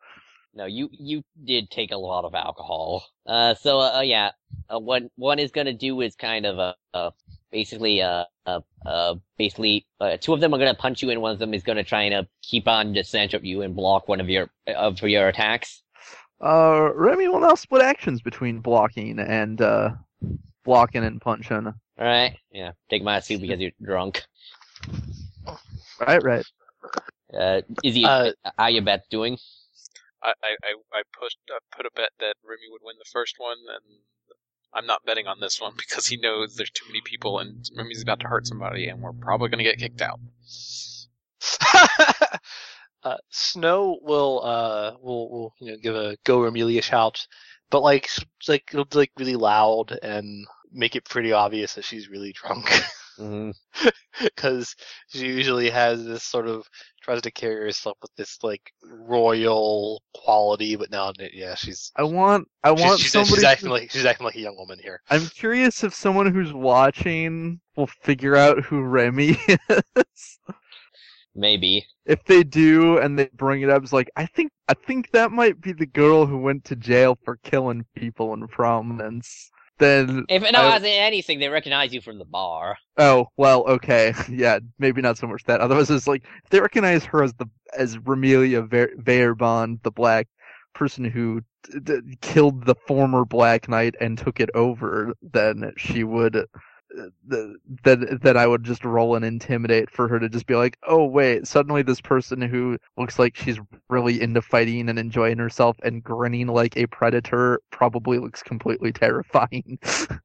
A: No, you you did take a lot of alcohol. Uh, so uh, uh, yeah, uh, what one is gonna do is kind of uh, uh basically uh uh, uh basically uh, two of them are gonna punch you and one of them is gonna try and uh, keep on to snatch up you and block one of your of your attacks.
C: Uh Remy will now split actions between blocking and uh blocking and punching.
A: All right, yeah, take my two because you're drunk.
C: Right, right.
A: Uh, Izzy,
B: Uh,
A: how your bet doing?
D: I I I, I pushed I put a bet that Remy would win the first one, and I'm not betting on this one because he knows there's too many people, and Remy's about to hurt somebody, and we're probably gonna get kicked out.
B: uh, Snow will uh will will you know give a go Amelia shout, but like s- like it'll be like really loud and make it pretty obvious that she's really drunk
A: Mm-hmm.
B: because she usually has this sort of tries to carry herself with this like royal quality, but now yeah she's
C: I want I
B: she's,
C: want
B: she's,
C: somebody
B: she's
C: to-
B: acting like she's acting like a young woman here.
C: I'm curious if someone who's watching will figure out who Remy is.
A: Maybe.
C: If they do and they bring it up, it's like I think I think that might be the girl who went to jail for killing people in prominence. Then
A: If it
C: I-
A: has anything, they recognize you from the bar.
C: oh well okay yeah maybe not so much that otherwise it's like if they recognize her as the as Remelia Ver- Veerbond the black person who d- d- killed the former Black Knight and took it over then she would uh, th- that that I would just roll and intimidate for her to just be like, "Oh wait, suddenly this person who looks like she's really into fighting and enjoying herself and grinning like a predator probably looks completely terrifying."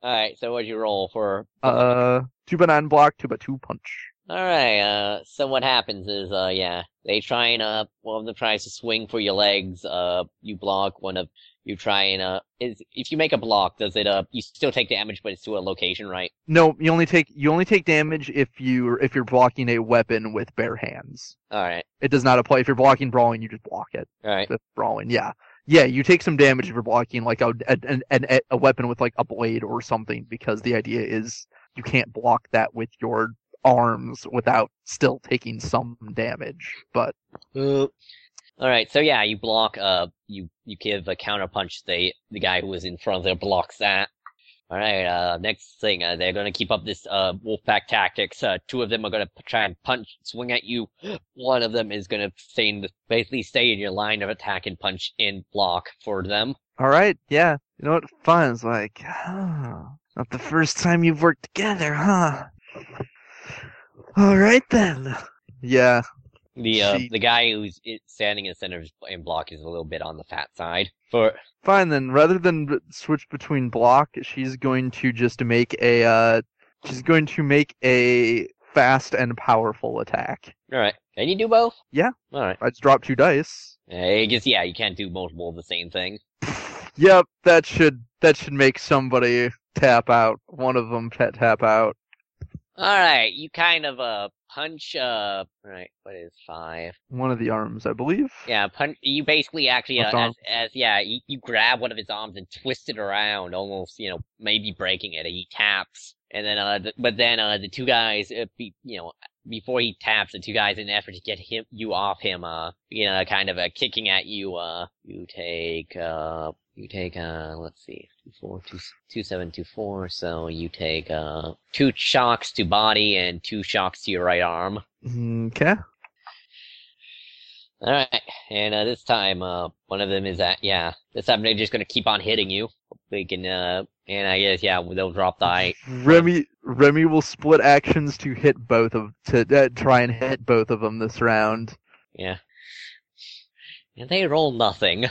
A: Alright, so what'd you roll for?
C: uh, two by nine block, two by two punch.
A: Alright, uh, so what happens is, uh, yeah, they try and, uh, one of them tries to swing for your legs, uh, you block, one of, you try and, uh, is, if you make a block, does it, uh, you still take damage, but it's to a location, right?
C: No, you only take you only take damage if you if you're blocking a weapon with bare hands.
A: Alright,
C: It does not apply if you're blocking brawling. You just block it.
A: alright,
C: That's brawling. Yeah, yeah. You take some damage if you're blocking like a an, an, a weapon with like a blade or something because the idea is you can't block that with your arms without still taking some damage. But Mm.
E: Uh,
A: alright, so yeah, you block, uh, you, you give a counter punch, they, the guy who was in front of there blocks that. Alright, uh, next thing, uh, they're gonna keep up this, uh, wolfpack tactics, uh, two of them are gonna p- try and punch, swing at you, one of them is gonna stay in, the, basically stay in your line of attack and punch and block for them.
C: all right, yeah. You know what? Fun is like huh, not the first time you've worked together, huh? All right then. Yeah.
A: The uh,
C: She-
A: the guy who's i- standing in the center of his bl- and block is a little bit on the fat side. For
C: Fine then. Rather than b- switch between block, she's going to just make a. Uh, she's going to make a fast and powerful attack.
A: all right, can you do both?
C: Yeah.
A: All right.
C: I just dropped two dice.
A: I guess yeah, you can't do multiple of the same thing.
C: Yep, that should that should make somebody tap out. One of them pet tap out.
A: All right, you kind of uh punch uh all right what is five?
C: One of the arms, I believe.
A: Yeah, punch. You basically actually
C: Left
A: uh, as,
C: arm.
A: as yeah you, you grab one of his arms and twist it around, almost you know maybe breaking it. He taps, and then uh th- but then uh the two guys uh, be, you know before he taps, the two guys in an effort to get him you off him, uh, you know, kind of uh, kicking at you. Uh, you take uh, you take uh, let's see, two four two s- two seven two four. So you take uh, two shocks to body and two shocks to your right arm.
C: Okay.
A: All right, and uh, this time, uh, one of them is at yeah. This time they're just gonna keep on hitting you. They can uh, and I guess yeah, they'll drop the eye.
C: Remy Remy will split actions to hit both of to uh, try and hit both of them this round.
A: Yeah, and they roll nothing.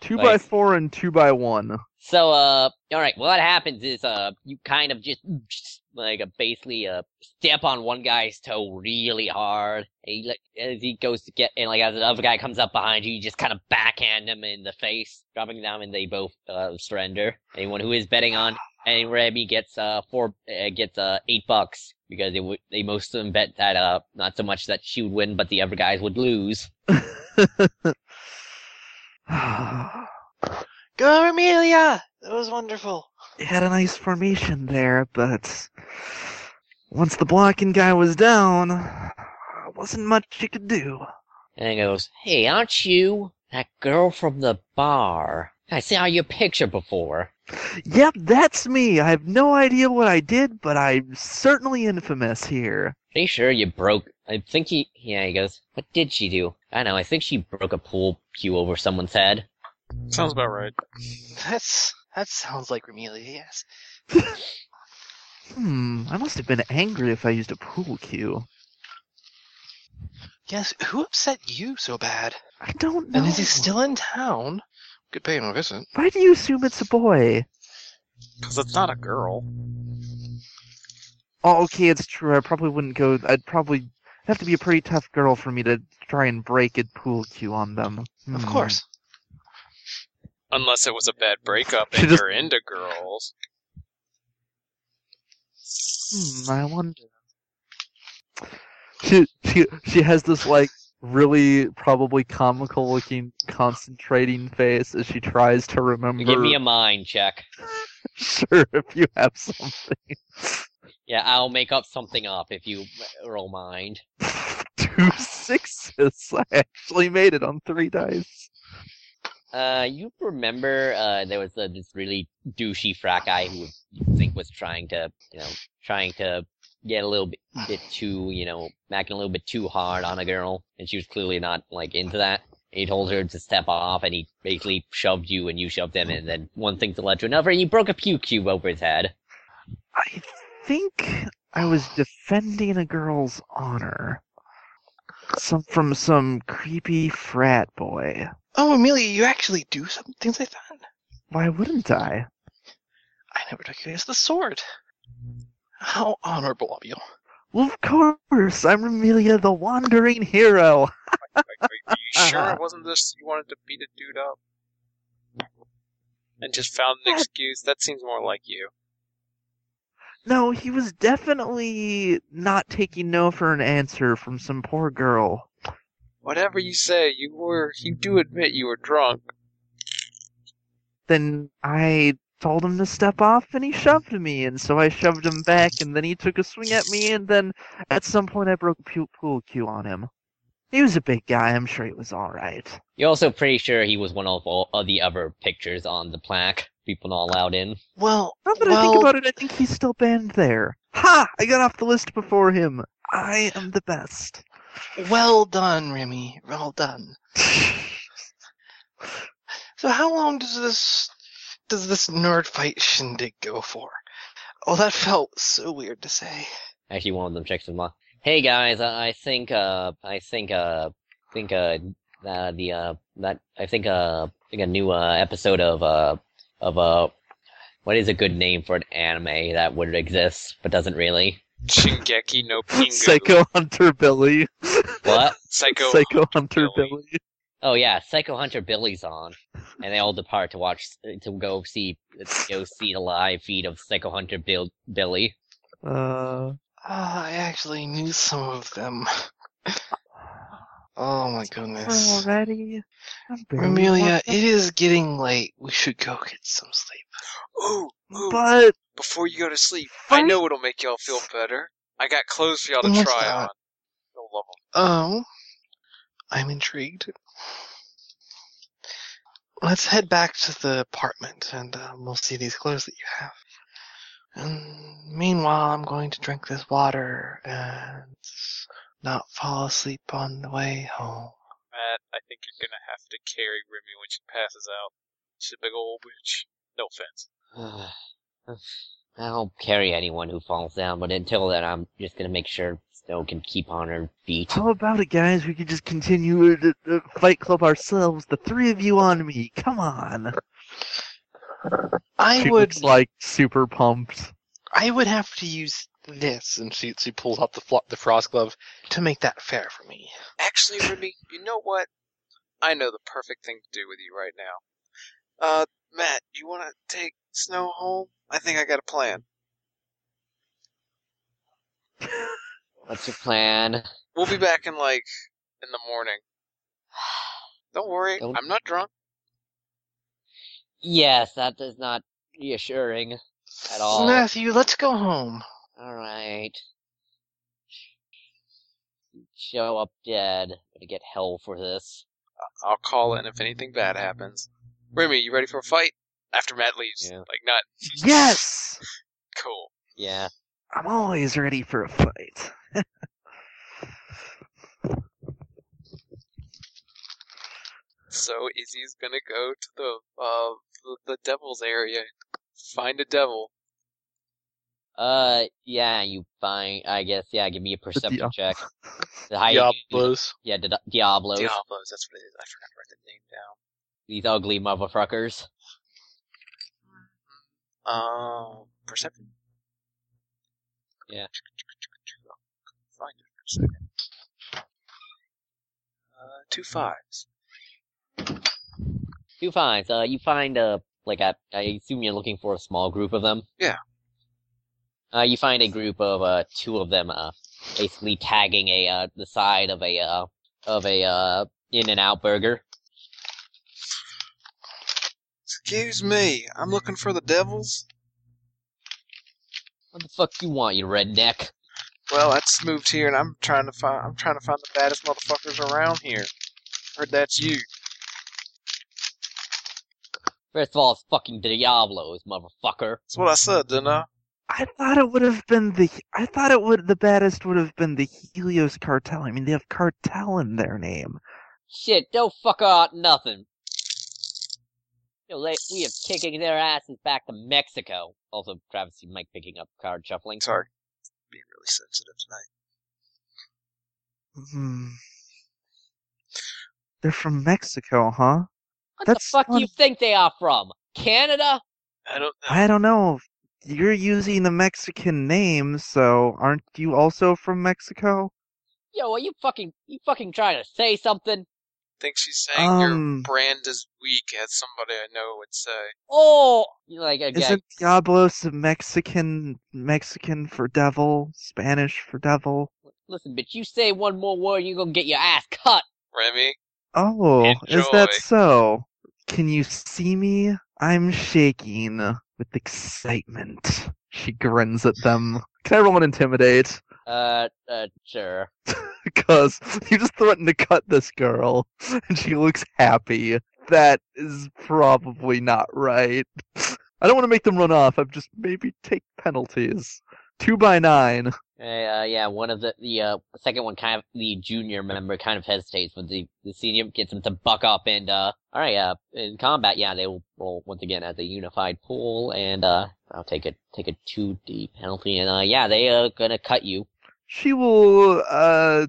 C: Two by
A: Nice.
C: four and two by one.
A: So, uh, all right. Well, what happens is, uh, you kind of just, just like, uh, basically, uh, step on one guy's toe really hard. And he, like, as he goes to get, and like, as another guy comes up behind you, you just kind of backhand him in the face, dropping them, and they both uh, surrender. Anyone who is betting on, and Remy gets uh four, uh, gets uh eight bucks because they would, they most of them bet that uh, not so much that she would win, but the other guys would lose.
C: they
B: Go, Amelia! That was wonderful.
C: had a nice formation there, but once the blocking guy was down, wasn't much you could do.
A: And he goes, Hey, aren't you that girl from the bar? I saw your picture before.
C: Yep, that's me. I have no idea what I did, but I'm certainly infamous here.
A: Pretty sure you broke. I think he. Yeah, he goes, What did she do? I know, I think she broke a pool cue over someone's head.
G: Sounds about right.
E: that's that sounds like Remelia. Yes.
C: Hmm, I must have been angry if I used a pool cue.
B: Yes, who upset you so bad?
C: I don't know.
B: And is he still in town? Good pay no visit.
C: Why do you assume it's a boy?
G: Because it's not a girl.
C: Oh, okay, it's true. I probably wouldn't go. I'd probably it'd have to be a pretty tough girl for me to try and break a pool cue on them.
B: Of
C: Hmm.
B: course.
G: Unless it was a bad breakup
C: She
G: and
C: just-
G: you're into girls.
C: Hmm, I wonder. She she she has this like really probably comical looking concentrating face as she tries to remember.
A: Give me a mind check.
C: sure if you have something.
A: Yeah, I'll make up something up if you roll mind.
C: Two sixes. I actually made it on three dice.
A: Uh, you remember, uh, there was uh, this really douchey frat guy who you think was trying to, you know, trying to get a little bit, bit too, you know, macking a little bit too hard on a girl, and she was clearly not, like, into that. He told her to step off, and he basically shoved you, and you shoved him, and then one thing to led to another, and you broke a pew cube over his head.
C: I think I was defending a girl's honor. Some from some creepy frat boy.
B: Oh, Amelia, you actually do some things like that?
C: Why wouldn't I?
B: I never took you as the sword. How honorable of you.
C: Well, of course, I'm Amelia the Wandering Hero.
D: Like, are you sure it wasn't this? You wanted to beat a dude up, and just found an excuse. That seems more like you.
C: No, he was definitely not taking no for an answer from some poor girl.
D: Whatever you say, you were. You do admit you were drunk.
C: Then I told him to step off and he shoved me, and so I shoved him back, and then he took a swing at me, and then at some point I broke a pu- pool cue on him. He was a big guy, I'm sure it was alright.
A: You're also pretty sure he was one of all of the other pictures on the plaque. People not allowed in.
B: Well,
C: Now that I
B: well,
C: think about it, I think he's still banned there. Ha! I got off the list before him. I am the best.
B: well done, Remy. Well done. So how long does this does this nerd fight shindig go for? Oh, that felt so weird to say.
A: Actually, one of them checks him out. Hey guys, I I think uh, I think uh, think uh, uh the uh that I think uh, I think a new uh episode of uh of uh, what is a good name for an anime that would exist but doesn't really?
D: Shingeki no Pingu.
C: Psycho Hunter Billy.
A: What?
D: Psycho.
C: Psycho Hunter
D: Billy.
C: Billy.
A: Oh yeah, Psycho Hunter Billy's on, and they all depart to watch to go see go see the live feed of Psycho Hunter Bill, Billy.
C: Uh,
B: Ah, I actually knew some of them. Oh my goodness.
C: already? I'm barely
B: Amelia,
C: walking.
B: it is getting late. We should go get some sleep.
D: Ooh, ooh.
C: But
D: Before you go to sleep, I know it'll make y'all feel better. I got clothes for y'all to
B: No, it's
D: try on.
B: not.
D: You'll love 'em.
B: Oh, I'm intrigued. Let's head back to the apartment and uh, we'll see these clothes that you have. And meanwhile, I'm going to drink this water and not fall asleep on the way home.
D: Matt, I think you're gonna have to carry Remy when she passes out. She's a big old witch. No offense.
A: I'll carry anyone who falls down, but until then, I'm just gonna make sure Snow can keep on her feet.
C: how about it, guys? We could just continue to, to Fight Club ourselves. The three of you on me. Come on.
B: I
C: She
B: would,
C: looks like super pumped.
B: I would have to use this
H: And she, she pulls out the, flo- the frost glove.
B: to make that fair for me.
D: Actually, Remy, you know what? I know the perfect thing to do with you right now. Uh, Matt, you wanna take Snow home? I think I got a plan.
A: What's your plan?
D: We'll be back in like in the morning. Don't worry,
A: Don't-
D: I'm not drunk.
A: Yes, that is not reassuring at all.
B: Matthew, let's go home.
A: Alright. Show up dead. Gonna get hell for this.
D: I'll call in if anything bad happens. Remy, you ready for a fight? After Matt leaves,
A: Yeah.
D: like not
C: Yes!
D: cool.
A: Yeah.
C: I'm always ready for a fight.
D: So Izzy's gonna go to the uh the, the devil's area, find a devil.
A: Uh, yeah, you find, I guess, yeah, give me a perception
C: Dia-
A: check. The high,
H: Diablos.
A: Yeah, Di- Diablos.
D: Diablos, that's what it is. I forgot to write the name down.
A: These ugly motherfuckers.
D: Um, perception.
A: Yeah.
D: Find it for a second. Uh, two fives.
A: Two finds. Uh, you find a like a, I assume you're looking for a small group of them.
D: Yeah.
A: Uh, you find a group of uh two of them uh basically tagging a uh the side of a uh of a uh in and out burger.
D: Excuse me, I'm looking for the devils.
A: What the fuck you want, you redneck?
D: Well, that's moved here, and I'm trying to find. I'm trying to find the baddest motherfuckers around here. Heard that's you.
A: First of all, it's fucking Diablos, motherfucker.
D: That's what I said, didn't I?
C: I thought it would have been the I thought it would the baddest would have been the Helios cartel. I mean they have cartel in their name.
A: Shit, don't fuck out nothing. Yo, la- we are kicking their asses back to Mexico. Also, Travis, you might picking up card shuffling.
D: Sorry. Being really sensitive tonight.
C: Hmm. They're from Mexico, huh?
A: What
C: That's
A: the fuck
C: not-
A: you think they are from? Canada?
D: I don't know.
C: I don't know. You're using the Mexican name, so aren't you also from Mexico?
A: Yo, are you fucking you fucking trying to say something?
D: think she's saying
C: Um,
D: your brand is weak, as somebody I know would say.
A: Oh, you like again?
C: Isn't Diablos a Mexican Mexican for devil, Spanish for devil?
A: Listen, bitch, you say one more word, you're gonna get your ass cut.
D: Remy,
C: Oh, is that
D: Enjoy.
C: so? Can you see me? I'm shaking with excitement. She grins at them. Can I roll an intimidate?
A: Uh, uh, sure.
C: Because you just threatened to cut this girl, and she looks happy. That is probably not right. I don't want to make them run off. I've just maybe take penalties. Two by nine.
A: Hey, uh, yeah, one of the the uh, second one kind of the junior member kind of hesitates, but the the senior gets him to buck up and uh, all right, uh, in combat, yeah, they will roll once again as a unified pool, and uh, I'll take a take a two D penalty, and uh, yeah, they are gonna cut you.
C: She will. Uh,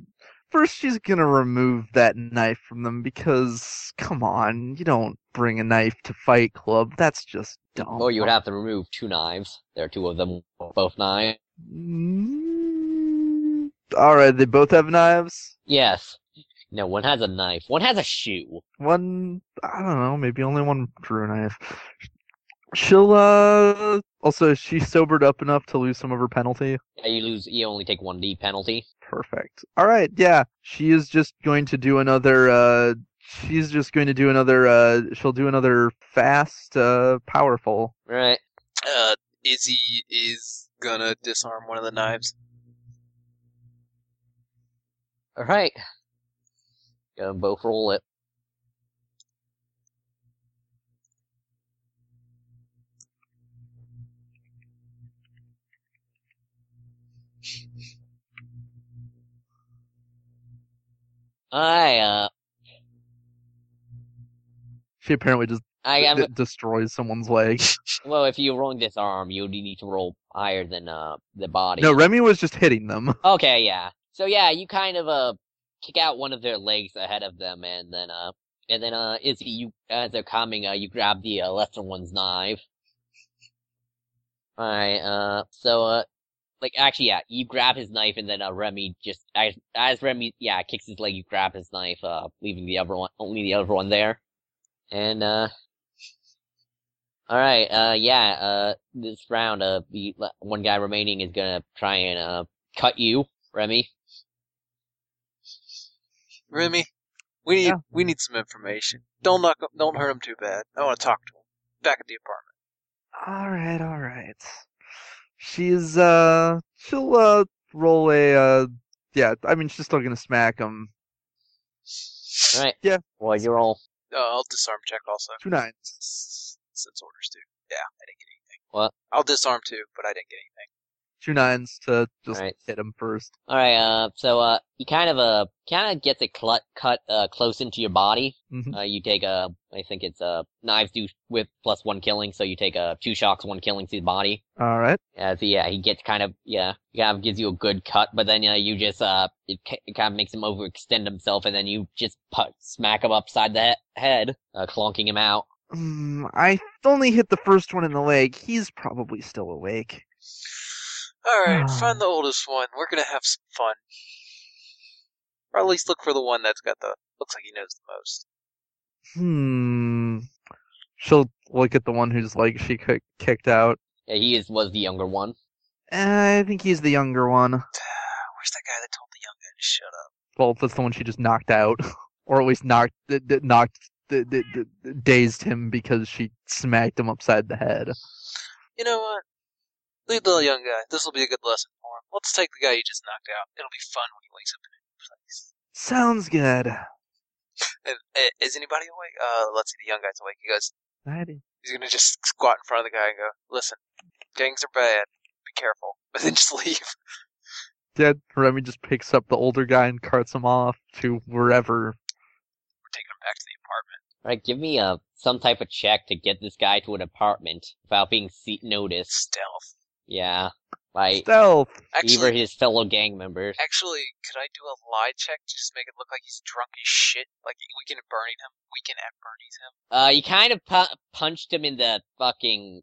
C: first, she's gonna remove that knife from them because, come on, you don't bring a knife to Fight Club. That's just dumb.
A: Or Oh, you would have to remove two knives. There are two of them, both knives.
C: Mm, All right, they both have knives.
A: Yes. No, one has a knife. One has a shoe.
C: One, I don't know, maybe only one drew a knife. She'll. Uh, also, she sobered up enough to lose some of her penalty.
A: Yeah, you lose. You only take one D penalty.
C: Perfect. All right, yeah. She is just going to do another uh she's just going to do another uh she'll do another fast uh powerful.
A: Right.
D: uh, Izzy is gonna disarm one of the knives.
A: All right. Go and both roll it. I uh,
C: She apparently just
A: I am.
C: d- destroys someone's leg.
A: Well, if you're rolling this arm, you need to roll higher than uh the body.
C: No, Remy was just hitting them.
A: Okay, yeah. So yeah, you kind of uh kick out one of their legs ahead of them, and then uh and then uh Izzy, you as they're coming, uh you grab the uh, lesser one's knife. Alright, uh so uh like actually yeah, you grab his knife and then uh Remy just as as Remy yeah kicks his leg, you grab his knife, uh leaving the other one only the other one there, and uh. All right, uh, yeah, uh, this round, uh, the le- one guy remaining is gonna try and, uh, cut you, Remy.
D: Remy, we need
C: Yeah.
D: we need some information. Don't knock, 'em- don't hurt him too bad. I want to talk to him. Back at the apartment.
C: All right, all right. She's uh she'll uh roll a uh yeah, I mean she's still going to smack him.
A: All right.
C: Yeah.
A: Well, you roll.
D: Uh, I'll disarm check also.
C: Two nines.
D: Since, since orders do. Yeah, I didn't get anything.
A: What?
D: I'll disarm too, but I didn't get anything.
C: Two nines to just
A: Alright.
C: hit him first.
A: All right. Uh, so uh, you kind of uh, kind of get the cl- cut uh close into your body.
C: Mhm.
A: Uh, you take uh, I think it's uh knives do with plus one killing, so you take uh two shocks, one killing to the body.
C: All right.
A: Uh, so yeah, he gets kind of yeah, he kind of gives you a good cut, but then uh, you just uh, it, ki- it kind of makes him overextend himself, and then you just put, smack him upside the he- head, uh, clonking him out.
C: Mm, I only hit the first one in the leg. He's probably still awake.
D: All right, find the oldest one. We're gonna have some fun, or at least look for the one that's got the looks like he knows the most.
C: Hmm. She'll look at the one whose leg she kick- kicked out.
A: Yeah, he is was the younger one.
C: Eh, I think he's the younger one.
D: Where's that guy that told the young guy to shut up?
C: Well, that's the one she just knocked out, or at least knocked d- d- knocked d- d- d- d- dazed him because she smacked him upside the head.
D: You know what? Leave the young guy. This will be a good lesson for him. Let's take the guy you just knocked out. It'll be fun when he wakes up in a new place.
C: Sounds good.
D: And, eh, is anybody awake? Uh, let's see. The young guy's awake. He goes.
C: Alrighty.
D: He's gonna just squat in front of the guy and go, "Listen, gangs are bad. Be careful." But then just leave.
C: Yeah, Remy just picks up the older guy and carts him off to wherever.
D: We're taking him back to the apartment.
A: All Alright, give me a some type of check to get this guy to an apartment without being se- noticed.
D: Stealth.
A: Yeah, by
C: Stealth.
A: either
D: Actually,
A: his fellow gang members.
D: actually, could I do a lie check to just make it look like he's drunk as shit? Like we can Bernie him. We can at Bernie's him.
A: Uh, you kind of pu- punched him in the fucking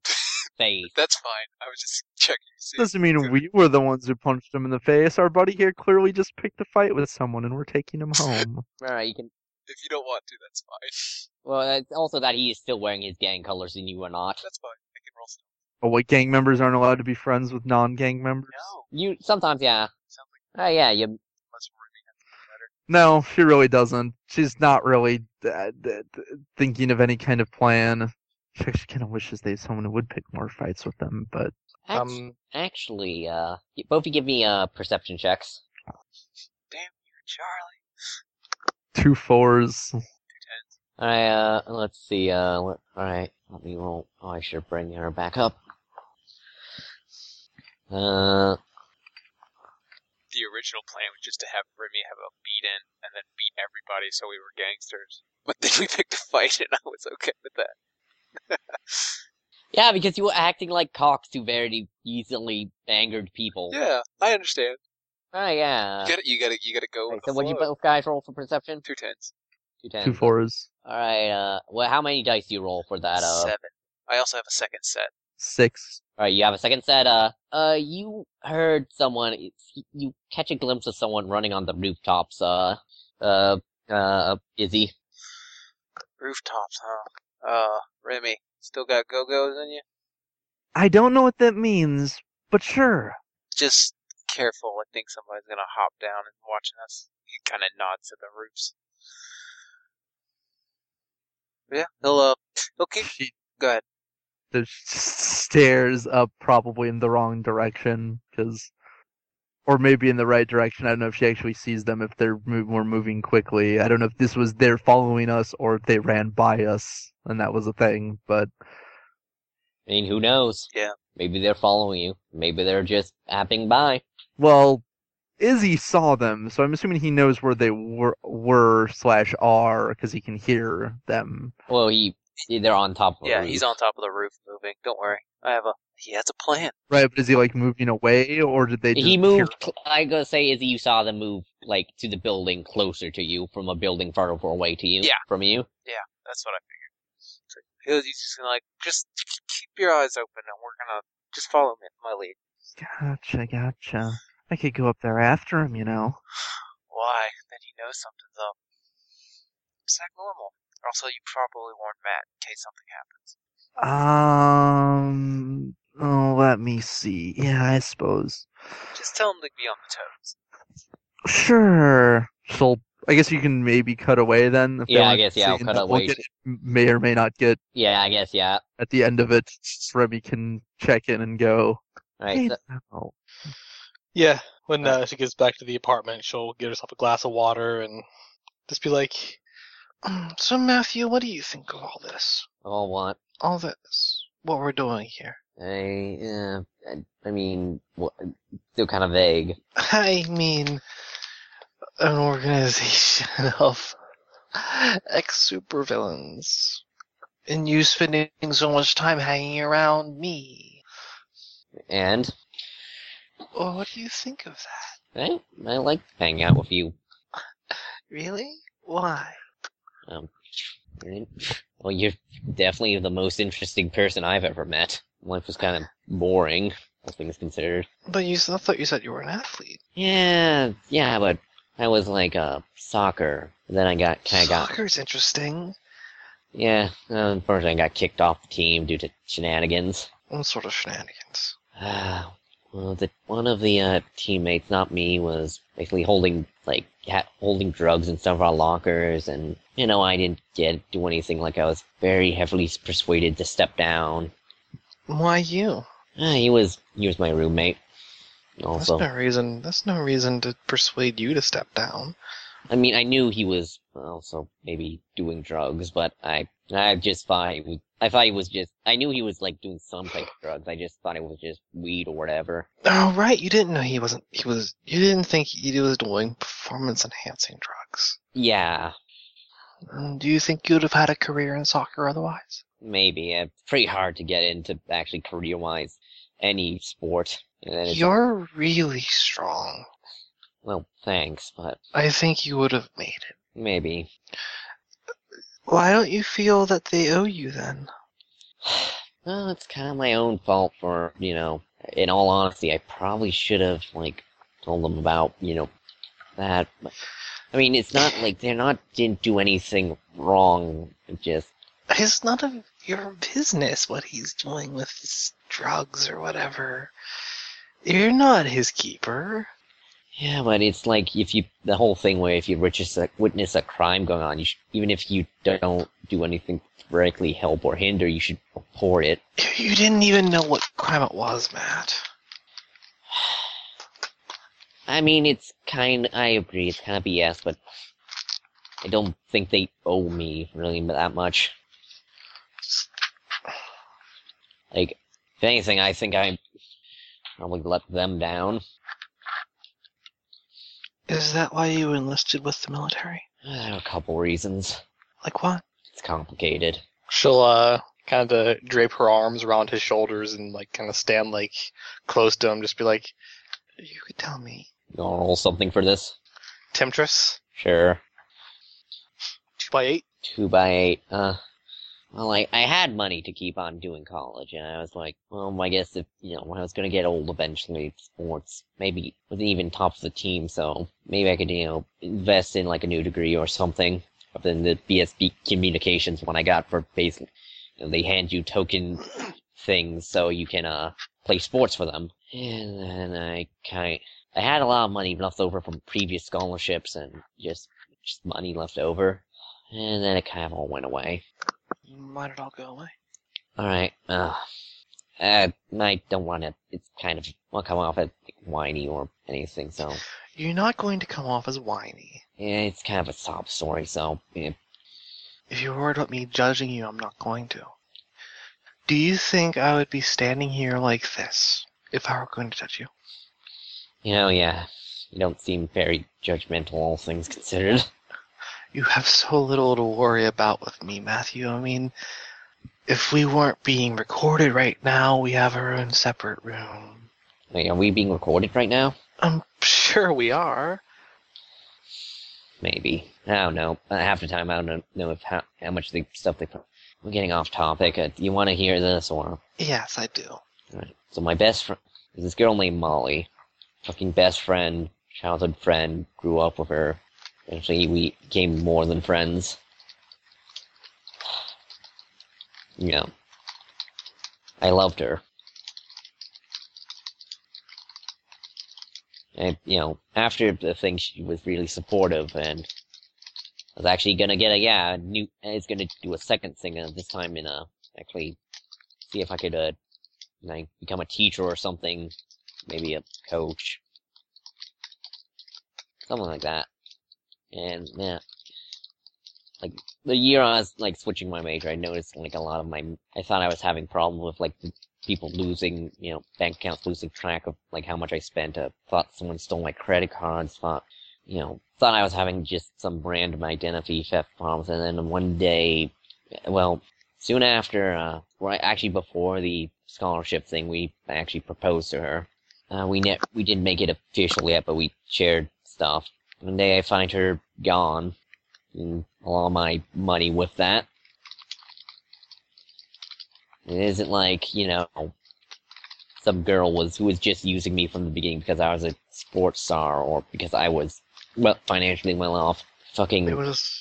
A: face.
D: That's fine. I was just checking. to see.
C: Doesn't mean we were the ones who punched him in the face. Our buddy here clearly just picked a fight with someone, and we're taking him home.
A: Alright, you can.
D: If you don't want to, that's fine.
A: Well, that's also that he is still wearing his gang colors and you are not.
D: That's fine. I can roll. stealth.
C: Oh, what gang members aren't allowed to be friends with non-gang members?
D: No,
A: You sometimes, yeah.
D: Sounds
A: Oh yeah, you.
D: unless Ruby has a letter.
C: No, she really doesn't. She's not really uh, th- th- thinking of any kind of plan. She actually kind of wishes they someone who would pick more fights with them, but
A: Act-
E: Um,
A: actually, uh, you- both of you give me uh perception checks.
D: Charlie.
C: two fours.
A: I uh, let's see. Uh, let, all right. Let me roll. Oh, I should bring her back up. Uh,
G: The original plan was just to have Remy have a beat in and then beat everybody so we were gangsters. But then we picked a fight and I was okay with that.
A: yeah, because you were acting like cocks to very easily angered people.
G: Yeah, I understand.
A: Oh yeah.
G: You gotta, you gotta, you gotta go
A: Alright,
G: with
A: so
G: the
A: what you
G: flow.
A: both guys roll for perception?
G: Two tens.
A: Two ten.
C: Two fours.
A: All right. Uh, well, how many dice do you roll for that? Uh,
D: Seven. I also have a second set.
C: Six.
A: All right, you have a second set. Uh, uh, you heard someone. You catch a glimpse of someone running on the rooftops. Uh, uh, uh, Izzy.
D: Rooftops, huh? Uh, Remy, still got go go's in you?
C: I don't know what that means, but sure.
D: Just careful. I think somebody's gonna hop down and watching us. He kind of nods to the roofs. Yeah, he'll uh, he'll keep.
C: She
D: Go ahead.
C: just stares up, probably in the wrong direction, because, or maybe in the right direction. I don't know if she actually sees them if they're move, were moving quickly. I don't know if this was they're following us or if they ran by us and that was a thing. But
A: I mean, who knows?
D: Yeah.
A: Maybe they're following you. Maybe they're just apping by.
C: well, Izzy saw them, so I'm assuming he knows where they were, were slash are, because he can hear them.
A: Well, he, they're on top of. a
D: Yeah,
A: roof.
D: he's on top of the roof, moving. Don't worry. I have a. He has a plan.
C: Right, but is he like moving away, or did they? Just
A: He
C: hear-
A: moved. cl- I gotta say, Izzy, you saw them move like to the building closer to you from a building farther away to you.
D: Yeah.
A: From you.
D: That's what I figured. So he'll he's just gonna like just keep your eyes open, and we're gonna just follow me, my lead.
C: Gotcha, gotcha. I could go up there after him, you know.
D: Why? Then he knows something's up. It's not normal. Also, you probably warned Matt in case something happens.
C: Um. Oh, let me see. Yeah, I suppose.
D: Just tell him to be on the toes.
C: Sure. So I guess you can maybe cut away then. If they
A: Yeah, I
C: aren't
A: guess, yeah, I'll
C: seeing
A: cut
C: that we'll
A: away.
C: get- may or may not get
A: Yeah, I guess. Yeah.
C: at the end of it. Remy can check in and go.
A: All right.
C: "Hey,
A: so-
C: now."
E: yeah, when uh, she gets back to the apartment, she'll get herself a glass of water and just be like,
B: Mm, So, Matthew, what do you think of all this?
A: oh, what?
B: All this, what we're doing here?
A: I, uh, I- I mean, wha- still kind of vague.
B: I mean, an organization of ex supervillains. And you spending so much time hanging around me.
A: And
B: Well, what do you think of that?
A: I, I like hanging out with you.
B: Really? Why?
A: Well, you're definitely the most interesting person I've ever met. Life was kind of boring, all things considered.
B: But you, s- I thought you said you were an athlete.
A: Yeah, yeah, but I was like uh, soccer. Then I got kind of got
B: Soccer's interesting.
A: yeah. uh, Unfortunately, I got kicked off the team due to shenanigans.
B: What sort of shenanigans?
A: Uh, well, the one of the uh, teammates, not me, was basically holding like ha- holding drugs in some of our lockers, and you know I didn't get do anything. Like I was very heavily persuaded to step down.
B: Why you?
A: Uh, he was he was my roommate.
B: That's
A: Also,
B: no reason. That's no reason to persuade you to step down.
A: I mean, I knew he was also maybe doing drugs, but I I just thought he was, I thought he was just I knew he was like doing some type of drugs. I just thought it was just weed or whatever.
B: Oh right, you didn't know he wasn't. He was. You didn't think he was doing performance enhancing drugs.
A: Yeah,
B: Mm, Do you think you'd have had a career in soccer otherwise?
A: Maybe. Yeah. It's pretty hard to get into actually career wise any sport. And then it's,
B: You're really strong.
A: well, thanks, but
B: I think you would have made it.
A: maybe.
B: Why don't you feel that they owe you then?
A: Well, it's kind of my own fault for, you know, in all honesty, I probably should have, like, told them about, you know, that. But, I mean, it's not like they're not, didn't do anything wrong. It just,
B: It's none of your business what he's doing with his drugs or whatever. You're not his keeper.
A: yeah, but it's like if you, the whole thing where if you witness a, witness a crime going on, you should, even if you don't do anything to directly help or hinder, you should report it.
B: You didn't even know what crime it was, Matt.
A: I mean, it's kind. I agree, it's kind of BS, but I don't think they owe me really that much. Like, if anything, I think I probably let them down.
B: Is that why you enlisted with the military?
A: There are a couple reasons.
B: Like what?
A: It's complicated.
E: She'll uh, kind of drape her arms around his shoulders and like kind of stand like close to him, just be like,
B: You could tell me.
A: You want to roll something for this?
E: "Temptress,
A: Sure.
E: two by eight.
A: Two by eight. Uh, well, I I had money to keep on doing college, and I was like, well, I guess if you know when I was gonna get old eventually, sports maybe wasn't even top of the team, so maybe I could you know invest in like a new degree or something. But then the BSB communications one I got for basically, you know, they hand you token things so you can uh play sports for them, and then I kind I had a lot of money left over from previous scholarships and just just money left over. And then it kind of all went away.
B: Why did it all go away?
A: Alright, uh, uh, I don't want to, it's kind of, won't come off as whiny or anything, so,
B: You're not going to come off as whiny.
A: yeah, it's kind of a sob story, so, yeah.
B: If you're worried about me judging you, I'm not going to. Do you think I would be standing here like this if I were going to judge you?
A: you know, yeah, you don't seem very judgmental, all things considered.
B: You have so little to worry about with me, Matthew. I mean, if we weren't being recorded right now, we have our own separate room.
A: Wait, are we being recorded right now?
B: I'm sure we are.
A: Maybe. I don't know. Uh, Half the time, I don't know- know if how, how much the stuff they put. We're getting off topic. Uh, do you want to hear this, or
B: Yes, I do.
A: Right. So my best friend, this girl named Molly, fucking best friend, childhood friend, grew up with her. Eventually, we became more than friends. You know, I loved her. And you know, after the thing, she was really supportive, and I was actually gonna get a yeah, a new. I was gonna do a second thing uh, this time in uh actually see if I could uh and I become a teacher or something, maybe a coach, something like that. And yeah, like the year I was like switching my major, I noticed like a lot of my I thought I was having problems with like the people losing, you know, bank accounts losing track of like how much I spent. Uh, thought someone stole my credit cards. Thought you know, thought I was having just some random identity theft problems. And then one day, well, soon after, uh, right actually before the scholarship thing, we actually proposed to her. Uh, we ne- we didn't make it official yet, but we shared stuff. One day I find her gone, and all my money with that. It isn't like you know, some girl was who was just using me from the beginning because I was a sports star or because I was well financially well off. Fucking
B: It was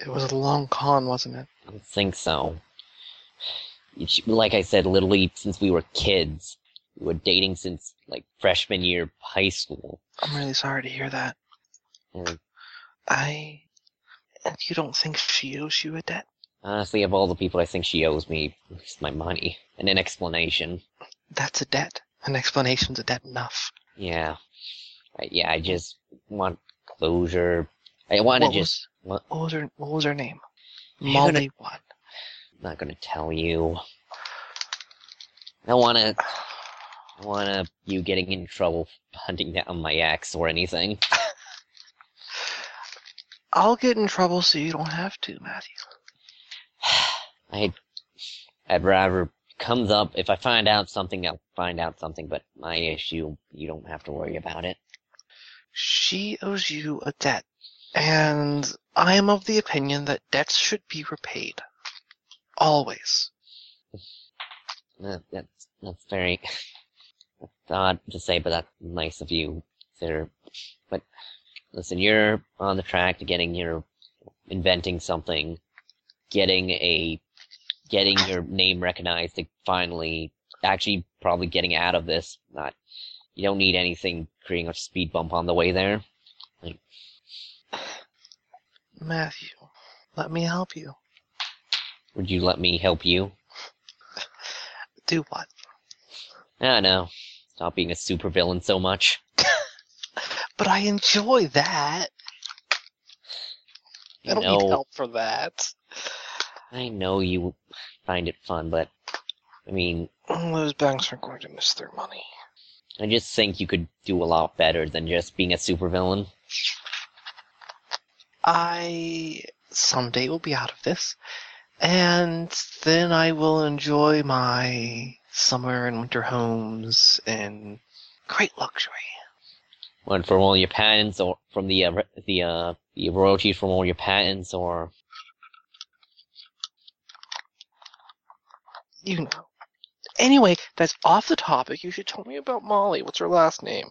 B: it was a long con, wasn't it?
A: I don't think so. It's- Like I said, literally since we were kids, we were dating since like freshman year of high school.
B: I'm really sorry to hear that. Hmm.
A: And
B: I and you don't think she owes you a debt?
A: honestly, of all the people, I think she owes me it's my money and an explanation.
B: That's a debt. An explanation's a debt enough.
A: Yeah, I, yeah. I just want closure. I want to
B: What
A: just
B: was,
A: what-
B: what was her what was her name?
A: You're
B: Molly
A: gonna-
B: what?
A: I'm not gonna tell you. I want to. I want to you getting in trouble hunting down my ex or anything.
B: I'll get in trouble so you don't have to, Matthew.
A: I, I'd rather comes up if I find out something. I'll find out something, but my issue, you don't have to worry about it.
B: She owes you a debt, and I am of the opinion that debts should be repaid. Always.
A: That, that's that's very that's odd to say, but that's nice of you, sir. But listen, you're on the track to getting your inventing something, getting a getting your name recognized to finally actually probably getting out of this. Not you don't need anything creating a speed bump on the way there.
B: Matthew, let me help you.
A: Would you let me help you?
B: Do what?
A: I know. Stop being a supervillain so much.
B: But I enjoy that.
A: You
B: I don't
A: know,
B: need help for that.
A: I know you find it fun, but I mean,
B: Oh, Those banks are going to miss their money.
A: I just think you could do a lot better than just being a supervillain.
B: I someday will be out of this, and then I will enjoy my summer and winter homes in great luxury.
A: One from all your patents, or from the uh, re- the uh, the royalties from all your patents, or
B: You know. Anyway, that's off the topic. You should tell me about Molly. What's her last name?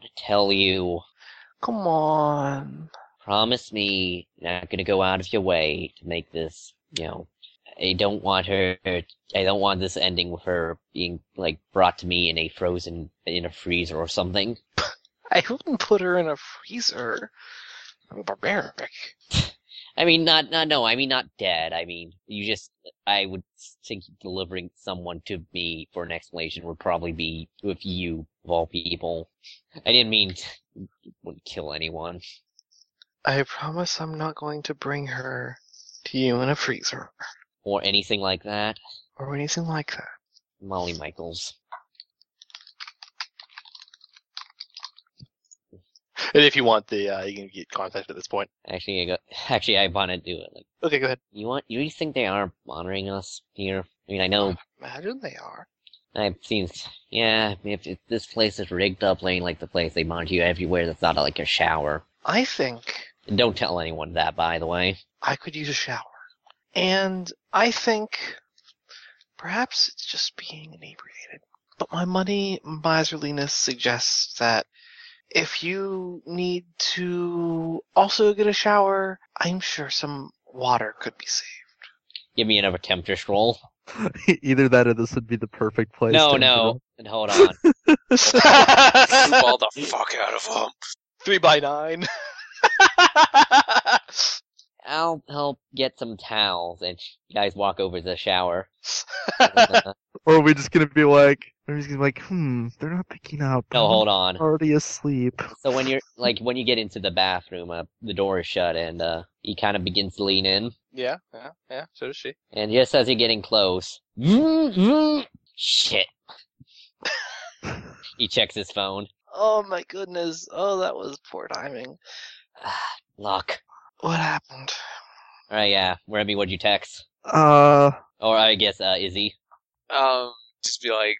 A: to tell you,
B: Come on.
A: promise me you're not gonna go out of your way to make this. You know, I don't want her. I don't want this ending with her being like brought to me in a frozen in a freezer or something.
B: I wouldn't put her in a freezer. I'm barbaric.
A: I mean, not, not, no, I mean, not dead. I mean, you just, I would think delivering someone to me for an explanation would probably be with you, of all people. I didn't mean wouldn't kill anyone.
B: I promise I'm not going to bring her to you in a freezer
A: Or anything like that.
B: or anything like that.
A: Molly Michaels.
E: And if you want the, uh, you can get contact at this point.
A: Actually, I got, actually, I want to do it. Like,
E: Okay, go ahead.
A: you want, you think they are monitoring us here? I mean, I know
B: Imagine they are.
A: I've seen, yeah, if, if this place is rigged up, like, like the place they monitor you everywhere that's not like a shower.
B: I think
A: And don't tell anyone that, by the way.
B: I could use a shower. And I think perhaps it's just being inebriated. But my money miserliness suggests that if you need to also get a shower, I'm sure some water could be saved.
A: Give me another temptress roll.
C: Either that or this would be the perfect place.
A: No,
C: to
A: no. And hold on.
G: Ball the fuck out of him.
E: Three by nine.
A: I'll help get some towels and you guys walk over to the shower. no,
C: Or are we just gonna be like, we're just gonna be like, hmm, they're not picking up.
A: hold on.
C: I'm already asleep.
A: So when you're like when you get into the bathroom, uh, the door is shut and uh, he kind of begins to lean in.
E: yeah, yeah, yeah. So does she.
A: And just as you're getting close, shit. he checks his phone.
B: Oh my goodness. Oh, that was poor timing.
A: Ah, Lock.
B: What happened?
A: All right, yeah. Remy, what'd you text?
C: Uh,
A: Or I guess uh, Izzy.
G: Um, just be like,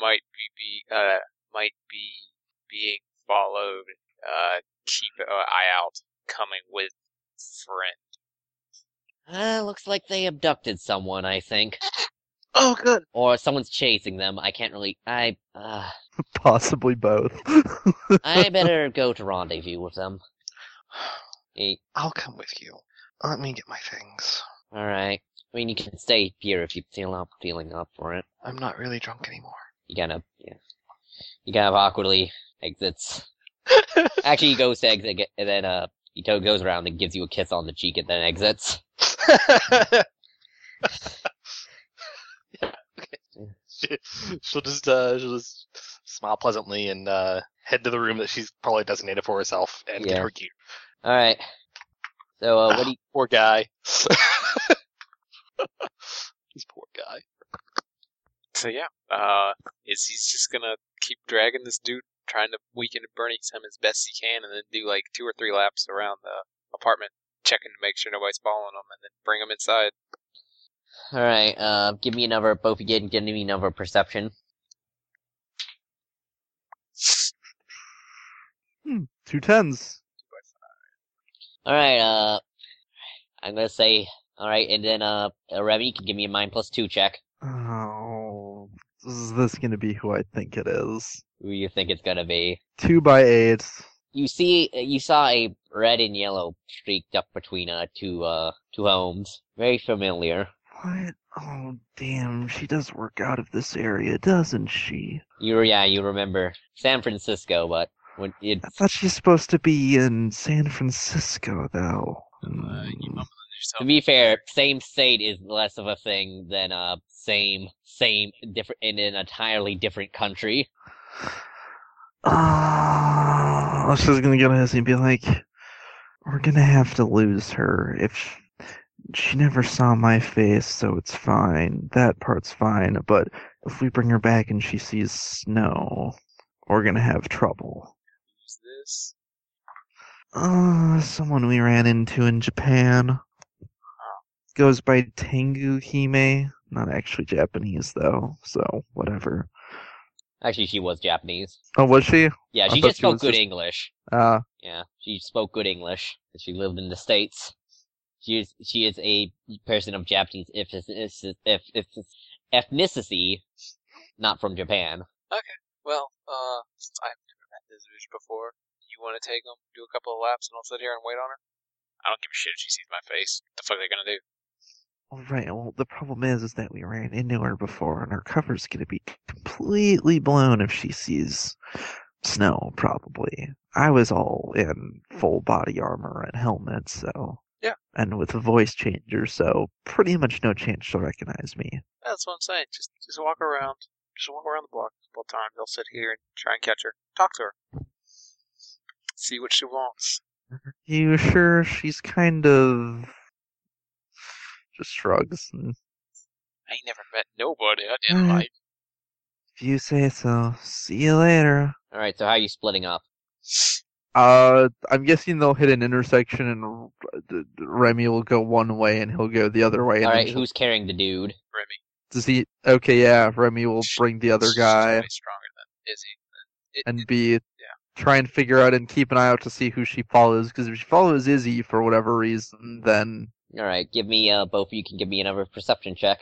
G: might be, be uh, might be being followed. Uh, keep an eye out. Coming with friend.
A: Uh, looks like they abducted someone. I think.
B: Oh, good.
A: or someone's chasing them. I can't really. I uh,
C: possibly both.
A: I better go to rendezvous with them. Eh,
B: I'll come with you. Let me get my things.
A: All right. I mean, you can stay here if you feel up feeling up for it.
B: I'm not really drunk anymore.
A: You kind of yeah. You kind of awkwardly exits. Actually, he goes to exit, get- and then uh, he to- goes around and gives you a kiss on the cheek, and then exits.
E: she'll just uh, she'll just smile pleasantly and uh, head to the room that she's probably designated for herself and
A: Yeah.
E: get her gear
A: All right. So uh, what do you,
E: Poor guy. this poor guy.
G: So yeah, uh, is he's just gonna keep dragging this dude, trying to weaken and burn him as best he can, and then do like two or three laps around the
D: apartment, checking to make sure nobody's following them, and then bring them inside.
A: All right. Uh, give me another. Both again. Give me another perception.
C: Hmm, two tens.
A: All right. Uh, I'm gonna say. All right, and then uh, uh, Remy you can give me a mind plus two check.
C: Oh, is this going to be who I think it is?
A: Who you think it's gonna be?
C: Two by eights.
A: You see, you saw a red and yellow streaked up between uh two uh two homes. Very familiar.
C: What? Oh, damn. She does work out of this area, doesn't she?
A: You yeah, you remember San Francisco, but when it
C: I thought she's supposed to be in San Francisco, though.
D: Uh, you
C: Hmm.
D: mumbling yourself.
A: to be fair, same state is less of a thing than uh same same different in an entirely different country.
C: Oh, she's gonna get us and be like, "We're gonna have to lose her if she never saw my face, so it's fine. That part's fine. But if we bring her back and she sees snow, we're gonna have trouble."
D: Who's this?
C: Uh, someone we ran into in Japan goes by Tengu Hime. Not actually Japanese though, so whatever.
A: Actually, she was Japanese.
C: Oh, was she?
A: Yeah,
C: I
A: she
C: thought
A: just
C: she
A: spoke
C: was
A: good
C: just-
A: English.
C: Uh,
A: Yeah, she spoke good English. and She lived in the states. She is she is a person of Japanese ethnic- ethnic- ethnicity, not from Japan.
D: Well, uh, since I've never met this bitch before, you want to take them, do a couple of laps, and I'll sit here and wait on her? I don't give a shit if she sees my face. What the fuck are they gonna do?
C: All right. Well, the problem is, is that we ran into her before, and her cover's gonna be completely blown if she sees snow. Probably. I was all in full body armor and helmet, so
D: Yeah.
C: and with a voice changer, so pretty much no chance she'll recognize me.
D: That's what I'm saying. Just, just walk around. Just walk around the block a couple of times. They'll sit here and try and catch her. Talk to her. See what she wants.
C: You sure she's kind of just shrugs. And,
D: I ain't never met nobody I
C: Mhm.
D: didn't like.
C: if you say so. See you later.
A: All right, so how are you splitting up?
C: Uh, I'm guessing they'll hit an intersection and R- D- D- Remy will go one way and he'll go the other way. And
A: All
C: then
A: right,
C: she'll-
A: who's carrying the dude?
D: Remy.
C: does he? Okay, yeah. Remy will bring the other
D: She's
C: guy
D: way stronger than Izzy. It,
C: and
D: it,
C: be try and figure out and keep an eye out to see who she follows. Because if she follows Izzy for whatever reason, then
A: All right, give me uh, both of you can give me another perception check.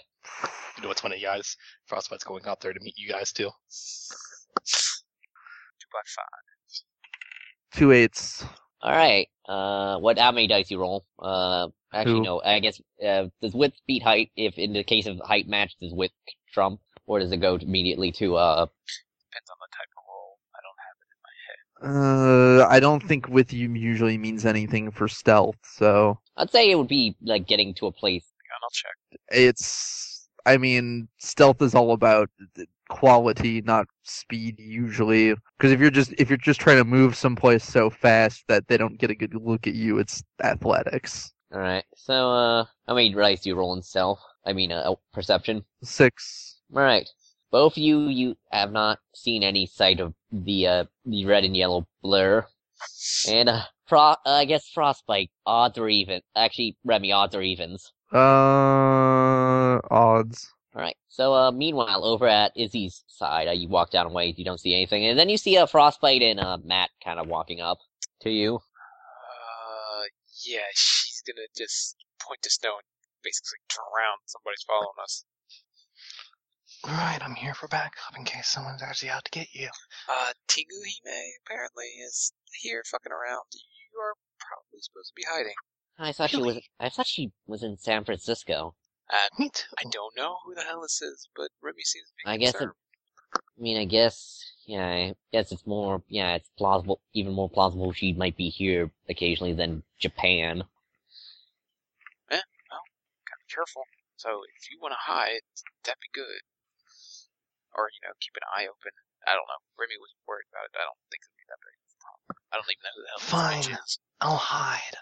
I: You know, it's funny, guys. Frostbite's going out there to meet you guys too.
D: two by five.
C: two eights.
A: All right, uh, what? How many dice you roll? Uh, actually
C: Two.
A: no. I guess uh, does width beat height? If in the case of height match, does width trump, or does it go immediately to uh?
D: Depends on the type of role. I don't have it.
C: Uh, I don't think with you usually means anything for stealth. So
A: I'd say it would be like getting to a place.
D: Hang on, I'll check.
C: it's I mean, stealth is all about th- quality, not speed usually. Because if you're just if you're just trying to move someplace so fast that they don't get a good look at you, it's athletics.
A: All right, so uh, how many dice you roll in stealth? I mean, uh, perception.
C: Six.
A: All right. Both of you, you have not seen any sight of the uh, the red and yellow blur, and uh, Fro- uh, I guess frostbite odds or even. Actually, Remy, odds or evens.
C: Uh, odds.
A: All right. So, uh, meanwhile, over at Izzy's side, uh, you walk down a ways, you don't see anything, and then you see uh, frostbite and uh, Matt kind of walking up to you.
D: Uh, yeah, she's gonna just point to snow and basically drown. Somebody's following us.
B: Right, I'm here for backup in case someone's actually out to get you.
D: Uh, Tingu Hime apparently is here fucking around. You are probably supposed to be hiding.
A: I thought she was. I thought she was in San Francisco.
B: Me too.
D: I don't know who the hell this is, but Remy seems to be
A: I guess it-
D: concerned.
A: I mean, I guess, yeah, I guess it's more, yeah, it's plausible, even more plausible she might be here occasionally than Japan.
D: Gotta be careful. So if you want to hide, that'd be good. Or, you know, keep an eye open. I don't know. Remy was worried about it. I don't think it'd be that big of a problem. I don't even know who the hell this
B: Fine.
D: bitch is.
B: I'll hide.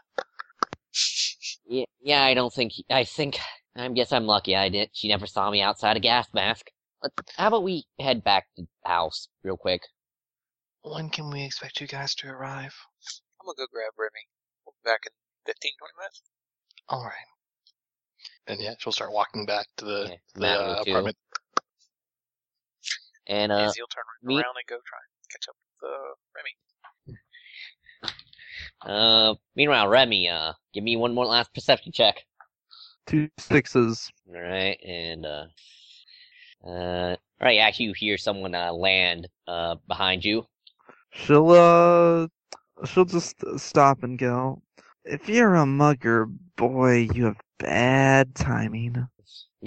A: Yeah, yeah, I don't think, I think, I guess I'm lucky I didn't, she never saw me outside a gas mask. But how about we head back to the house real quick?
B: When can we expect you guys to arrive?
D: I'm gonna go grab Remy. We'll be back in
G: 15, 20 minutes?
B: All right.
E: And yeah, she'll start walking back to the,
A: Yeah,
E: the
A: Matt
E: uh,
A: will too.
E: apartment.
A: And uh,
G: Izzy will turn right
A: me-
G: around and go try and catch up with uh, Remy.
A: uh, meanwhile, Remy, uh, give me one more last perception check.
C: Two sixes.
A: All right, and uh, uh, all right. Actually, you hear someone uh, land uh behind you.
C: She'll uh, she'll just stop and go. If you're a mugger, boy, you have bad timing.
A: I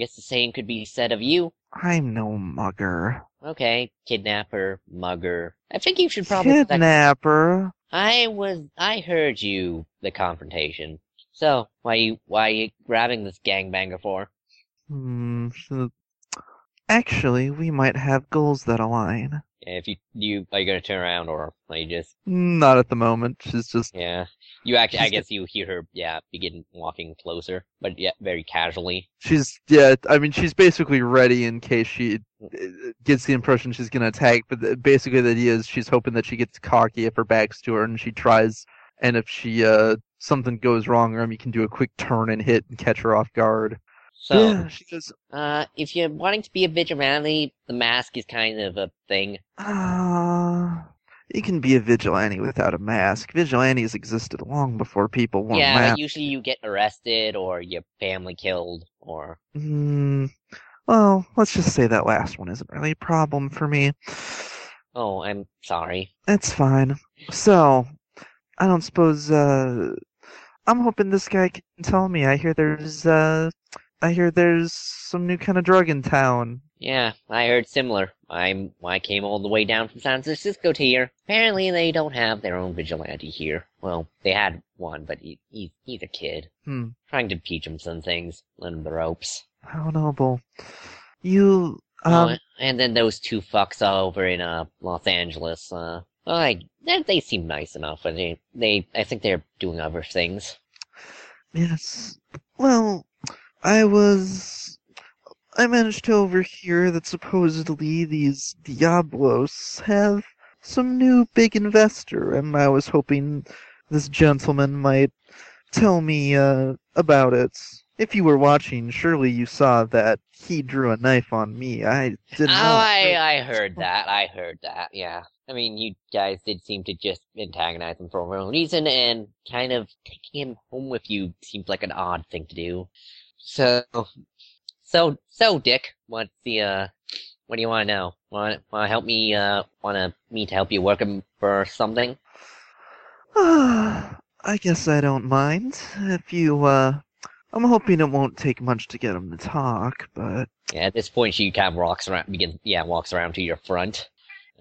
A: guess the same could be said of you.
C: I'm no mugger.
A: Okay, kidnapper, mugger. I think you should probably.
C: Kidnapper.
A: I was. I heard you. The confrontation. So why you why you grabbing this gangbanger for?
C: Hmm. so- Actually, we might have goals that align.
A: If you you are you gonna turn around or are you just
C: Not at the moment. She's just
A: yeah? You actually, I
C: She's-
A: guess you hear her yeah begin walking closer, but yeah, very casually.
C: She's yeah. I mean, she's basically ready in case she uh, gets the impression she's gonna attack. But the- basically, the idea is she's hoping that she gets cocky if her back's to her and she tries. And if she uh something goes wrong, Remy can do a quick turn and hit and catch her off guard.
A: So.
C: yeah, she goes.
A: Uh, if you're wanting to be a vigilante, the mask is kind of a thing.
C: Ah, you can be a vigilante without a mask. Vigilantes existed long before people wore
A: yeah,
C: masks.
A: but usually you get arrested or your family killed or
C: Hmm. Well, let's just say that last one isn't really a problem for me.
A: oh, I'm sorry.
C: That's fine. So, I don't suppose uh I'm hoping this guy can tell me. I hear there's uh I hear there's some new kind of drug in town.
A: Yeah, I heard similar. I'm I came all the way down from San Francisco to here. Apparently, they don't have their own vigilante here. Well, they had one, but he, he he's a kid
C: Hmm.
A: trying to teach him some things, learn him the ropes.
C: How noble. You um
A: oh, and then those two fucks over in uh Los Angeles. Uh, I they, they seem nice enough, but they they I think they're doing other things.
C: yes. Well, I was I managed to overhear that supposedly these Diablos have some new big investor and I was hoping this gentleman might tell me uh, about it. If you were watching, surely you saw that he drew a knife on me. I
A: Oh,
C: did not.
A: I I heard that. I heard that. Yeah. I mean, you guys did seem to just antagonize him for a wrong reason, and kind of taking him home with you seemed like an odd thing to do. So, so, so, Dick, what's the uh, what do you want to know? Want want to help me? Uh, want to me to help you work him for something? uh,
C: I guess I don't mind if you. uh... I'm hoping it won't take much to get him to talk, but
A: Yeah, at this point, she kind of walks around, begins, yeah, walks around to your front,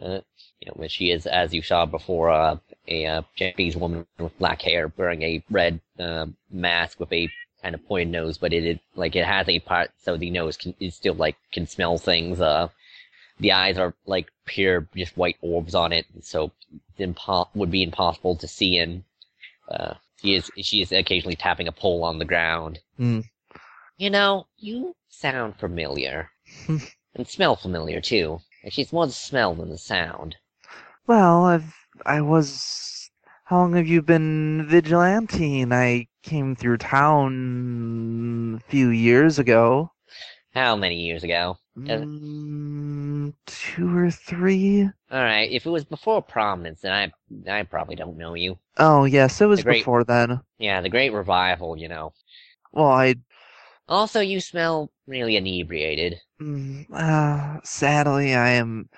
A: uh, you know, which she is, as you saw before, uh, a uh, Japanese woman with black hair wearing a red uh, mask with a kind of pointed nose, but it is like it has a part, so the nose can is still like can smell things. Uh, the eyes are like pure, just white orbs on it, so it's impo- would be impossible to see. And uh, she is she is occasionally tapping a pole on the ground.
C: Hmm.
A: You know, you sound familiar and smell familiar too. Actually, it's more the smell than the sound.
C: well, I've I was. How long have you been vigilanting? I came through town a few years ago.
A: How many years ago? Yeah.
C: Mm, two or three.
A: All right, if it was before prominence, then I I probably don't know you.
C: Oh yes, it was
A: great-
C: before then.
A: Yeah, the Great Revival, you know.
C: Well, I
A: Also, you smell really inebriated.
C: mm, uh, sadly I am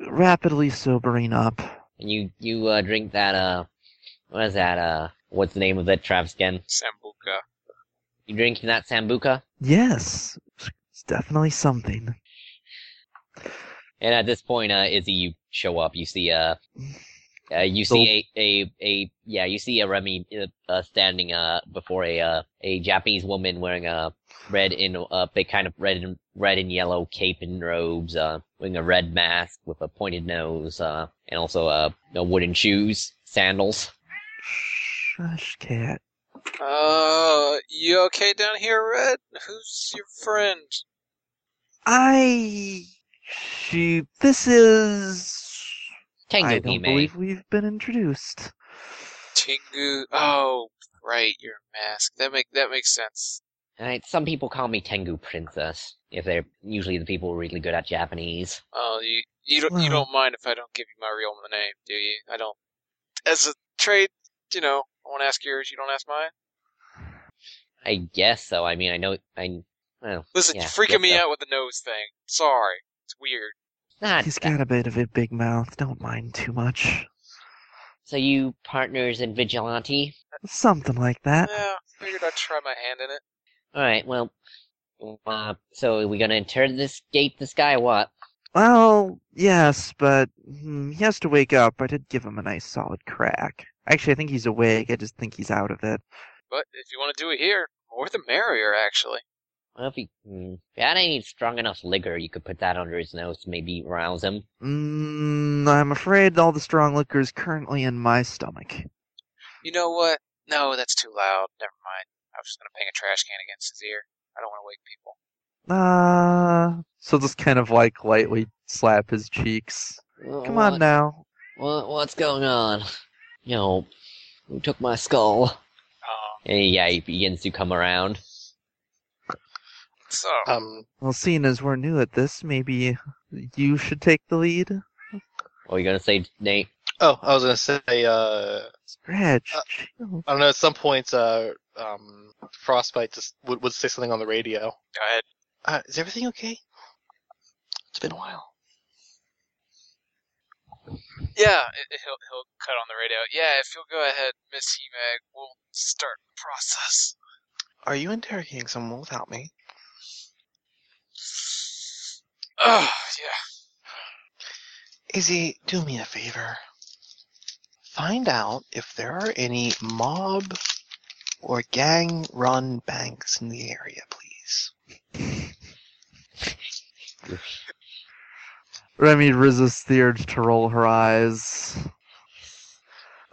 C: rapidly sobering up.
A: And you you uh, drink that uh, what is that uh, what's the name of that Travis again?
G: Sambuca.
A: You drinking that sambuca?
C: Yes, it's definitely something.
A: And at this point, uh, Izzy, you show up. You see, uh, uh you see a, a, a, yeah, you see a Remy uh, uh, standing, uh, before a, uh, a Japanese woman wearing a red and, uh, big kind of red and, red and yellow cape and robes, uh, wearing a red mask with a pointed nose, uh, and also, uh, no wooden shoes, sandals.
C: Shush, cat.
G: Uh, you okay down here, Red? Who's your friend?
C: I. She. This is. I
A: Tengu
C: don't
A: Hime.
C: believe we've been introduced.
D: Tengu. Oh, right, you're a mask. That make that makes sense.
A: Alright, some people call me Tengu Princess, if they're usually the people who are really good at Japanese.
D: Oh, you you don't you
C: Well.
D: don't mind if I don't give you my real name, do you? I don't. As a trade, you know, I won't ask yours. You don't ask mine.
A: I guess so. I mean, I know. I. Well,
D: Listen,
A: Yeah,
D: you're freaking me
A: yes, sir.
D: out with the nose thing. Sorry, it's weird.
A: not
C: He's
A: that.
C: got a bit of a big mouth. Don't mind too much.
A: So you partners in Vigilante?
C: Something like that.
D: Yeah, figured I'd try my hand in it.
A: Alright, well. Uh, so are we gonna enter this gate, this guy, or what?
C: Well, yes, but hmm, he has to wake up. I did give him a nice solid crack. Actually, I think he's awake. I just think he's out of it.
D: But if you want to do it here, more the merrier, actually.
A: Well, if you. Hmm, if you had any strong enough liquor, you could put that under his nose to maybe rouse him.
C: Mm, I'm afraid all the strong liquor is currently in my stomach.
D: You know what? No, that's too loud. Never mind. I was just gonna bang a trash can against his ear. I don't want to wake people.
C: Uh, so just kind of like lightly slap his cheeks. Come on now.
A: What, what's going on? You know, who took my skull?
D: Um,
A: And yeah, he begins to come around.
D: so
J: Um,
C: Well, seeing as we're new at this, maybe you should take the lead.
A: What are you gonna say, Nate?
J: oh, I was gonna say, uh,
C: Scratch.
J: Uh,
C: chill.
J: I don't know. At some point, uh, um, Frostbite just would, would say something on the radio.
D: go ahead.
J: Uh, is everything okay? It's been a while.
D: Yeah, it, it- he'll he'll cut on the radio. Yeah, if you'll go ahead, Miss Mag, we'll start the process.
B: Are you interrogating someone without me?
D: Oh yeah.
B: Izzy, do me a favor. Find out if there are any mob or gang run banks in the area, please.
C: Remy resists the urge to roll her eyes.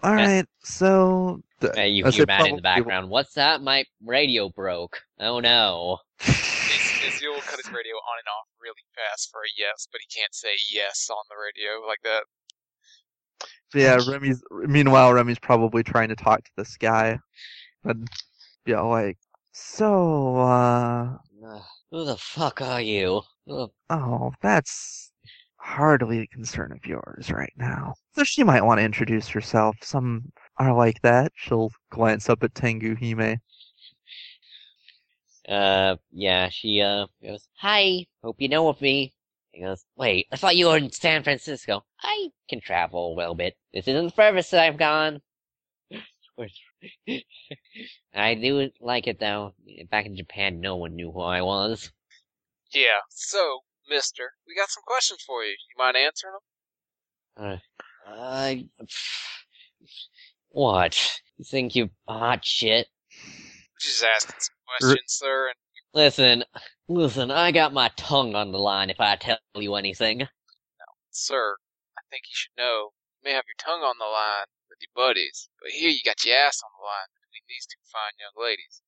C: All
A: Yeah.
C: right, so th-
A: Hey, you
C: I
A: hear
C: said
A: Matt in
C: probably-
A: the background. What's that? My radio broke. Oh no.
D: Iz- Izzy will cut his radio on and off really fast for a yes, but he can't say yes on the radio like that.
C: yeah, Remy's. Meanwhile, Remy's probably trying to talk to this guy, and yeah, like so. uh...
A: Ugh, Who the fuck are you? Who the-
C: Oh, that's hardly a concern of yours right now. So she might want to introduce herself. Some are like that. She'll glance up at Tengu Hime.
A: Uh, yeah, she, uh, goes, Hi, hope you know of me. He goes, Wait, I thought you were in San Francisco. I can travel a little bit. This isn't the furthest that I've gone. I do like it though. Back in Japan, no one knew who I was.
D: Yeah. So, Mister, we got some questions for you. You mind answering them?
A: Uh, what? You think you hot shit?
D: Just asking some questions, sir. And
A: Listen, listen, I got my tongue on the line if I tell you anything.
D: sir, I think you should know. You may have your tongue on the line with your buddies, but here you got your ass on the line between these two fine young ladies.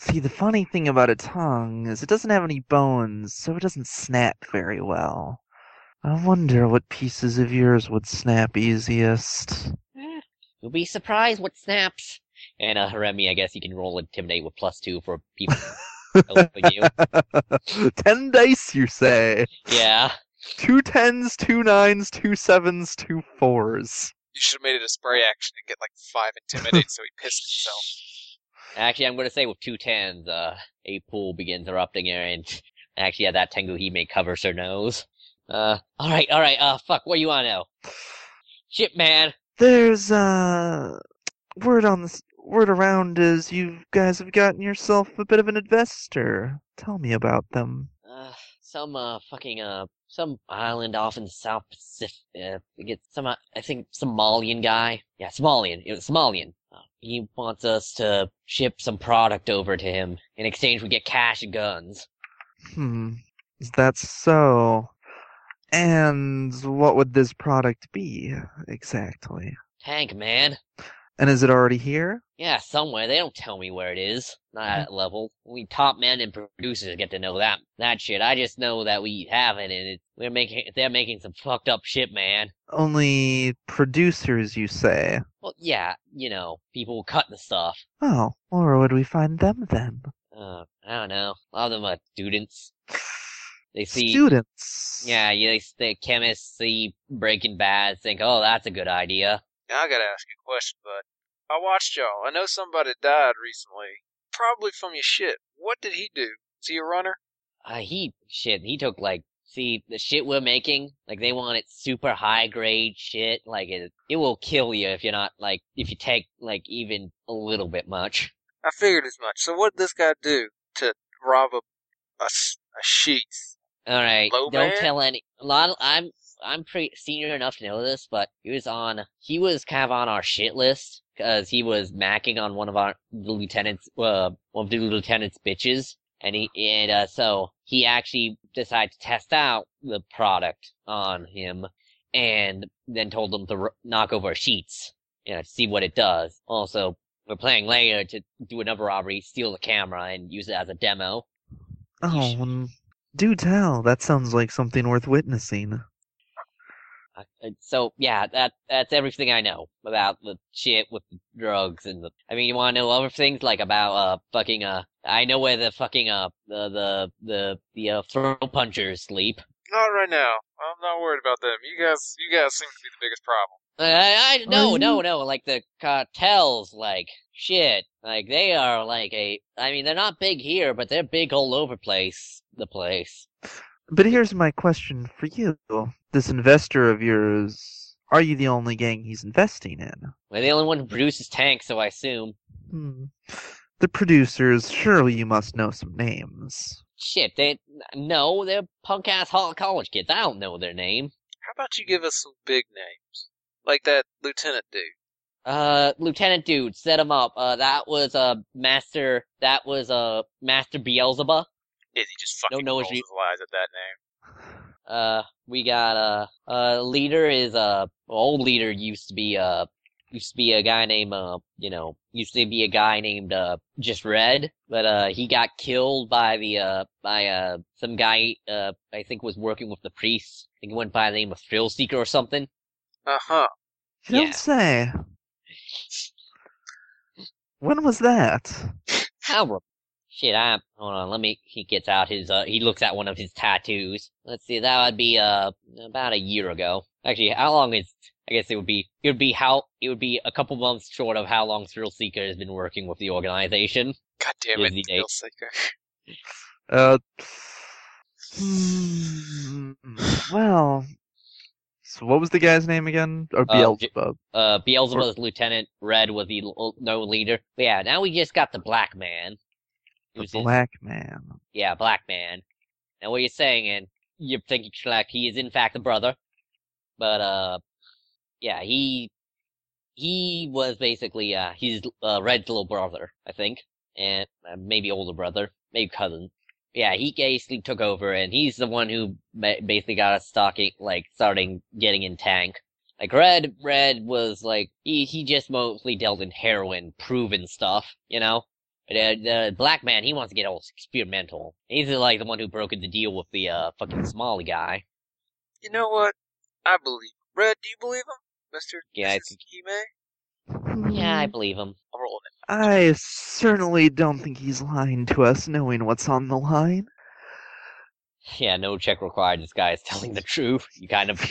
C: See, the funny thing about a tongue is it doesn't have any bones, so it doesn't snap very well. I wonder what pieces of yours would snap easiest.
A: You'll be surprised what snaps. And uh, Remy, I guess you can roll intimidate with plus two for people helping you.
C: Ten dice, you say?
A: Yeah.
C: Two tens, two nines, two sevens, two fours.
D: You should have made it a spray action and get like five intimidate, so he pissed himself.
A: Actually, I'm gonna say with two tens, uh, a pool begins erupting her, and actually, yeah, that Tengu he may covers her nose. Uh, all right, all right. Uh, fuck, what do you want to know? Shit, man.
C: There's uh word on this word around is you guys have gotten yourself a bit of an investor. Tell me about them.
A: Uh, some uh fucking uh some island off in the South Pacific. Uh, I get some uh, I think Somalian guy. Yeah, Somalian. It was Somalian. Uh, he wants us to ship some product over to him. In exchange, we get cash and guns.
C: Hmm. Is that so? And what would this product be exactly?
A: Tank man.
C: And is it already here?
A: Yeah, somewhere. They don't tell me where it is. Not at that level. We top men and producers get to know that that shit. I just know that we have it, and it, we're making they're making some fucked up shit, man.
C: Only producers, you say?
A: Well, yeah, you know, people who cut the stuff.
C: Oh, where would we find them then?
A: Uh, I don't know. A lot of them are students. They see,
C: Students.
A: yeah, yeah, they the chemists see Breaking Bad, think, oh, that's a good idea.
D: Now I gotta ask you a question, bud. I watched y'all. I know somebody died recently, probably from your shit. What did he do? Is he a runner?
A: uh, he shit he took like see the shit we're making like they want it super high grade shit like it it will kill you if you're not like if you take like even a little bit much
D: I figured as much. So what did this guy do to rob a a, s- a sheath?
A: all right
D: Low
A: don't
D: man?
A: tell any a lot of- i'm i'm pretty senior enough to know this but he was on he was kind of on our shit list because he was macking on one of our the lieutenants uh one of the lieutenant's bitches and he and uh so he actually decided to test out the product on him and then told them to r- knock over sheets you know, to see what it does. Also, we're planning later to do another robbery, steal the camera, and use it as a demo.
C: Oh, mm, do tell. That sounds like something worth witnessing.
A: I- I- So yeah, that that's everything I know about the shit with the drugs and the. I mean, you want to know other things like about uh fucking uh. I know where the fucking uh the the the the uh, throw punchers sleep.
D: Not right now. I'm not worried about them. You guys, you guys seem to be the biggest problem.
A: I, I no
C: Are
A: no
C: you-
A: no like the cartels like shit like they are like a I mean they're not big here but they're big all over place the place
C: But here's my question for you. This investor of yours, are you the only gang he's investing in?
A: We're the only one who produces tanks, so I assume.
C: Hmm. The producers, surely you must know some names.
A: Shit, they no, they're punk ass Hall college kids. I don't know their name.
D: How about you give us some big names, like that lieutenant dude?
A: Uh, Lieutenant Dude, set him up. Uh, that was uh Master. That was uh Master Beelzebub.
D: Is he just fucking
A: no, it's
D: rolls
A: you-
D: his eyes at that name?
A: Uh, we got uh uh leader is uh old leader used to be uh used to be a guy named uh you know used to be a guy named uh just Red, but uh he got killed by the uh by uh some guy uh I think was working with the priests. I think he went by the name of Thrill Seeker or something.
D: Uh huh.
C: You
A: Yeah.
C: don't say. When was that?
A: How re- shit? I hold on. Let me. He gets out his. uh He looks at one of his tattoos. Let's see. That would be uh about a year ago. Actually, how long is? I guess it would be. It would be how. It would be a couple months short of how long Thrill Seeker has been working with the organization.
G: God damn
A: Is
G: it,
A: he
G: Thrill Seeker.
C: Uh. hmm, Well. So what was the guy's name again? Oh,
A: Uh, J-
C: Beelzebub.
A: Uh, Beelzebub's lieutenant Red was the l- no leader. But yeah. Now we just got the black man.
C: The
A: Who's his-
C: black man.
A: yeah, black man. Now what you're saying, and you're thinking like he is in fact a brother, but uh, yeah, he he was basically uh he's uh, Red's little brother, I think, and uh, maybe older brother, maybe cousin. Yeah, he basically took over, and he's the one who ba- basically got us stocking, like starting getting in tank. Like Red, Red was like he he just mostly dealt in heroin, proven stuff, you know. The, the black man, he wants to get all experimental. He's like the one who broke the deal with the uh, fucking Somali guy.
D: You know what? I believe. him. Red, do you believe him, Mister?
A: Yeah, I think- Yeah, I believe him.
D: I'm rolling it.
C: I certainly don't think he's lying to us, knowing what's on the line.
A: Yeah, no check required. This guy is telling the truth. You kind of,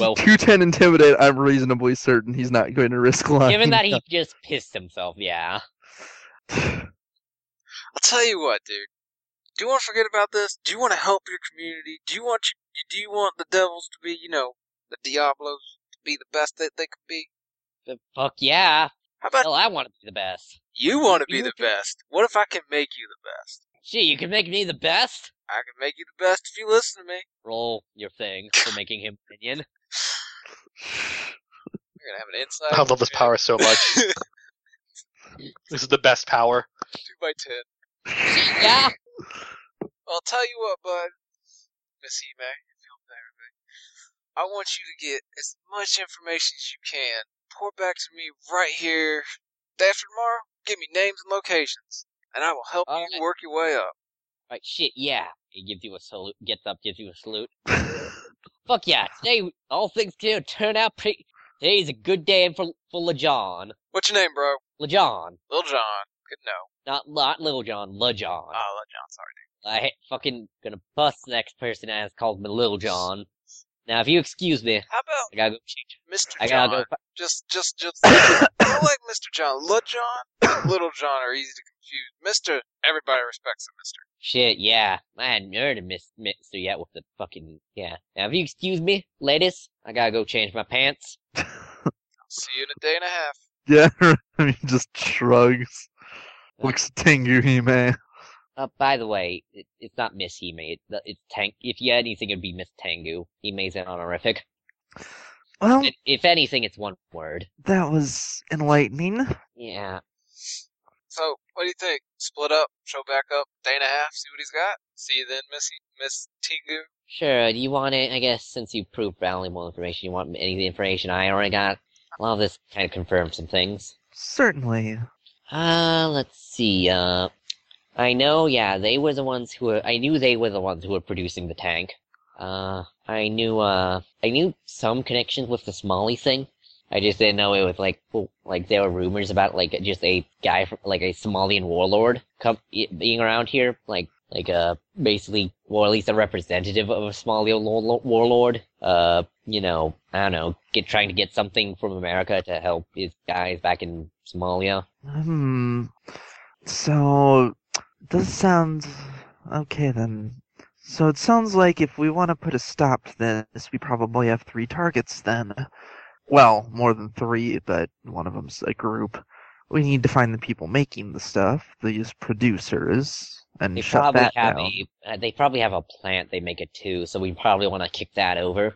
A: well,
C: two ten intimidate. I'm reasonably certain he's not going to risk lying.
A: given that he just pissed himself. Yeah.
D: I'll tell you what, dude. Do you want to forget about this? Do you want to help your community? Do you want your, do you want the devils to be, you know, the Diablos to be the best that they could be?
A: The fuck yeah.
D: How about
A: Hell, I want to be the best.
D: you want to be
C: you
D: the
C: can-
D: best? What if I can make you the best?
A: Gee, you can make me the best.
D: I can make you the best if you listen to me.
A: Roll your thing for making him minion.
D: We're gonna have an
E: I
D: inside.
E: love this power so much.
D: Two
E: This is the best power.
D: by ten.
A: Yeah.
D: I'll tell you what, bud. Miss Ime, if you'll bear with me. I want you to get as much information as you can report back to me right here. Day after tomorrow, give me names and locations, and I will help
A: All
D: you
A: right.
D: work your way up.
A: Right, shit, yeah. He gives you a salute, gets up, gives you a salute. Fuck yeah, today, all things considered, turn out pretty. Today's a good day for, for LeJohn.
D: What's your name, bro?
A: LeJohn.
D: Lil John. Good to know.
A: Not, not Little John, LeJohn.
D: Ah, Lil John. Sorry.
A: I ha- fucking gonna bust the next person that has called me Little John. Now, if you excuse me,
D: How about
A: I gotta go change.
D: Mr.
A: I
D: John?
A: gotta go. fu-
D: Just, just, just. I like Mr. John. Lil John, Little John are easy to confuse. Mister, everybody respects him, Mister.
A: Shit, yeah. I hadn't heard of Miss Mister yet with the fucking. Yeah. Now, if you excuse me, ladies, I gotta go change my pants.
D: See you in a day and a half.
C: yeah, he just shrugs, looks at Tengu Hime.
A: Uh, by the way, it, it's not Miss Hime. It, it's Tank. If you had anything, it'd be Miss Tengu. Hime's an honorific.
C: Well,
A: If, if anything, it's one word.
C: that was enlightening.
A: Yeah.
D: So, what do you think? Split up, show back up, day and a half, see what he's got. See you then, Miss Miss Tingu.
A: Sure. uh, Do you want it? I guess since you proved valuable information, you want any of the information I already got? A lot of this kind of confirms some things.
C: Certainly.
A: Uh, let's see. Uh, I know, yeah, they were the ones who were. I knew they were the ones who were producing the tank. Uh, I knew, uh, I knew some connections with the Smalley thing. I just didn't know it was like, well, like there were rumors about like just a guy from like a Somalian warlord come, i- being around here, like like uh basically, or at least a representative of a Somalian warlo- warlord. Uh, you know, I don't know, get trying to get something from America to help his guys back in Somalia.
C: Hmm. So, this sounds okay then. So it sounds like if we want to put a stop to this, we probably have three targets then. Well, more than three, but one of them's a group. We need to find the people making the stuff, these producers, and
A: They
C: shut
A: probably
C: that
A: have
C: down.
A: a uh, they probably have a plant they make it too, so we probably want to kick that over.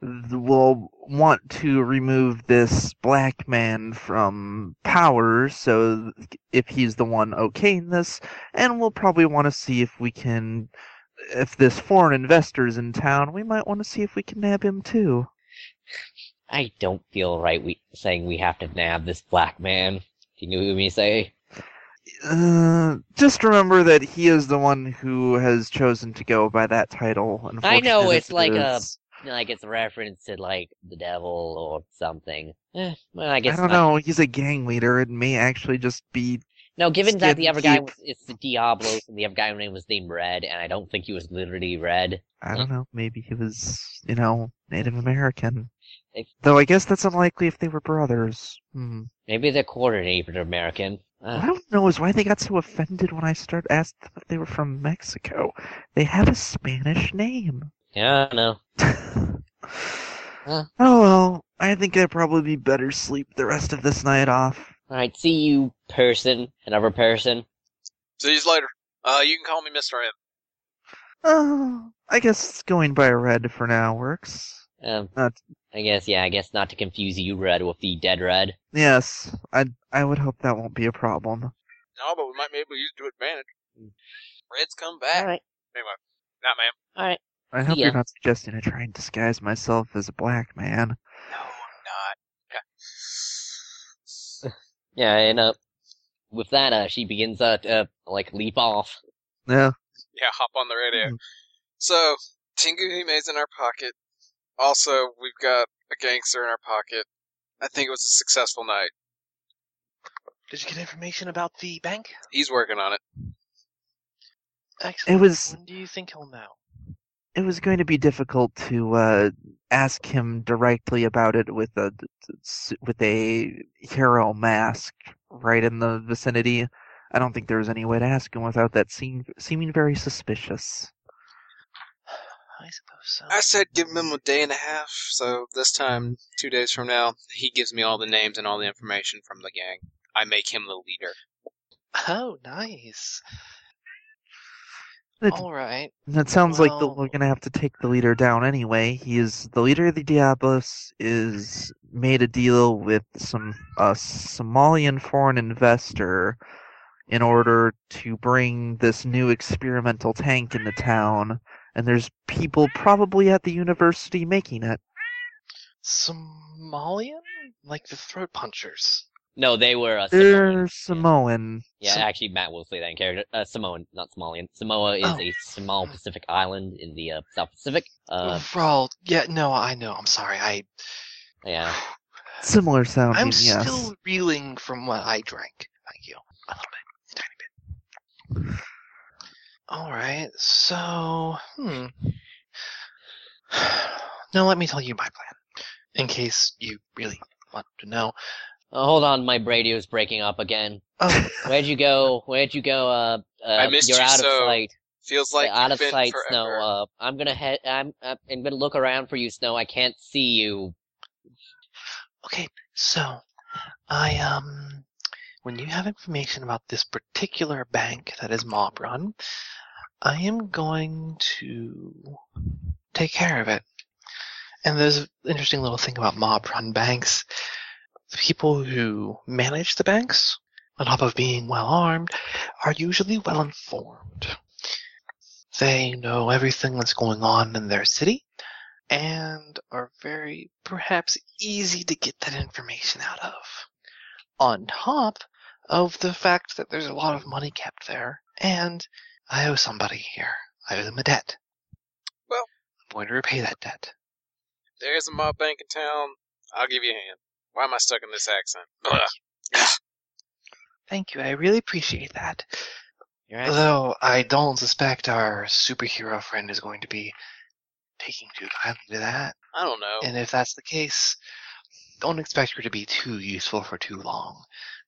C: th- will want to remove this black man from power so th- if he's the one okaying this and we'll probably want to see if we can if this foreign investor is in town we might want to see if we can nab him too
A: I don't feel right we saying we have to nab this black man. Do you know what I mean? Say
C: uh, just remember that he is the one who has chosen to go by that title
A: I know,
C: unfortunate
A: it's
C: as it
A: like a-
C: is.
A: like it's a reference to like the devil or something. Eh, well, I
C: I
A: guess
C: don't
A: not.
C: know. He's a gang leader. It may actually just be
A: No, given that the
C: Skin
A: other guy
C: deep.
A: was it's the Diablos and the other guy's name was named Red, and I don't think he was literally Red.
C: I don't know. Maybe he was, you know, Native American.
A: If-
C: Though I guess that's unlikely if they were brothers. Hmm.
A: Maybe they're quarter Native American.
C: What I
A: Uh,
C: don't know is why they got so offended when I start asked them if they were from Mexico. They have a Spanish name.
A: yeah, I don't know.
C: Oh well, I think I'd probably be better sleep the rest of this night off.
A: All right, see you, person, another person.
D: See you later. Uh, you can call me Mister M.
C: Oh, I guess going by red for now works.
A: Um,
C: Uh,
A: I guess, yeah, I guess not to confuse you, Red, with the dead Red.
C: Yes, I I would hope that won't be a problem.
D: No, but we might be able to use it to advantage. Red's come back.
A: Alright.
D: Anyway, not ma'am.
C: I hope
A: Yeah.
C: you're not suggesting I try and disguise myself as a black man.
D: No, I'm not. Okay.
A: Yeah, and, uh, with that, uh, she begins, uh, to, uh, like, leap off.
C: Yeah.
D: Yeah, hop on the radio.
C: Hmm.
D: So, Tingu Hime's in our pocket. Also, we've got a gangster in our pocket. I think it was a successful night.
B: Did you get information about the bank?
D: He's working on it.
B: Excellent.
C: was-
B: When do you think he'll know?
C: It was going to be difficult to uh, ask him directly about it with a with a hero mask right in the vicinity. I don't think there was any way to ask him without that seem, seeming very suspicious.
B: I suppose so.
D: I said give him a day and a half, so this time, two days from now, he gives me all the names and all the information from the gang. I make him the leader.
B: Oh, nice.
C: It,
B: All right.
C: and it sounds like the,
B: well-
C: we're going to have to take the leader down anyway. He is the leader of the Diablos. Is made a deal with some a Somalian foreign investor in order to bring this new experimental tank into town, and there's people probably at the university making it.
B: Somalian? like the throat punchers.
A: No, they were
B: Uh,
A: a Samoan.
C: They're Samoan.
A: Yeah,
B: Sam-
A: actually, Matt will say that in character. Uh, Samoan, not Somalian. Samoa is
B: Oh.
A: a small Pacific island in the uh, South Pacific. Uh,
B: Overall, yeah, no, I know. I'm sorry. I Oh.
A: yeah.
C: Similar sounding,
B: I'm
C: yes.
B: still reeling from what I drank. Thank you. A little bit, a tiny bit. All right. So, hmm. Now let me tell you my plan, in case you really want to know.
A: Oh, hold on, my radio's breaking up again.
B: Oh,
A: Where'd you go? Where'd you go? Uh, uh
G: I missed
A: you're
G: you
A: out
G: so
A: of sight.
G: Feels like
A: Yeah, out
G: you've
A: of
G: been
A: sight, Snow.
G: forever.
A: Uh, I'm gonna head. I'm. I'm gonna look around for you, Snow. I can't see you.
B: okay. So, I um, when you have information about this particular bank that is mob run, I am going to take care of it. And there's an interesting little thing about mob run banks. The people who manage the banks, on top of being well armed, are usually well informed. They know everything that's going on in their city and are very, perhaps, easy to get that information out of. On top of the fact that there's a lot of money kept there, and I owe somebody here. I owe them a debt.
G: Well-
B: I'm going to repay that debt.
G: There's a mob bank in town. I'll give you a hand. Why am I stuck in this accent? Ugh.
B: Thank you. I really appreciate that.
A: You're actually-
B: Though I don't suspect our superhero friend is going to be taking too kindly to that.
G: I don't
D: Oh.
G: know.
B: And if that's the case, don't expect her to be too useful for too long.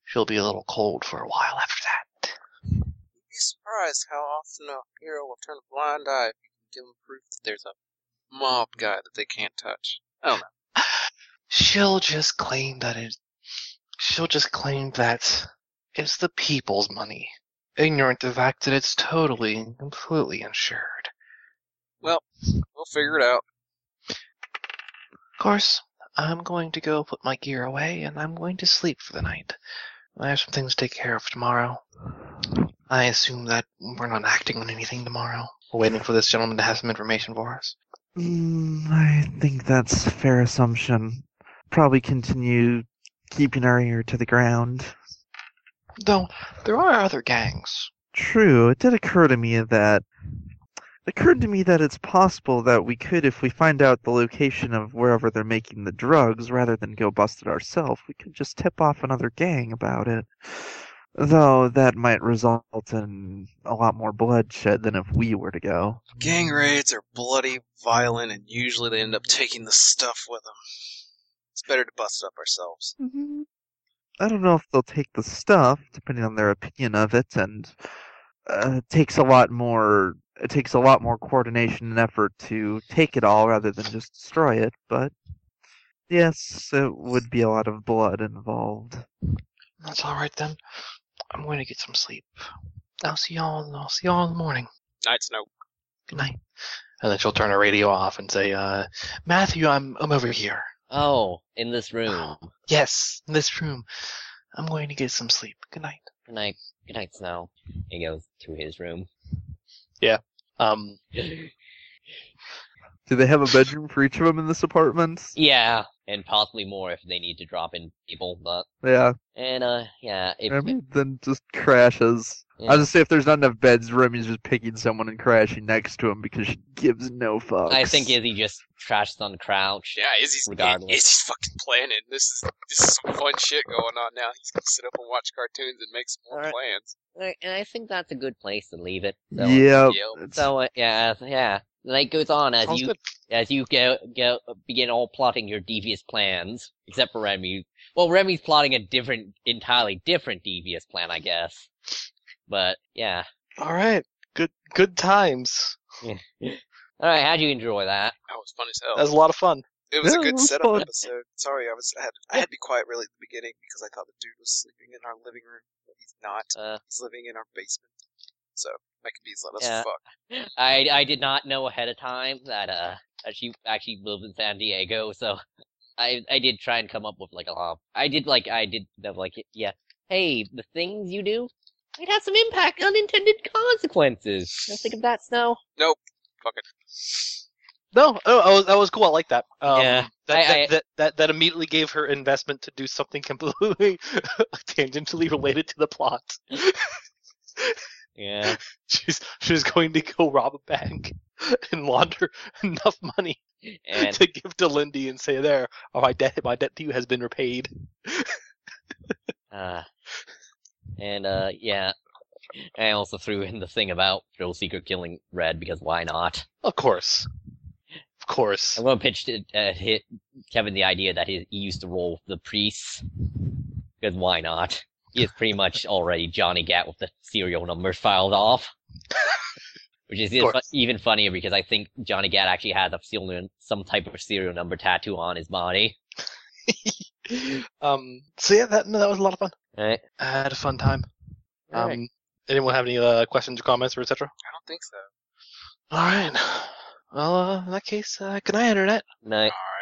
B: She'll be a little cold for a while after that.
G: You'd be surprised how often a hero will turn a blind eye if you can give them proof that there's a mob guy that they can't touch.
B: She'll just claim that it. She'll just claim that it's the people's money, ignorant of the fact that it's totally and completely insured.
G: We'll figure it out.
B: Of course, I'm going to go put my gear away and I'm going to sleep for the night. I have some things to take care of tomorrow. I assume that we're not acting on anything tomorrow. We're waiting for this gentleman to have some information for us.
C: Mm, I think that's a fair assumption. Probably continue keeping our ear to the ground.
B: Though, there are other gangs.
C: True, it did occur to me that it occurred to me that it's possible that we could, if we find out the location of wherever they're making the drugs, rather than go bust it ourselves, we could just tip off another gang about it. Though that might result in a lot more bloodshed than if we were to go.
G: Gang raids are bloody, violent, and usually they end up taking the stuff with them. It's better to bust it up ourselves.
C: I don't know if they'll take the stuff, depending on their opinion of it, and uh, it takes a lot more. It takes a lot more coordination and effort to take it all rather than just destroy it. But yes, it would be a lot of blood involved.
B: That's alright then. I'm going to get some sleep. I'll see y'all, I'll see y'all in the morning.
G: Night snow.
B: Good night. And then she'll turn her radio off and say, uh, Matthew, I'm, I'm over here.
A: oh, in this room.
B: Yes, in this room. I'm going to get some sleep. Good night.
A: Good night. Good night, Snow. He goes to his room.
E: Um,
C: Do they have a bedroom for each of them in this apartment?
A: Yeah, and possibly more if they need to drop in people. But
C: Yeah,
A: and uh, yeah, if
C: I mean, then just crashes.
A: yeah.
C: I'll just say if there's not enough beds, Remy's just picking someone and crashing next to him because she gives no fucks.
A: I think Izzy just trashed on Crouch.
G: Yeah, Izzy's
A: Regardless.
G: Izzy's fucking planning. This is this is some fun shit going on now. He's gonna sit up and watch cartoons and make some more
A: Alright.
G: plans.
A: I- Uh, And I think that's a good place to leave it. So, uh,
C: Yeah.
G: Yep.
A: So uh, yeah, yeah. The night goes on as
B: Sounds
A: you
B: good.
A: as you go go begin all plotting your devious plans, except for Remy. Well, Remy's plotting a different, entirely different devious plan, I guess. But yeah.
E: all right, good good times.
A: All right, how'd you enjoy that?
G: That was fun as hell.
E: That was a lot of fun.
G: It was
C: Yeah,
G: a
C: it
G: good
C: was
G: setup
C: fun.
G: episode. Sorry, I was I had, I had to be quiet really at the beginning because I thought the dude was sleeping in our living room, but he's not.
A: Uh.
G: he's living in our basement. So my computer's let us
A: Yeah.
G: fuck.
A: I I did not know ahead of time that uh that she actually lived in San Diego, so I I did try and come up with like a lot. I did like I did that like yeah. Hey, the things you do might have some impact, unintended consequences. Don't think of that, Snow.
G: Fuck it.
B: No, oh, I was, that was cool. I like that. Um,
A: Yeah.
B: That,
A: I-
B: that,
A: I-
B: that, that that immediately gave her investment to do something completely tangentially related to the plot.
A: Yeah.
B: She's she's going to go rob a bank and launder enough money
A: And
B: to give to Lindy and say, "There, oh, my debt my debt to you has been repaid."
A: uh, and uh, yeah. I also threw in the thing about Joe Secret killing Red because why not?
B: Of course, of course.
A: I'm gonna pitch it uh, hit Kevin the idea that he, he used to roll with the priests because why not? He is pretty much already Johnny Gat with the serial numbers filed off, which is even, fu-
B: course.
A: even funnier because I think Johnny Gat actually has a serial, some type of serial number tattoo on his body.
B: um. So yeah, that no, that was a lot of fun.
A: Right?
B: I had a fun time. Um.
D: Alright.
B: Anyone have any uh, questions or comments or etc.?
D: I don't think so.
B: All right. Well, uh, in that case, uh, good night, internet.
A: No,
D: All right.